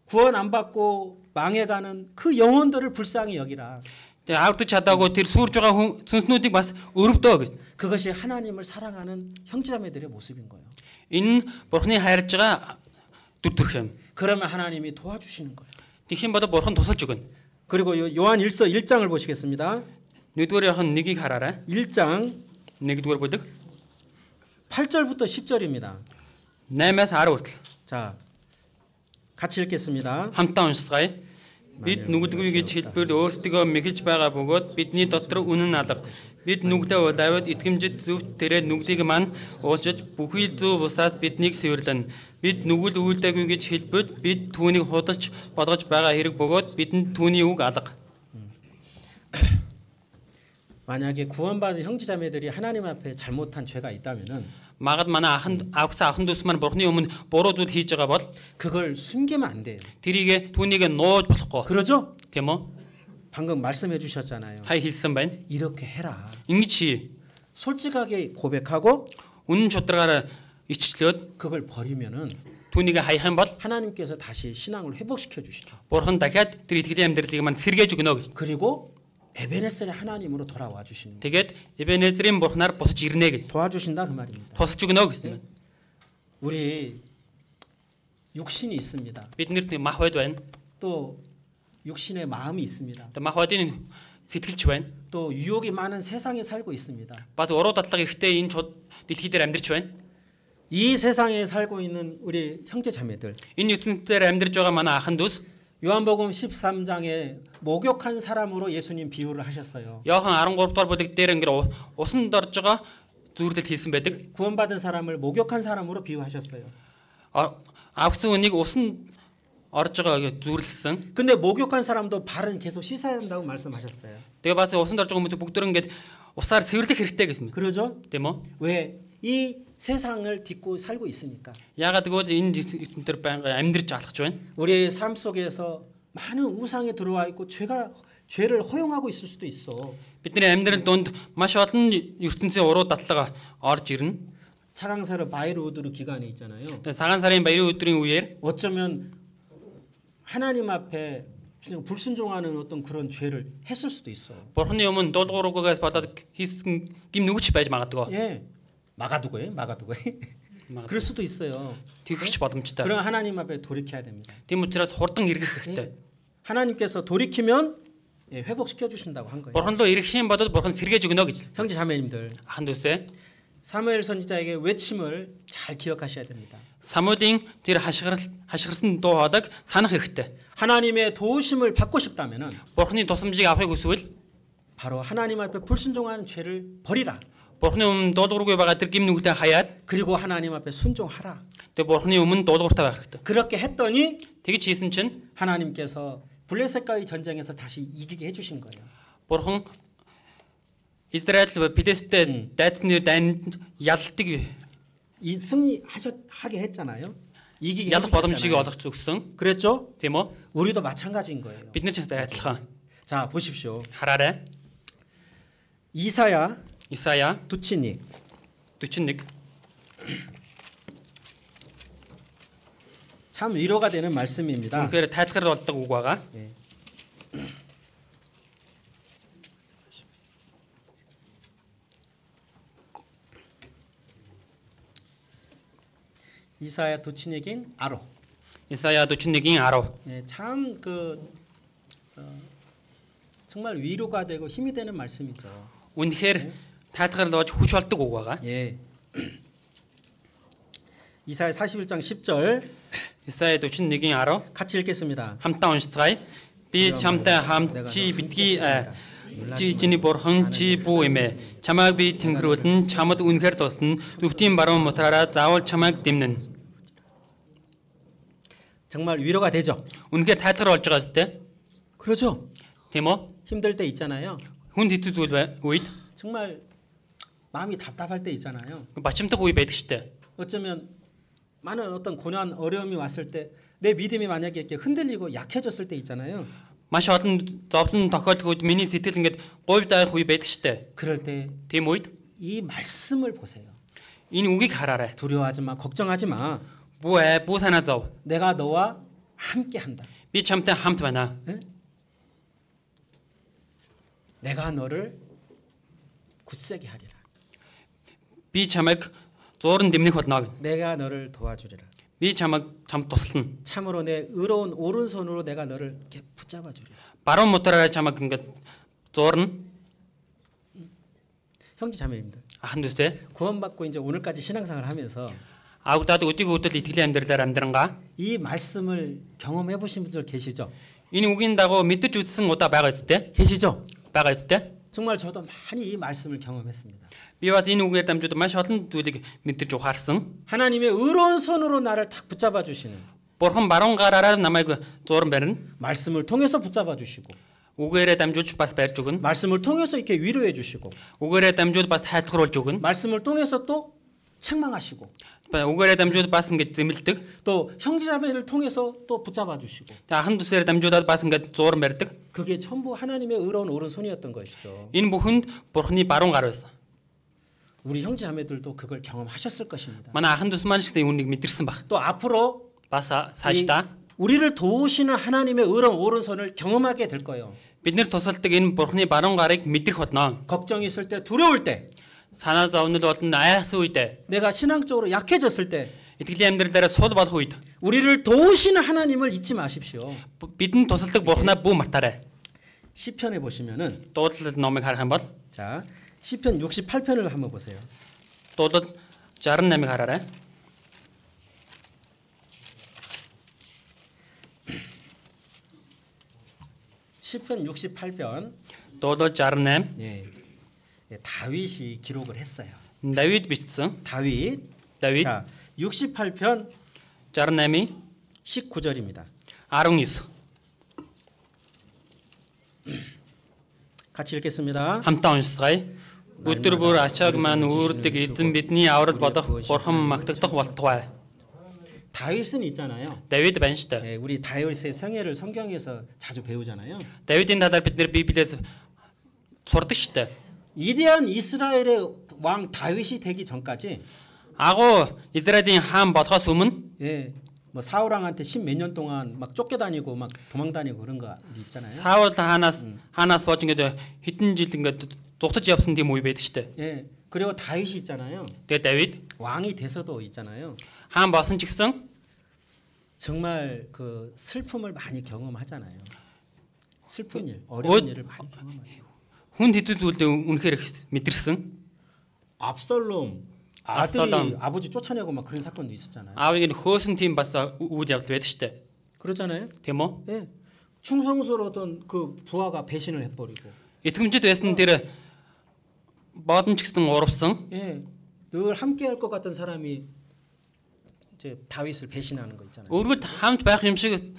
[SPEAKER 1] 구원 안 받고 망해가는 그 영혼들을 불쌍히 여기라.
[SPEAKER 2] Тэгээ аврагдаж чадаагүй тэр сүрж байгаа хүн сүнснүүдийг бас өрөвдөө гэж.
[SPEAKER 1] 그것이 하나님을 사랑하는 형제자매들의 모습인 거예요.
[SPEAKER 2] Энэ нь Бурхны хайрлаж байгаа дүр төрх юм.
[SPEAKER 1] 그러면 하나님이 도와주시는 거예요.
[SPEAKER 2] Тэгхийн бодо Бурхан тусалж өгнө.
[SPEAKER 1] 그리고 요- 요한 1서 1장을 보시겠습니다.
[SPEAKER 2] 1-р Иохан 1-ийг хараарай.
[SPEAKER 1] 1장
[SPEAKER 2] 1-р бүлэг
[SPEAKER 1] 8절부터 10절입니다.
[SPEAKER 2] 8-аас 10 хүртэл.
[SPEAKER 1] 자, 같이 읽겠습니다.
[SPEAKER 2] хамтаа уншицгаая. Бид нүгдгүй гэж хэлбэр өөртөө мэхэж байгаа бөгөөд бидний дотор үнэн алга. Бид нүгдээ бол аваад итгэмжид зөвхт тэрэ нүглийг маань уужиж бүхий зүү бусаас биднийг сэвэрлэн. Бид нүгэл үйлдэггүй гэж хэлбэл бид түүнийг худалч болгож байгаа хэрэг бөгөөд бидэнд түүний үг алга.
[SPEAKER 1] 만약에 구원받은 형제자매들이 하나님 앞에 잘못한 죄가 있다면은
[SPEAKER 2] Магад манай ахын авгсан ахын дүүс маань бурхны өмнө буруу зүйл хийж байгаа бол
[SPEAKER 1] 그걸 숨기면 안 돼요.
[SPEAKER 2] тэрийг түүнийг нууж болохгүй.
[SPEAKER 1] 그러죠?
[SPEAKER 2] Тийм үү?
[SPEAKER 1] 방금 말씀해 주셨잖아요.
[SPEAKER 2] Хай хэлсэн байна.
[SPEAKER 1] 이렇게 해라.
[SPEAKER 2] Ингэж хий.
[SPEAKER 1] 솔직하게 고백하고
[SPEAKER 2] Үнэн чудрагаар ичлээд
[SPEAKER 1] 그걸 버리면은
[SPEAKER 2] түүнийг хаях юм бол
[SPEAKER 1] 하나님께서 다시 신앙을 회복시켜 주시죠.
[SPEAKER 2] Бурхан дахиад тэр итгэлийн амьдралыг манд сэргээж өгнө гэж.
[SPEAKER 1] 그리고 에베네셀의 하나님으로 돌아와 주시는
[SPEAKER 2] Тэгээд Эбенезрийн бурхнаар босч ирнэ
[SPEAKER 1] 거예요.
[SPEAKER 2] гэж.
[SPEAKER 1] 도와주신다 그 말입니다.
[SPEAKER 2] Тусч өгнө гэсэн байна.
[SPEAKER 1] 우리 육신이 있습니다.
[SPEAKER 2] Биднэрт нэг мах байд байна.
[SPEAKER 1] 또 육신의 마음이 있습니다.
[SPEAKER 2] Тэгээд мах байдын сэтгэлч байна.
[SPEAKER 1] 또 유혹이 많은 세상에 살고 있습니다.
[SPEAKER 2] Бат уруу дадлага ихтэй энэ чуд дэлхий дээр амьдарч байна.
[SPEAKER 1] 이 세상에 살고 있는 우리 형제 자매들
[SPEAKER 2] Энэ ертөнцийн амьдарж байгаа манай ахын дүүс
[SPEAKER 1] 요한복음 13장에 목욕한 사람으로 예수님 비유를 하셨어요.
[SPEAKER 2] Иохан 13 дугаар бүлэг дээр ингээд у- усанд орж байгаа зүйлдэл хэлсэн байдаг.
[SPEAKER 1] 구원받은 사람을 목욕한 사람으로 비유하셨어요.
[SPEAKER 2] О- Авсан үнийг усанд орж байгаа зүрлсэн.
[SPEAKER 1] 근데 목욕한 사람도 발은 계속 씻어야 된다고 말씀하셨어요.
[SPEAKER 2] Тэгээд бас усанд орж байгаа хүмүүс бүгд төр ингээд усаар цэвэрлэх хэрэгтэй гэсэн мэт.
[SPEAKER 1] 그러죠?
[SPEAKER 2] Тийм үү?
[SPEAKER 1] 왜? 이 세상을 딛고 살고 있으니까
[SPEAKER 2] Яагаад гэвэл энэ ертөнцийн дээр байнга амьдарч алхаж байна.
[SPEAKER 1] 우리의 삶 속에서 많은 우상이 들어와 있고 죄가 죄를 허용하고 있을 수도 있어.
[SPEAKER 2] Бидний амьдрал донд маш олон ертөнцийн уруу датлага орж ирнэ.
[SPEAKER 1] 차강사로 바이로드르 기간에 있잖아요.
[SPEAKER 2] Цагаан сарын баярын өдрийн үеэр
[SPEAKER 1] 어쩌면 하나님 앞에 그냥 불순종하는 어떤 그런 죄를 했을 수도 있어.
[SPEAKER 2] Бурхны өмнө дуулууруугаас бодоод хийсэн гим нүгч байж магадгүй.
[SPEAKER 1] 예. 막아두고요, 막아두고요. 그럴 수도 있어요.
[SPEAKER 2] Тэгхч боломжтой.
[SPEAKER 1] 그럼 하나님 앞에 돌이켜야 됩니다.
[SPEAKER 2] Тийм учраас хурдан эргэх хэрэгтэй.
[SPEAKER 1] 하나님께서 돌이키면 예, 회복시켜 주신다고 한 거예요.
[SPEAKER 2] Бурхан руу эргэх юм бодод бурхан сэргээж өгнө гэж
[SPEAKER 1] 형제 자매님들,
[SPEAKER 2] хан дүүсээ.
[SPEAKER 1] 사무엘 선지자에게 외침을 잘 기억하셔야 됩니다.
[SPEAKER 2] Самуулийн тэр хашгирал хашгирсан дуу хоолойг санах хэрэгтэй.
[SPEAKER 1] 하나님의 도우심을 받고 싶다면은
[SPEAKER 2] Бурханы тусламжийг авахыг хүсвэл
[SPEAKER 1] 바로 하나님 앞에 불순종하는 죄를 버리라.
[SPEAKER 2] бурханы өмнө дуулуургүй байгаа тэр гим нүглээ хаяад
[SPEAKER 1] 그리고 하나님 앞에 순종하라.
[SPEAKER 2] тэр бурханы өмнө дуулууртай байх хэрэгтэй.
[SPEAKER 1] 그렇게 했더니
[SPEAKER 2] Тэгж хийсэн чинь
[SPEAKER 1] 하나님께서 블레셋과의 전쟁에서 다시 이기게 해주신 거예요.
[SPEAKER 2] бурхан Израиль Палестинд дайцны дайнд ялдаг
[SPEAKER 1] 이 승리하게 했잖아요. 이기게
[SPEAKER 2] ялах
[SPEAKER 1] 해주셨잖아요.
[SPEAKER 2] боломжийг олгож өгсөн.
[SPEAKER 1] 그랬죠?
[SPEAKER 2] Тийм үү?
[SPEAKER 1] 우리도 마찬가지인 거예요.
[SPEAKER 2] Бид нар ч гэсэн адилхан.
[SPEAKER 1] 자 보십시오.
[SPEAKER 2] Хараарай.
[SPEAKER 1] 이사야
[SPEAKER 2] Исая
[SPEAKER 1] 두치니
[SPEAKER 2] 41.
[SPEAKER 1] 참 위로가 되는 말씀입니다.
[SPEAKER 2] Үнэхээр тайлхар болдог үг байгаа.
[SPEAKER 1] 예. 이사야 두치니긴 아로.
[SPEAKER 2] Исая 41-ийн 10.
[SPEAKER 1] 예, 참그 어, 정말 위로가 되고 힘이 되는 말씀이죠.
[SPEAKER 2] Үнэхээр тайлхар болж хүч болдог үг байгаа.
[SPEAKER 1] 예. 이사야 41장 10절
[SPEAKER 2] Исая 41-ийн 10.
[SPEAKER 1] 같이 읽겠습니다.
[SPEAKER 2] Хамтаа уншицгаая. Би чамтай хамт чи битгий э, чи чиний бурхан чи бүү юм ээ. Чамайг би тэнгэрүүлэн чамд үнэхээр тусна. Төвтийн баруун мутраараа заавал чамайг дэмнэн.
[SPEAKER 1] 정말 위로가 되죠.
[SPEAKER 2] Үнэхээр тайлгар болж байгаа зү
[SPEAKER 1] 그렇죠.
[SPEAKER 2] тийм үү?
[SPEAKER 1] 힘들 때 있잖아요.
[SPEAKER 2] Хүн хэцүү зүйл бай- үед
[SPEAKER 1] 정말 마음이 답답할 때 있잖아요.
[SPEAKER 2] бачимдах үе байдаг штэ.
[SPEAKER 1] 어쩌면 많은 어떤 고난 어려움이 왔을 때 내 믿음이 만약에 이렇게 흔들리고 약해졌을 때 있잖아요.
[SPEAKER 2] Маш олон зовлон тохиолдоход миний сэтгэл ингээд говьд авах үе байдаг штэ.
[SPEAKER 1] 그럴 때 이
[SPEAKER 2] Тийм үед
[SPEAKER 1] 말씀을 보세요.
[SPEAKER 2] энэ үгийг хараарай.
[SPEAKER 1] 두려워하지 마, 걱정하지 마.
[SPEAKER 2] Бүү ээ, бүү санаа зов.
[SPEAKER 1] 내가 너와 함께한다.
[SPEAKER 2] Би чамтай хамт байна.
[SPEAKER 1] 내가 너를 굳세게 하리라.
[SPEAKER 2] Би чамайг зууран дэмнэх болно гэнэ.
[SPEAKER 1] 내가 너를 도와주리라.
[SPEAKER 2] Би чамайг чамд туслана.
[SPEAKER 1] 참으로 내 의로운 오른손으로 내가 너를 이렇게 붙잡아 주리라.
[SPEAKER 2] Баруун мутраараа чамайг ингээд зуурна.
[SPEAKER 1] 형제 자매입니다.
[SPEAKER 2] Ахан дүүсээ.
[SPEAKER 1] 구원받고 이제 오늘까지 신앙생활 하면서
[SPEAKER 2] Аврагдаад өдийг хөтөл итгэлийн амьдралаар амьдрангаа.
[SPEAKER 1] 이 말씀을 경험해 보신 분들 계시죠?
[SPEAKER 2] Энэ үгийн дагуу мэдэрч үзсэн удаа байгаа үсттэй.
[SPEAKER 1] 계시죠?
[SPEAKER 2] Байгаа үсттэй.
[SPEAKER 1] 정말 저도 많이 이 말씀을 경험했습니다.
[SPEAKER 2] Би бас энэ үгээр дамжууд маш олон зүйлийг мэдэрч ухаарсан.
[SPEAKER 1] 하나님의 의로운 손으로 나를 탁 붙잡아 주시는
[SPEAKER 2] Бурхан баруун гараараа намайг зууран барина.
[SPEAKER 1] 말씀을 통해서 붙잡아 주시고
[SPEAKER 2] Үгээрээ дамжуулж бас барьж өгнө.
[SPEAKER 1] 말씀을 통해서 이렇게 위로해 주시고
[SPEAKER 2] Үгээрээ дамжуул бас хайлтгаруулж өгнө.
[SPEAKER 1] 말씀을 통해서 또 책망하시고
[SPEAKER 2] Ба- Үгээрээ дамжуул бас ингэж зэмлдэг.
[SPEAKER 1] 또 형제자매를 통해서 또 붙잡아 주시고
[SPEAKER 2] Тэгээ Ахан дүсээр дамжуулаад бас ингэж зууран барьдаг.
[SPEAKER 1] 그게 전부 하나님의 의로운 오른손이었던 것이죠.
[SPEAKER 2] Энэ бүхэнд Бурханы баруун гар байсан.
[SPEAKER 1] 우리 형제자매들도 그걸 경험하셨을 것입니다.
[SPEAKER 2] Манай ахан дүс маань ч гэсэн үүнийг мэдэрсэн баг.
[SPEAKER 1] 또 앞으로
[SPEAKER 2] Бас а-
[SPEAKER 1] 이-
[SPEAKER 2] цаашдаа
[SPEAKER 1] 우리를 도우시는 하나님의 의로운 오른손을 경험하게 될 거예요.
[SPEAKER 2] бид нэр тусалдаг энэ Бурханы баруун гарыг мэдрэх болно.
[SPEAKER 1] 걱정이 있을 때 두려울 때
[SPEAKER 2] Санаа зовнил болон айс үед
[SPEAKER 1] 내가 신앙적으로 약해졌을 때
[SPEAKER 2] итгэлийн амьдралаараа сул болох үед
[SPEAKER 1] 우리를 도우시는 하나님을 잊지 마십시오.
[SPEAKER 2] б- бидэнд тусалдаг Бурханаа бүү мартаарай.
[SPEAKER 1] 시편에 보시면은
[SPEAKER 2] Дуудлал номыг харах юм бол
[SPEAKER 1] 자 시편 68편을 한번 보세요.
[SPEAKER 2] дуудлал 68-ыг хараарай.
[SPEAKER 1] 시편 68편
[SPEAKER 2] Дуудлал 68
[SPEAKER 1] 예, 예, 다윗이 기록을 했어요.
[SPEAKER 2] Давид бичсэн.
[SPEAKER 1] 다윗
[SPEAKER 2] Давид
[SPEAKER 1] 자 68편
[SPEAKER 2] 68-ийн
[SPEAKER 1] 19절입니다.
[SPEAKER 2] 19
[SPEAKER 1] 같이 읽겠습니다.
[SPEAKER 2] хамтаа уншицгаая. Өдөр бүр ачааг маань үүрдэг эзэн бидний аврал болох Бурхан магтагдах болтугай.
[SPEAKER 1] 다윗은 있잖아요.
[SPEAKER 2] Давид байна шүү дээ.
[SPEAKER 1] 예, 우리 다윗의 생애를 성경에서 자주 배우잖아요.
[SPEAKER 2] Давидын талаар бид нэр Библиэс сурдаг штэ.
[SPEAKER 1] 이대한 이스라엘의 왕 다윗이 되기 전까지
[SPEAKER 2] Агуу Израилийн хаан болохоос өмнө
[SPEAKER 1] 예, 뭐 사울왕한테 십몇 년 동안 막 쫓겨다니고 막 도망다니고 그런 거 있잖아요.
[SPEAKER 2] Саул хаанаас хаанаас болж ингээд хэдэн жил ингээд зугтаж явсан тийм үе байдаг штэ.
[SPEAKER 1] 예, 그리고 다윗이 있잖아요.
[SPEAKER 2] Тэгээ Давид
[SPEAKER 1] 왕이 돼서도 있잖아요.
[SPEAKER 2] хаан болсон ч гэсэн
[SPEAKER 1] 정말 그 슬픔을 많이 경험하잖아요. 슬픈 일,
[SPEAKER 2] 어?
[SPEAKER 1] 어려운 일을 많이 경험하죠.
[SPEAKER 2] хүн хэдэн зүйлээ үнэхээр их мэдэрсэн.
[SPEAKER 1] 압살롬 아들이
[SPEAKER 2] 압살롬.
[SPEAKER 1] 아버지 쫓아내고 막 그런 사건도 있었잖아요.
[SPEAKER 2] Аавыг нь хөөсөн тийм бас үйл явдал байдаг шүү дээ.
[SPEAKER 1] 그러잖아요.
[SPEAKER 2] Тийм үү?
[SPEAKER 1] 예. 충성스러웠던 그 부하가 배신을 해버리고,
[SPEAKER 2] Итгэмжид байсан тэр болон ч гэсэн урвсан.
[SPEAKER 1] 예. 늘 함께할 것 같던 사람이 이제 다윗을 배신하는 거 있잖아요.
[SPEAKER 2] Өргөд хамт байх юм шиг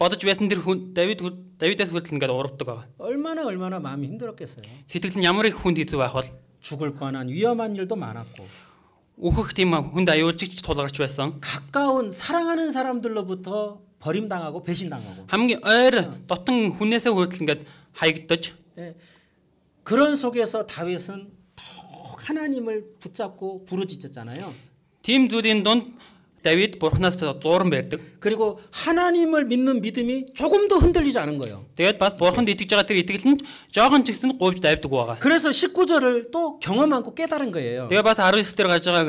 [SPEAKER 2] бодож байсан тэр хүн Давид хүр- Давидаас хүртэл ингээд урвдаг байгаа.
[SPEAKER 1] 얼마나 얼마나 마음이 힘들었겠어요.
[SPEAKER 2] Сэтгэл нь ямар их хүнд хэцүү байх бол
[SPEAKER 1] 죽을 뻔한 위험한 일도 많았고,
[SPEAKER 2] үхэх тийм хүнд аюулжигч тулгарч байсан.
[SPEAKER 1] 가까운 사랑하는 사람들로부터 버림당하고 배신당하고,
[SPEAKER 2] Хамгийн ойр дотн хүнээсээ хүртэл ингээд хаягдаж
[SPEAKER 1] 예. 그런 속에서 다윗은 더욱 하나님을 붙잡고 부르짖었잖아요.
[SPEAKER 2] тийм зүйлийн дунд Давид бурхнаас зууран байдаг.
[SPEAKER 1] 그리고 하나님을 믿는 믿음이 조금도 흔들리지 않은 거예요.
[SPEAKER 2] Тэгээд бас бурханд итгэж байгаа тэр итгэл нь жоохон ч гэсэн говьд давдаг байгаа.
[SPEAKER 1] 그래서 19절을 또 경험하고 깨달은 거예요.
[SPEAKER 2] Тэгээ бас 19 дээр гарч байгааг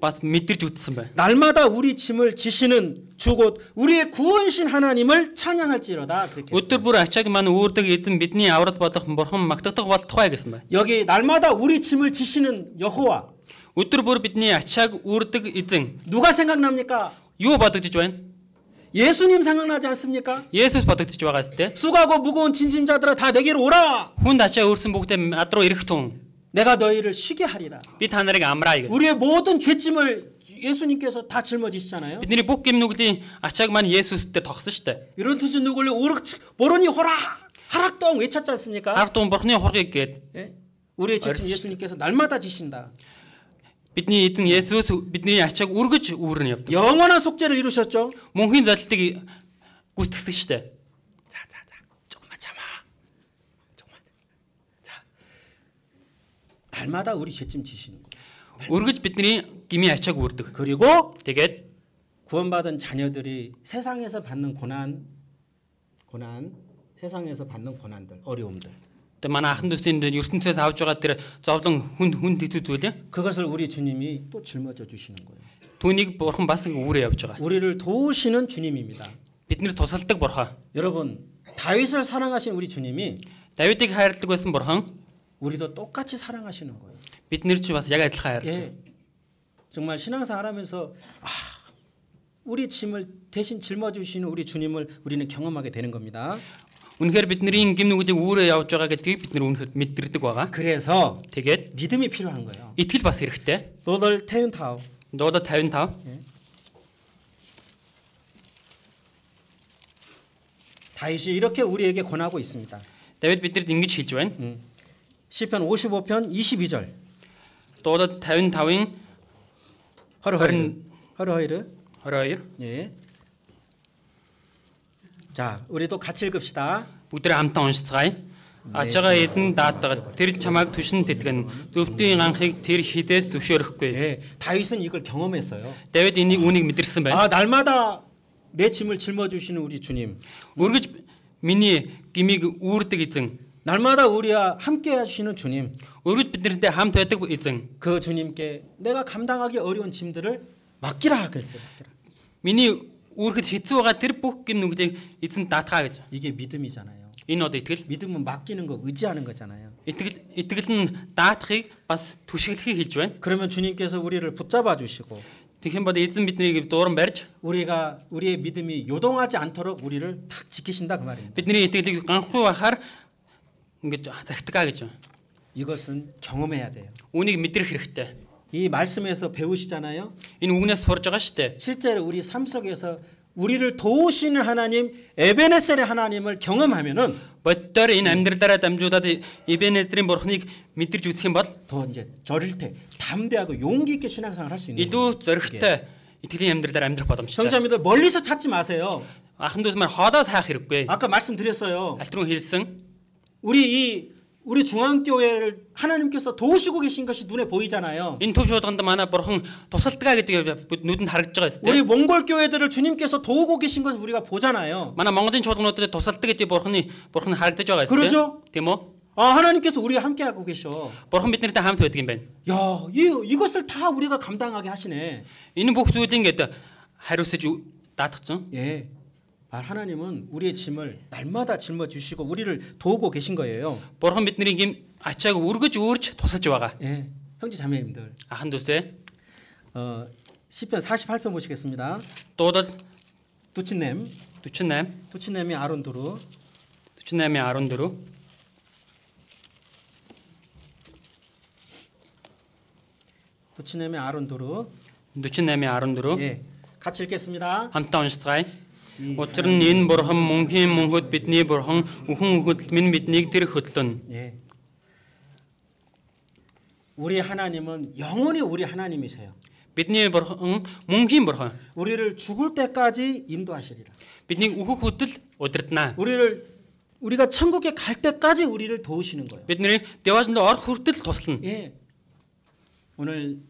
[SPEAKER 2] бас мэдэрч үтсэн байна.
[SPEAKER 1] 날마다 우리 짐을 지시는 주 곧 우리의 구원신 하나님을 찬양할지로다 그렇게 했어요.
[SPEAKER 2] Өдөр бүр ачааг маань үүрдэг эзэн бидний аврал болох бурхан магтагдах болтугай гэсэн байна.
[SPEAKER 1] 여기 날마다 우리 짐을 지시는 여호와
[SPEAKER 2] Өдөр бүр бидний ачааг үүрдэг эзэн
[SPEAKER 1] 누가 생각납니까?
[SPEAKER 2] юу бодогдож байна?
[SPEAKER 1] 예수님 생각나지 않습니까?
[SPEAKER 2] Есүс бодогдож байгаа сте.
[SPEAKER 1] 수고하고 무거운 진심자들아 다 내게로 오라.
[SPEAKER 2] Хүнд ачаа өөрсөн бүгдээ ад руу ирэх тун.
[SPEAKER 1] 내가 너희를 쉬게 하리라.
[SPEAKER 2] Би та нарыг амраа гэж.
[SPEAKER 1] 우리의 모든 죄짐을 예수님께서 다 짊어지시잖아요.
[SPEAKER 2] Бидний бүх гимнүглийн ачааг маань Есүс дээр тогсон штэ.
[SPEAKER 1] 이런 뜻이 누굴 오르치 모르니 호라 하락동 외쳤지 않습니까?
[SPEAKER 2] Хар дуун бурхны хургийг гээд
[SPEAKER 1] 예? 우리의 죄짐 예수님께서 날마다 지신다.
[SPEAKER 2] бидний эзэн Есүс бидний ачааг үргэж үүрнэ явдаг.
[SPEAKER 1] 영원한 속죄를 이루셨죠.
[SPEAKER 2] Мөнхийн золилтыг гүйтгсэн штэ.
[SPEAKER 1] 자자자 조금만 참아. 조금만. 자. 날마다 우리 죄짐 지시는 거.
[SPEAKER 2] Үргэж бидний гмийн ачааг үрдэг.
[SPEAKER 1] 그리고
[SPEAKER 2] Тэгээд
[SPEAKER 1] 구원받은 자녀들이 세상에서 받는 고난 고난 세상에서 받는 고난들 어려움들
[SPEAKER 2] Тэгээ манай ахын дүүсийн дээр ертөнцөөс авж байгаа тэр зовлон хүнд хүнд хэцүү зүйлээ
[SPEAKER 1] 그것을 우리 주님이 또 짊어져 주시는 거예요.
[SPEAKER 2] түүнийг бурхан бас ингэ үүрээ явж байгаа.
[SPEAKER 1] 우리를 도우시는 주님입니다.
[SPEAKER 2] Бид нэр тусалдаг бурхан.
[SPEAKER 1] 여러분 다윗을 사랑하신 우리 주님이
[SPEAKER 2] Давидыг хайрладаг байсан бурхан
[SPEAKER 1] 우리도 똑같이 사랑하시는 거예요.
[SPEAKER 2] бид нэр чи бас яг адилхан хайрлаа.
[SPEAKER 1] 예. 정말 신앙생활 하면서 아, 우리 짐을 대신 짊어 주시는 우리 주님을 우리는 경험하게 되는 겁니다.
[SPEAKER 2] Үнэхээр бидний гим нүгүүдийг үүрээ явж байгаа гэдгийг бид нэр үнэхээр мэдэрдэг байгаа.
[SPEAKER 1] 그래서
[SPEAKER 2] Тэгээд
[SPEAKER 1] 믿음이 필요한 거예요.
[SPEAKER 2] итгэл бас хэрэгтэй.
[SPEAKER 1] 노들 태윤타오.
[SPEAKER 2] Дуудад 55.
[SPEAKER 1] 다윗이 이렇게 우리에게 권하고 있습니다.
[SPEAKER 2] Давид бидэнд ингэж хэлж байна.
[SPEAKER 1] 시편 55편 22절.
[SPEAKER 2] Дуудад 55-ын
[SPEAKER 1] 허르허이르. 허르허이르.
[SPEAKER 2] 22
[SPEAKER 1] 예. 자, 우리도 같이 읽읍시다.
[SPEAKER 2] бүгдээ хамтаа уншицгаая. Ачаага эзэн даатгад тэр чамайг түшин тэтгэн зөвхөн анхыг тэр хідээс зөвшөөрөхгүй.
[SPEAKER 1] 예. 다윗은 이걸 경험했어요.
[SPEAKER 2] Давид энийг үнийг мэдэрсэн байна.
[SPEAKER 1] 아, 날마다 내 짐을 짊어 주시는 우리 주님.
[SPEAKER 2] Өргөж миний гмийг үүрдэг эзэн.
[SPEAKER 1] 날마다 우리와 함께 하시는 주님.
[SPEAKER 2] Өргөж биднэртэй хамт байдаг эзэн.
[SPEAKER 1] 그 주님께 내가 감당하기 어려운 짐들을 맡기라 하겠어요. 맡기라.
[SPEAKER 2] Миний үүрхэд хэцүү байгаа тэр бүх гим нүглийг эзэн даатгаа гэж.
[SPEAKER 1] 이게 믿음이잖아요.
[SPEAKER 2] Энэ одоо итгэл.
[SPEAKER 1] 믿음은 맡기는 거 의지하는 거잖아요.
[SPEAKER 2] Итгэл итгэл нь даатахыг бас түшиглэхийг хэлж байна.
[SPEAKER 1] 그러면 주님께서 우리를 붙잡아 주시고
[SPEAKER 2] Тэгэх юм бол эзэн биднийг дууран барьж
[SPEAKER 1] 우리가 우리의 믿음이 요동하지 않도록 우리를 탁 지키신다 그 말입니다.
[SPEAKER 2] бидний итгэлийг ганхгүй байхаар ингэж загтгаа гэж байна.
[SPEAKER 1] 이것은 경험해야 돼요.
[SPEAKER 2] Үүнийг мэдрэх хэрэгтэй.
[SPEAKER 1] 이 말씀에서 배우시잖아요.
[SPEAKER 2] Энэ үгнээс сурж байгаа шүү дээ.
[SPEAKER 1] 실제로 우리 삶 속에서 우리를 도우시는 하나님 에베네셀의 하나님을 경험하면은
[SPEAKER 2] Боддоор энэ амьдралаараа дамжуулаад Ибенезрийн бурхныг мэдэрч үзэх юм бол
[SPEAKER 1] 더 이제 저릴 때 담대하고 용기 있게 신앙생활 할 수 있는 거예요.
[SPEAKER 2] илүү зоригтой итгэлийн амьдралаар амьдрах боломжтой.
[SPEAKER 1] 성자님들 멀리서 찾지 마세요.
[SPEAKER 2] Ахан дүүс маань хоолоос хайх хэрэггүй.
[SPEAKER 1] 아까 말씀드렸어요.
[SPEAKER 2] Альтрун хэлсэн.
[SPEAKER 1] 우리 이 우리 중앙교회를 하나님께서 도우시고 계신 것이 눈에 보이잖아요.
[SPEAKER 2] Энэ төв шуудганд манай бурхан тусалдгаа гэдэг бид нүдэнд харагдж байгаа
[SPEAKER 1] 우리
[SPEAKER 2] зүйл.
[SPEAKER 1] 몽골 교회들을 주님께서 도우고 계신 것을 우리가 보잖아요.
[SPEAKER 2] Манай Монголын чуулгануудад тусалдаг гэдэг бурханы бурхан харагдаж байгаа
[SPEAKER 1] Кэрэж юу?
[SPEAKER 2] тийм үү?
[SPEAKER 1] 아, 하나님께서 우리와 함께하고 계셔.
[SPEAKER 2] Бурхан биднэртэй хамт байдаг юм байна.
[SPEAKER 1] 야, 이 이것을 다 우리가 감당하게 하시네.
[SPEAKER 2] Энэ бүх зүйл ингээд хариуцж ү- даатгацсан.
[SPEAKER 1] 예. 말 하나님은 우리의 짐을 날마다 짊어 주시고 우리를 도우고 계신 거예요.
[SPEAKER 2] Бурхан биднийг юм ачааг өргөж өөрч тусаж байгаа.
[SPEAKER 1] 예. 형제 자매님들.
[SPEAKER 2] Ахан дүүсээ
[SPEAKER 1] 어, 시편 48편 보시겠습니다.
[SPEAKER 2] дуудал
[SPEAKER 1] 두친냄,
[SPEAKER 2] 48
[SPEAKER 1] 두친냄이 아론두루
[SPEAKER 2] 48-ийн 14
[SPEAKER 1] 두친냄이 아론두루
[SPEAKER 2] 48-ийн 14
[SPEAKER 1] 예. 같이 읽겠습니다.
[SPEAKER 2] хамтаа уншицгаая. Учир нь энэ бурхан мөнхийн мөнхөд бидний бурхан үхэн хөдөл минь биднийг тэр хөдлөн.
[SPEAKER 1] 예. 우리 하나님은 영원히 우리 하나님이세요.
[SPEAKER 2] Бидний бурхан мөнхийн бурхан
[SPEAKER 1] 우리를 죽을 때까지 인도하시리라.
[SPEAKER 2] биднийг үхэх хөдөл удирднаа.
[SPEAKER 1] 우리를 우리가 천국에 갈 때까지 우리를 도우시는 거예요.
[SPEAKER 2] Бидний деважинд орох хүртэл туслана.
[SPEAKER 1] 예. 오늘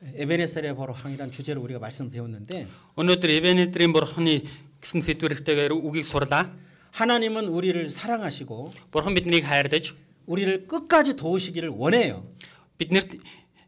[SPEAKER 1] 에베네셀의 버로항이라는 주제로 우리가 말씀 배웠는데
[SPEAKER 2] Өнөөдөр Эвенедрийн бурханы гэсэн сэдвэрхтэйгээр үгийг сурлаа.
[SPEAKER 1] 하나님은 우리를 사랑하시고
[SPEAKER 2] Бурхан биднийг хайрлаж
[SPEAKER 1] 우리를 끝까지 도우시기를 원해요.
[SPEAKER 2] биднэрт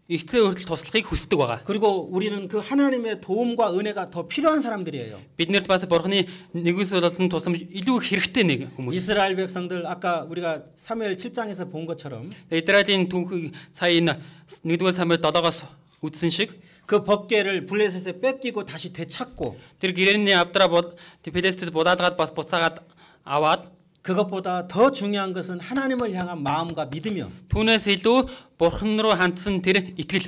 [SPEAKER 2] ихцээ хүртэл туслахыг хүсдэг байгаа.
[SPEAKER 1] 그리고 우리는 그 하나님의 도움과 은혜가 더 필요한 사람들이에요.
[SPEAKER 2] Биднэрт бас бурханы нэгүс болон тусламж илүү их хэрэгтэй нэг хүмүүс.
[SPEAKER 1] 이스라엘 백성들 아까 우리가 사무엘 7장에서 본 것처럼
[SPEAKER 2] Израилийн түүхийг сая энэ 1-р самбар 7-оос үздсэн шиг
[SPEAKER 1] 그 벗개를 블레셋에 뺏기고 다시 되찾고
[SPEAKER 2] тэр гэрээний авдраа бол тэр Филистид будаалгаад бас буцаагаад аваад
[SPEAKER 1] 그것보다 더 중요한 것은 하나님을 향한 마음과 믿음이요.
[SPEAKER 2] түүнээс илүү бурхан руу хандсан тэр итгэл.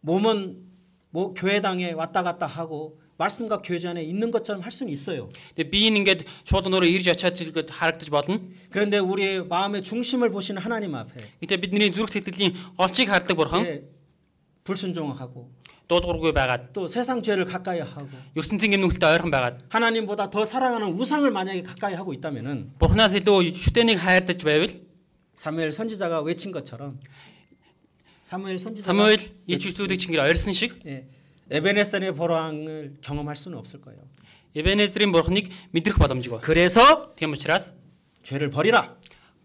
[SPEAKER 1] 몸은 뭐 교회당에 왔다 갔다 하고 말씀과 교제 안에 있는 것처럼 할 수는 있어요.
[SPEAKER 2] Тэгээ би энэ ингээд шууд нөрөө ирж очиад зэрэг харагдаж болно.
[SPEAKER 1] 그런데 우리의 마음의 중심을 보시는 하나님 앞에
[SPEAKER 2] Гэтэ бидний зүрх сэтгэлийн голчийг хардаг бурхан
[SPEAKER 1] 예, 불순종하고
[SPEAKER 2] дуулуургүй байгаад
[SPEAKER 1] 또 세상 죄를 가까이 하고
[SPEAKER 2] ертөнцийн гимнүгэлтэй ойрхон байгаад
[SPEAKER 1] 하나님보다 더 사랑하는 우상을 만약에 가까이 하고 있다면은
[SPEAKER 2] бурхнаас илүү шүтэнийг хайрдаж байвал
[SPEAKER 1] 사무엘 선지자가 외친 것처럼 사무엘 선지자 가
[SPEAKER 2] Самуэль ич үслүүдийг чингээр ойрсон шиг
[SPEAKER 1] 예, 에베네센의 보로항을 경험할 수는 없을 거예요.
[SPEAKER 2] Эбенезрийн бурхныг мэдрэх боломжгүй.
[SPEAKER 1] 그래서
[SPEAKER 2] Тийм учраас
[SPEAKER 1] 죄를 버리라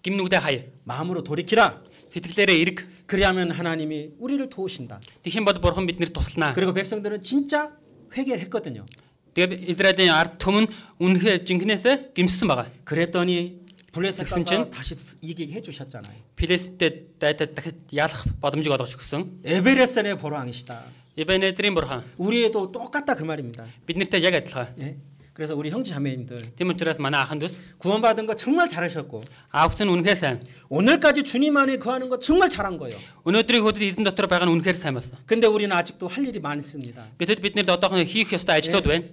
[SPEAKER 2] гимнүгдэ хай.
[SPEAKER 1] 마음으로 돌이키라.
[SPEAKER 2] Сэтгэлээрээ эрг.
[SPEAKER 1] 그리하면 하나님이 우리를 도우신다.
[SPEAKER 2] Тэхин бол бурхан биднэрт туслана.
[SPEAKER 1] 그리고 백성들은 진짜 회개를 했거든요.
[SPEAKER 2] Тэгээд Израилийн ард түмэн үнэхээр жинкнээсээ гимссэн байгаа.
[SPEAKER 1] 그랬더니 블레셋 가서
[SPEAKER 2] 백성진?
[SPEAKER 1] 다시 이기게 해주셨잖아요.
[SPEAKER 2] Филистед дайтад дахид яалах боломжийг олгож өгсөн.
[SPEAKER 1] 에베레센의 보로왕이시다.
[SPEAKER 2] Эбенезрийн бурхан
[SPEAKER 1] 우리에도 똑같다 그 말입니다.
[SPEAKER 2] биднэртэй яг адилхан.
[SPEAKER 1] 예. 그래서 우리 형제 자매님들
[SPEAKER 2] Тийм учраас манай ахын дүүс
[SPEAKER 1] 구원받은 거 정말 잘하셨고
[SPEAKER 2] аавс нь үнэхээр сайн.
[SPEAKER 1] 오늘까지 주님 안에 거하는 거 정말 잘한 거예요.
[SPEAKER 2] Өнөөдрийн хөдөлд эзэн дотор байгаа нь үнэхээр сайн болсон.
[SPEAKER 1] 근데 우리는 아직도 할 일이 많습니다.
[SPEAKER 2] Гэтэл биднэрд одоохон хийх ёстой ажлууд байна.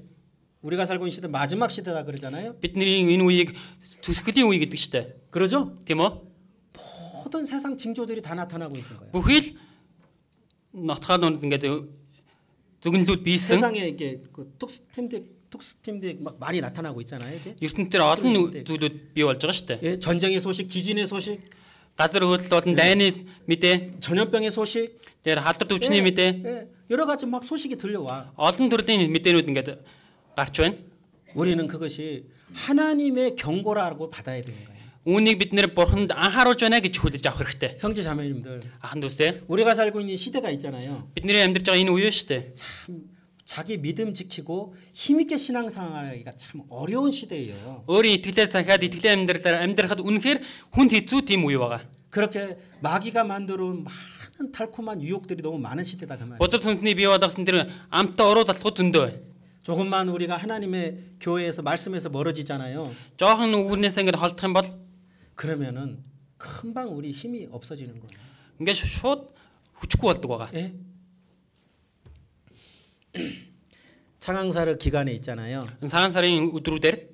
[SPEAKER 1] 우리가 살고 있는 시대 마지막 시대다 그러잖아요.
[SPEAKER 2] Бидний энэ үеийг төсгөлийн үе гэдэг штэ.
[SPEAKER 1] 그러죠?
[SPEAKER 2] Тийм үү?
[SPEAKER 1] 모든 세상 징조들이 다 나타나고 있는 거예요.
[SPEAKER 2] Бүхий л нотхаанууд ингээд зүгнэлүүд бийсэн.
[SPEAKER 1] 세상에 이게 그 톡스팀들 톡스팀들 막 많이 나타나고 있잖아요. 이제
[SPEAKER 2] ертөнцийн олон нүү- зүйлүүд бий болж байгаа штэ.
[SPEAKER 1] 예, 전쟁의 소식, 지진의 소식,
[SPEAKER 2] Газар хөдлөл болон дайны мэдээ,
[SPEAKER 1] 전염병의 소식,
[SPEAKER 2] тэр халдвар төвчний мэдээ,
[SPEAKER 1] 예, 여러 가지 막 소식이 들려와.
[SPEAKER 2] олон төрлийн мэдээнүүд ингээд гарч байна.
[SPEAKER 1] 우리는 그것이 하나님의 경고라고 받아야 되는 거예요.
[SPEAKER 2] Үүнийг бид нэр бурханд анхааруулж байна гэж хүлээж авах хэрэгтэй.
[SPEAKER 1] 형제 자매님들,
[SPEAKER 2] Ахан дүүсээ
[SPEAKER 1] 우리가 살고 있는 시대가 있잖아요.
[SPEAKER 2] бидний амьдарч байгаа энэ үе штэ.
[SPEAKER 1] 참 자기 믿음 지키고 힘 있게 신앙생활하기가 참 어려운 시대예요.
[SPEAKER 2] Өөрийн итгэлээр захиад итгэлийн амьдралаар амьдрахад үнэхээр хүнд хэцүү тийм үе байгаа.
[SPEAKER 1] 그렇게 마귀가 만들어온 많은 달콤한 유혹들이 너무 많은 시대다 그 말이에요.
[SPEAKER 2] Бодол сүнсний бий болгосон тэр амтаа уруу залхуу зөндөө байна.
[SPEAKER 1] 조금만 우리가 하나님의 교회에서 말씀에서 멀어지잖아요.
[SPEAKER 2] Жохон нүгнээс ингээд холдох юм бол
[SPEAKER 1] 그러면은 금방 우리 힘이 없어지는 거예요.
[SPEAKER 2] ингээд ш- шууд хүчгүй болдог байгаа.
[SPEAKER 1] 예? 창항사르 기간에 있잖아요.
[SPEAKER 2] Цагаан сарын өдрүүдээр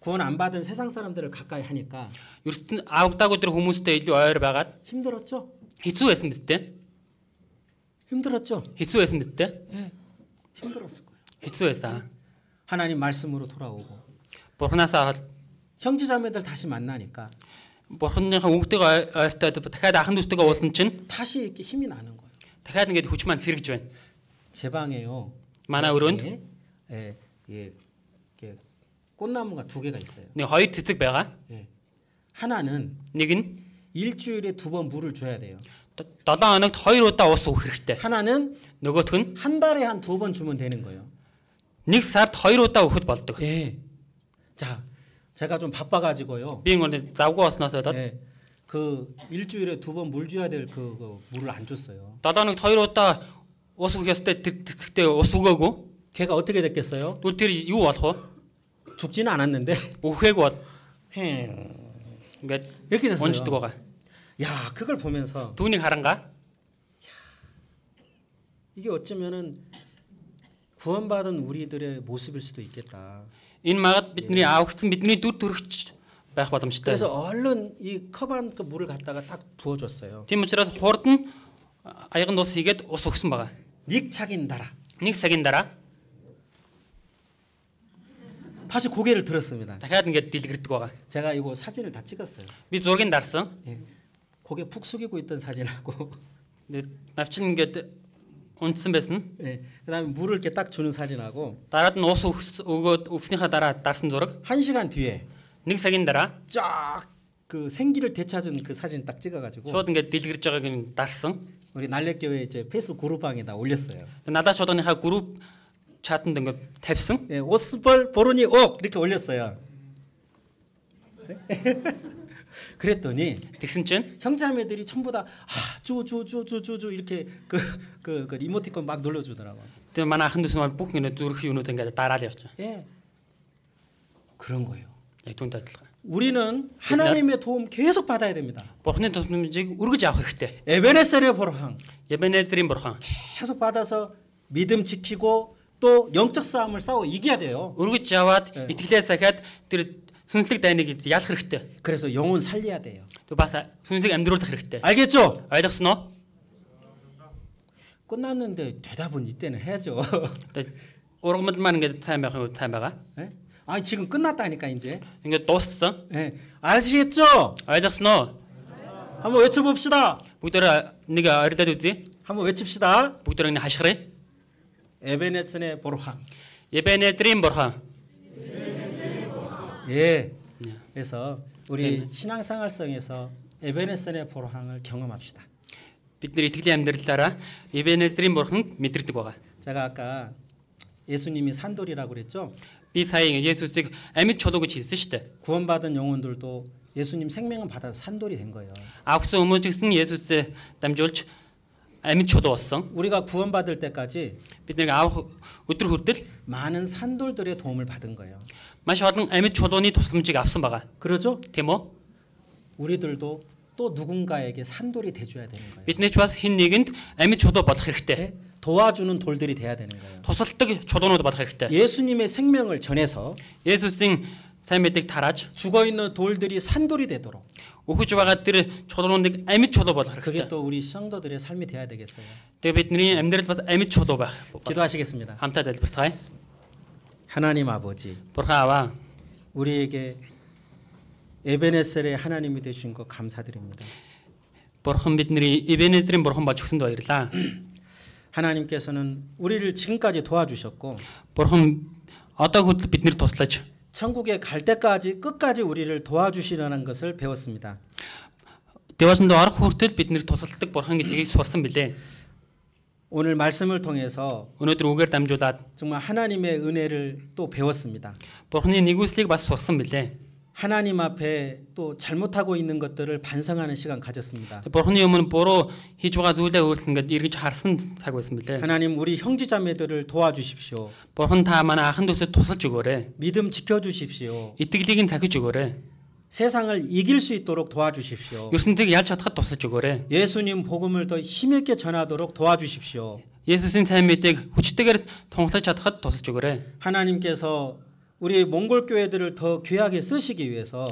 [SPEAKER 1] 구원 안 받은 세상 사람들을 가까이 하니까
[SPEAKER 2] ертөнд авагдаагүй тэр хүмүүстэй илүү ойр байгаад
[SPEAKER 1] 힘들었죠?
[SPEAKER 2] хэцүү байсан гэдтэй.
[SPEAKER 1] 힘들었죠? 예,
[SPEAKER 2] Хэцүү байсан гэдтэй.
[SPEAKER 1] 힘들었을 거예요.
[SPEAKER 2] Хэцүү байсан.
[SPEAKER 1] 하나님 말씀으로 돌아오고
[SPEAKER 2] Бурханаасаа хол
[SPEAKER 1] 형제자매들 다시 만나니까
[SPEAKER 2] Бурханыхаа үгтэйг ой- ойртоод дахиад ахын дүүстэйгээ уулзсан чинь
[SPEAKER 1] 다시 이렇게 힘이 나는 거예요.
[SPEAKER 2] дахиад ингээд хүч маань сэргэж байна.
[SPEAKER 1] 제 방에요.
[SPEAKER 2] Манай өрөөнд
[SPEAKER 1] 예, 예, 예, 이렇게 꽃나무가 두 개가 있어요.
[SPEAKER 2] нэг хоёр цэцэг байгаа.
[SPEAKER 1] 예. 하나는
[SPEAKER 2] Нэг нь
[SPEAKER 1] 일주일에 두 번 물을 줘야 돼요.
[SPEAKER 2] 7 хоногт 2 удаа ус өгөх хэрэгтэй.
[SPEAKER 1] 하나는
[SPEAKER 2] Нөгөөх нь
[SPEAKER 1] 한 달에 한 두 번 주면 되는 거예요.
[SPEAKER 2] нэг сард 2 удаа өгөхөд болдог.
[SPEAKER 1] 예. 자, 제가 좀 바빠가지고요.
[SPEAKER 2] Би ингээд завгүй болсноос болоод
[SPEAKER 1] 예. 그 일주일에 두 번 물 줘야 될 그 물을 안 줬어요.
[SPEAKER 2] 7 хоногт 2 удаа ус өгөх ёстой тэр тэгтээ ус өгөөгүй.
[SPEAKER 1] 걔가 어떻게 됐겠어요?
[SPEAKER 2] Тэгвэл тэр юу болох вэ?
[SPEAKER 1] 죽지는 않았는데
[SPEAKER 2] Үхээг бол
[SPEAKER 1] 헤.
[SPEAKER 2] ингээд
[SPEAKER 1] 이렇게 됐어요.
[SPEAKER 2] унждаг байгаа.
[SPEAKER 1] 야, 그걸 보면서
[SPEAKER 2] Түүнийг харангаа
[SPEAKER 1] 이게 어쩌면은 구원받은 우리들의 모습일 수도 있겠다.
[SPEAKER 2] энэ магад бидний аавгцэн бидний дүр төрөгч байх боломжтой.
[SPEAKER 1] 그래서 얼른 이 컵안 그 물을 갖다가 딱 부어줬어요.
[SPEAKER 2] Тийм учраас хурд нь аяганд ус хийгээд ус өгсөн байгаа.
[SPEAKER 1] 닉착인 달아.
[SPEAKER 2] Нэг цагийн дараа
[SPEAKER 1] 다시 고개를 들었습니다.
[SPEAKER 2] дахиад ингээд дэлгэрдэг байгаа.
[SPEAKER 1] 제가 이거 사진을 다 찍었어요.
[SPEAKER 2] Би зургийг дарсан.
[SPEAKER 1] 예. 고개 푹 숙이고 있던 사진하고 네.
[SPEAKER 2] Нэг Навчин ингээд унтсан байсан.
[SPEAKER 1] 예. 그다음에 물을 이렇게 딱 주는 사진하고
[SPEAKER 2] Дараад нь ус өгс- өгөөд өгснийхаа дараа дарсан зураг.
[SPEAKER 1] 한 시간 뒤에
[SPEAKER 2] Нэг цагийн дараа
[SPEAKER 1] 쫙 그 생기를 되찾은 그 사진 딱 찍어가지고
[SPEAKER 2] шууд ингээд дэлгэрж байгааг нь дарсан.
[SPEAKER 1] 우리 날렵교회 이제 페이스 그룹방에다 올렸어요.
[SPEAKER 2] Надад шуудгийнхаа групп чатанд ингээд тавьсан.
[SPEAKER 1] 예, 오스벌 보르니 옥 이렇게 올렸어요. 네? 그랬더니
[SPEAKER 2] Тэгсэн чинь
[SPEAKER 1] 형제자매들이 전부 아, 다아쭈쭈쭈쭈쭈쭈 이렇게 그, 그, 그 이모티콘 막 눌러주더라고.
[SPEAKER 2] тэгээ манай ахын дүүс маань бүх ингээд зүрх юмнууд ингээд дараал явчихсан.
[SPEAKER 1] 예, 그런 거예요.
[SPEAKER 2] Яг түнтэй адилхан.
[SPEAKER 1] 우리는 하나님의 도움 계속 받아야 됩니다.
[SPEAKER 2] Бурхны тусламжийг үргэж авах хэрэгтэй.
[SPEAKER 1] 에베네셀의 보로항
[SPEAKER 2] Ебенезрийн бурхан.
[SPEAKER 1] 계속 받아서 믿음 지키고 또 영적 싸움을 싸워 이겨야 돼요.
[SPEAKER 2] Үргэж яваад итгэлээ сахиад тэр сүнслэг дайныг ялах хэрэгтэй.
[SPEAKER 1] 그래서 영혼 살려야 돼요.
[SPEAKER 2] Тэг бас сүнслэг амьдруулах хэрэгтэй.
[SPEAKER 1] 알겠죠?
[SPEAKER 2] Ойлгосноо?
[SPEAKER 1] 끝났는데 대답은 이때는 해야죠.
[SPEAKER 2] Тэг, Ургамал маань ингээд сайн байх юм сайн байгаа.
[SPEAKER 1] 예? 아니 지금 끝났다니까 이제.
[SPEAKER 2] Ингээд дууссан.
[SPEAKER 1] 예. 아시겠죠?
[SPEAKER 2] Ойлгосноо?
[SPEAKER 1] 한번 외쳐봅시다.
[SPEAKER 2] Бүгдээр нэг ойрлоод үзье.
[SPEAKER 1] 한번 외칩시다.
[SPEAKER 2] Бүгдээр нэг хашгираа.
[SPEAKER 1] 에베네슨의 보로항.
[SPEAKER 2] Ебенезрийн бурхан.
[SPEAKER 1] 예. 그래서 우리 신앙생활성에서 에베네슨의 보로항을 경험합시다.
[SPEAKER 2] Бид нэр итгэлийн амьдралаараа Ебенезрийн бурханд мэдэрдэг байгаа.
[SPEAKER 1] 제가 아까 예수님이 산돌이라고 그랬죠?
[SPEAKER 2] Би сая Есүсийг амьд чулуу гэж хэлсэн шүү дээ.
[SPEAKER 1] 구원받은 영혼들도 예수님 생명을 받아서 산돌이 된 거예요.
[SPEAKER 2] Авгсан өмнө ч гэсэн Есүсээ дамжуулж амьд чулуу болсон.
[SPEAKER 1] 우리가 구원받을 때까지
[SPEAKER 2] Бид нэг авах өдөр хүртэл
[SPEAKER 1] 많은 산돌들의 도움을 받은 거예요.
[SPEAKER 2] маш олон амьд чулууны тусламжийг авсан байгаа.
[SPEAKER 1] 그러죠?
[SPEAKER 2] Тийм үү?
[SPEAKER 1] 우리들도 또 누군가에게 산돌이 돼줘야 되는 거예요.
[SPEAKER 2] Бид нэ ч бас хин нэгэнд амьд чулуу болох хэрэгтэй.
[SPEAKER 1] 예? 도와주는 돌들이 돼야 되는 거예요.
[SPEAKER 2] Тусалдаг чулуунууд болох хэрэгтэй.
[SPEAKER 1] 예수님의 생명을 전해서
[SPEAKER 2] Есүсийн сайн мэдээг тарааж
[SPEAKER 1] 죽어 있는 돌들이 산돌이 되도록
[SPEAKER 2] өгөж байгаа тэр чулууныг амьд чулуу болох
[SPEAKER 1] 그게
[SPEAKER 2] хэрэгтэй.
[SPEAKER 1] 또 우리 성도들의 삶이 돼야 되겠어요.
[SPEAKER 2] Тэгээ бидний амьдрал бас амьд чулуу байх.
[SPEAKER 1] 기도하시겠습니다.
[SPEAKER 2] Хамтаа залбиртгай.
[SPEAKER 1] 어, 하나님 아버지,
[SPEAKER 2] Бурхан аваа.
[SPEAKER 1] 우리에게 에베네셀의 하나님이 되신 것 감사드립니다.
[SPEAKER 2] Бурхан бидний Ивенезрийн бурхан болж өгсөнд баярлаа.
[SPEAKER 1] 하나님께서는 우리를 지금까지 도와주셨고
[SPEAKER 2] Бурхан одоо хүртэл биднэр туслаж
[SPEAKER 1] 천국에 갈 때까지 끝까지 우리를 도와주시려는 것을 배웠습니다.
[SPEAKER 2] Дэвашнд орох хүртэл биднэр тусалдаг бурхан гэдгийг сурсан билээ.
[SPEAKER 1] 오늘 말씀을 통해서
[SPEAKER 2] Өнөөдөр үгээр дамжуулаад
[SPEAKER 1] 정말 하나님의 은혜를 또 배웠습니다.
[SPEAKER 2] бурханы нэгүслийг бас сурсан билээ.
[SPEAKER 1] 하나님 앞에 또 잘못하고 있는 것들을 반성하는 시간 가졌습니다.
[SPEAKER 2] Бурханы өмнө буруу хийж байгаа зүйлээ өөрт нь ингээд эргэж харсан цаг байсан билээ.
[SPEAKER 1] 하나님 우리 형제자매들을 도와주십시오.
[SPEAKER 2] Бурхан та манай ахын дүүсэд тусалж өгөөрэй.
[SPEAKER 1] 믿음 지켜주십시오.
[SPEAKER 2] Итгэлийг нь захиж өгөөрэй.
[SPEAKER 1] 세상을 이길 수 있도록 도와주십시오.
[SPEAKER 2] ертөнцийг ялж чадахад тусалж өгөөрэй.
[SPEAKER 1] 예수님 복음을 더 힘있게 전하도록 도와주십시오.
[SPEAKER 2] Есүсийн сайн мэдээг хүчтэйгээр тунхлаж чадахад тусалж өгөөрэй.
[SPEAKER 1] 하나님께서 우리 몽골 교회들을 더 귀하게 쓰시기 위해서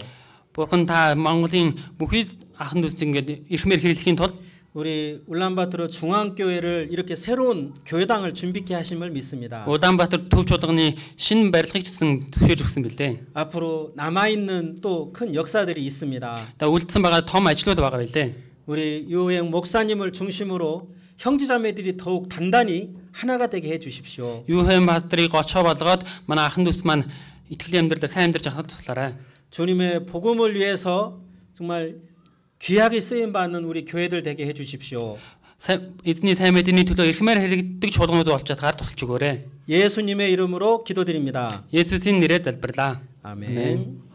[SPEAKER 2] Бурхан та Монголын бүхий ахын дүүс ингээд эрхмээр хэрэглэхийн тулд
[SPEAKER 1] 우리 울란바토르 중앙교회를 이렇게 새로운 교회당을 준비케 하심을 믿습니다.
[SPEAKER 2] Улаанбаатар төв чуулганы шинэ барилгыг ч гэсэн төвшөөж өгсөн билээ.
[SPEAKER 1] 앞으로 남아있는 또 큰 역사들이 있습니다.
[SPEAKER 2] Та үлдсэн байгаа том ажлууд байгаа билээ.
[SPEAKER 1] 우리 유호영 목사님을 중심으로 형제자매들이 더욱 단단히 하나가 되게 해주십시오.
[SPEAKER 2] Юухэн мастрыг очоо болгоод манай ахын дүүс маань итгэлийн амьдралаар сайн амьдарч хахад туслаарай.
[SPEAKER 1] 주님의 복음을 위해서 정말 귀하게 쓰임 받는 우리 교회들 되게 해 주십시오.
[SPEAKER 2] сайн- Эзний сайн мэдээний төлөө эрхмээр хэрэгддэг чуулганууд болж чадгаар тусалж өгөөрэй.
[SPEAKER 1] 예수님의 이름으로 기도드립니다.
[SPEAKER 2] Есүсийн нэрээр залбирлаа.
[SPEAKER 1] 아멘.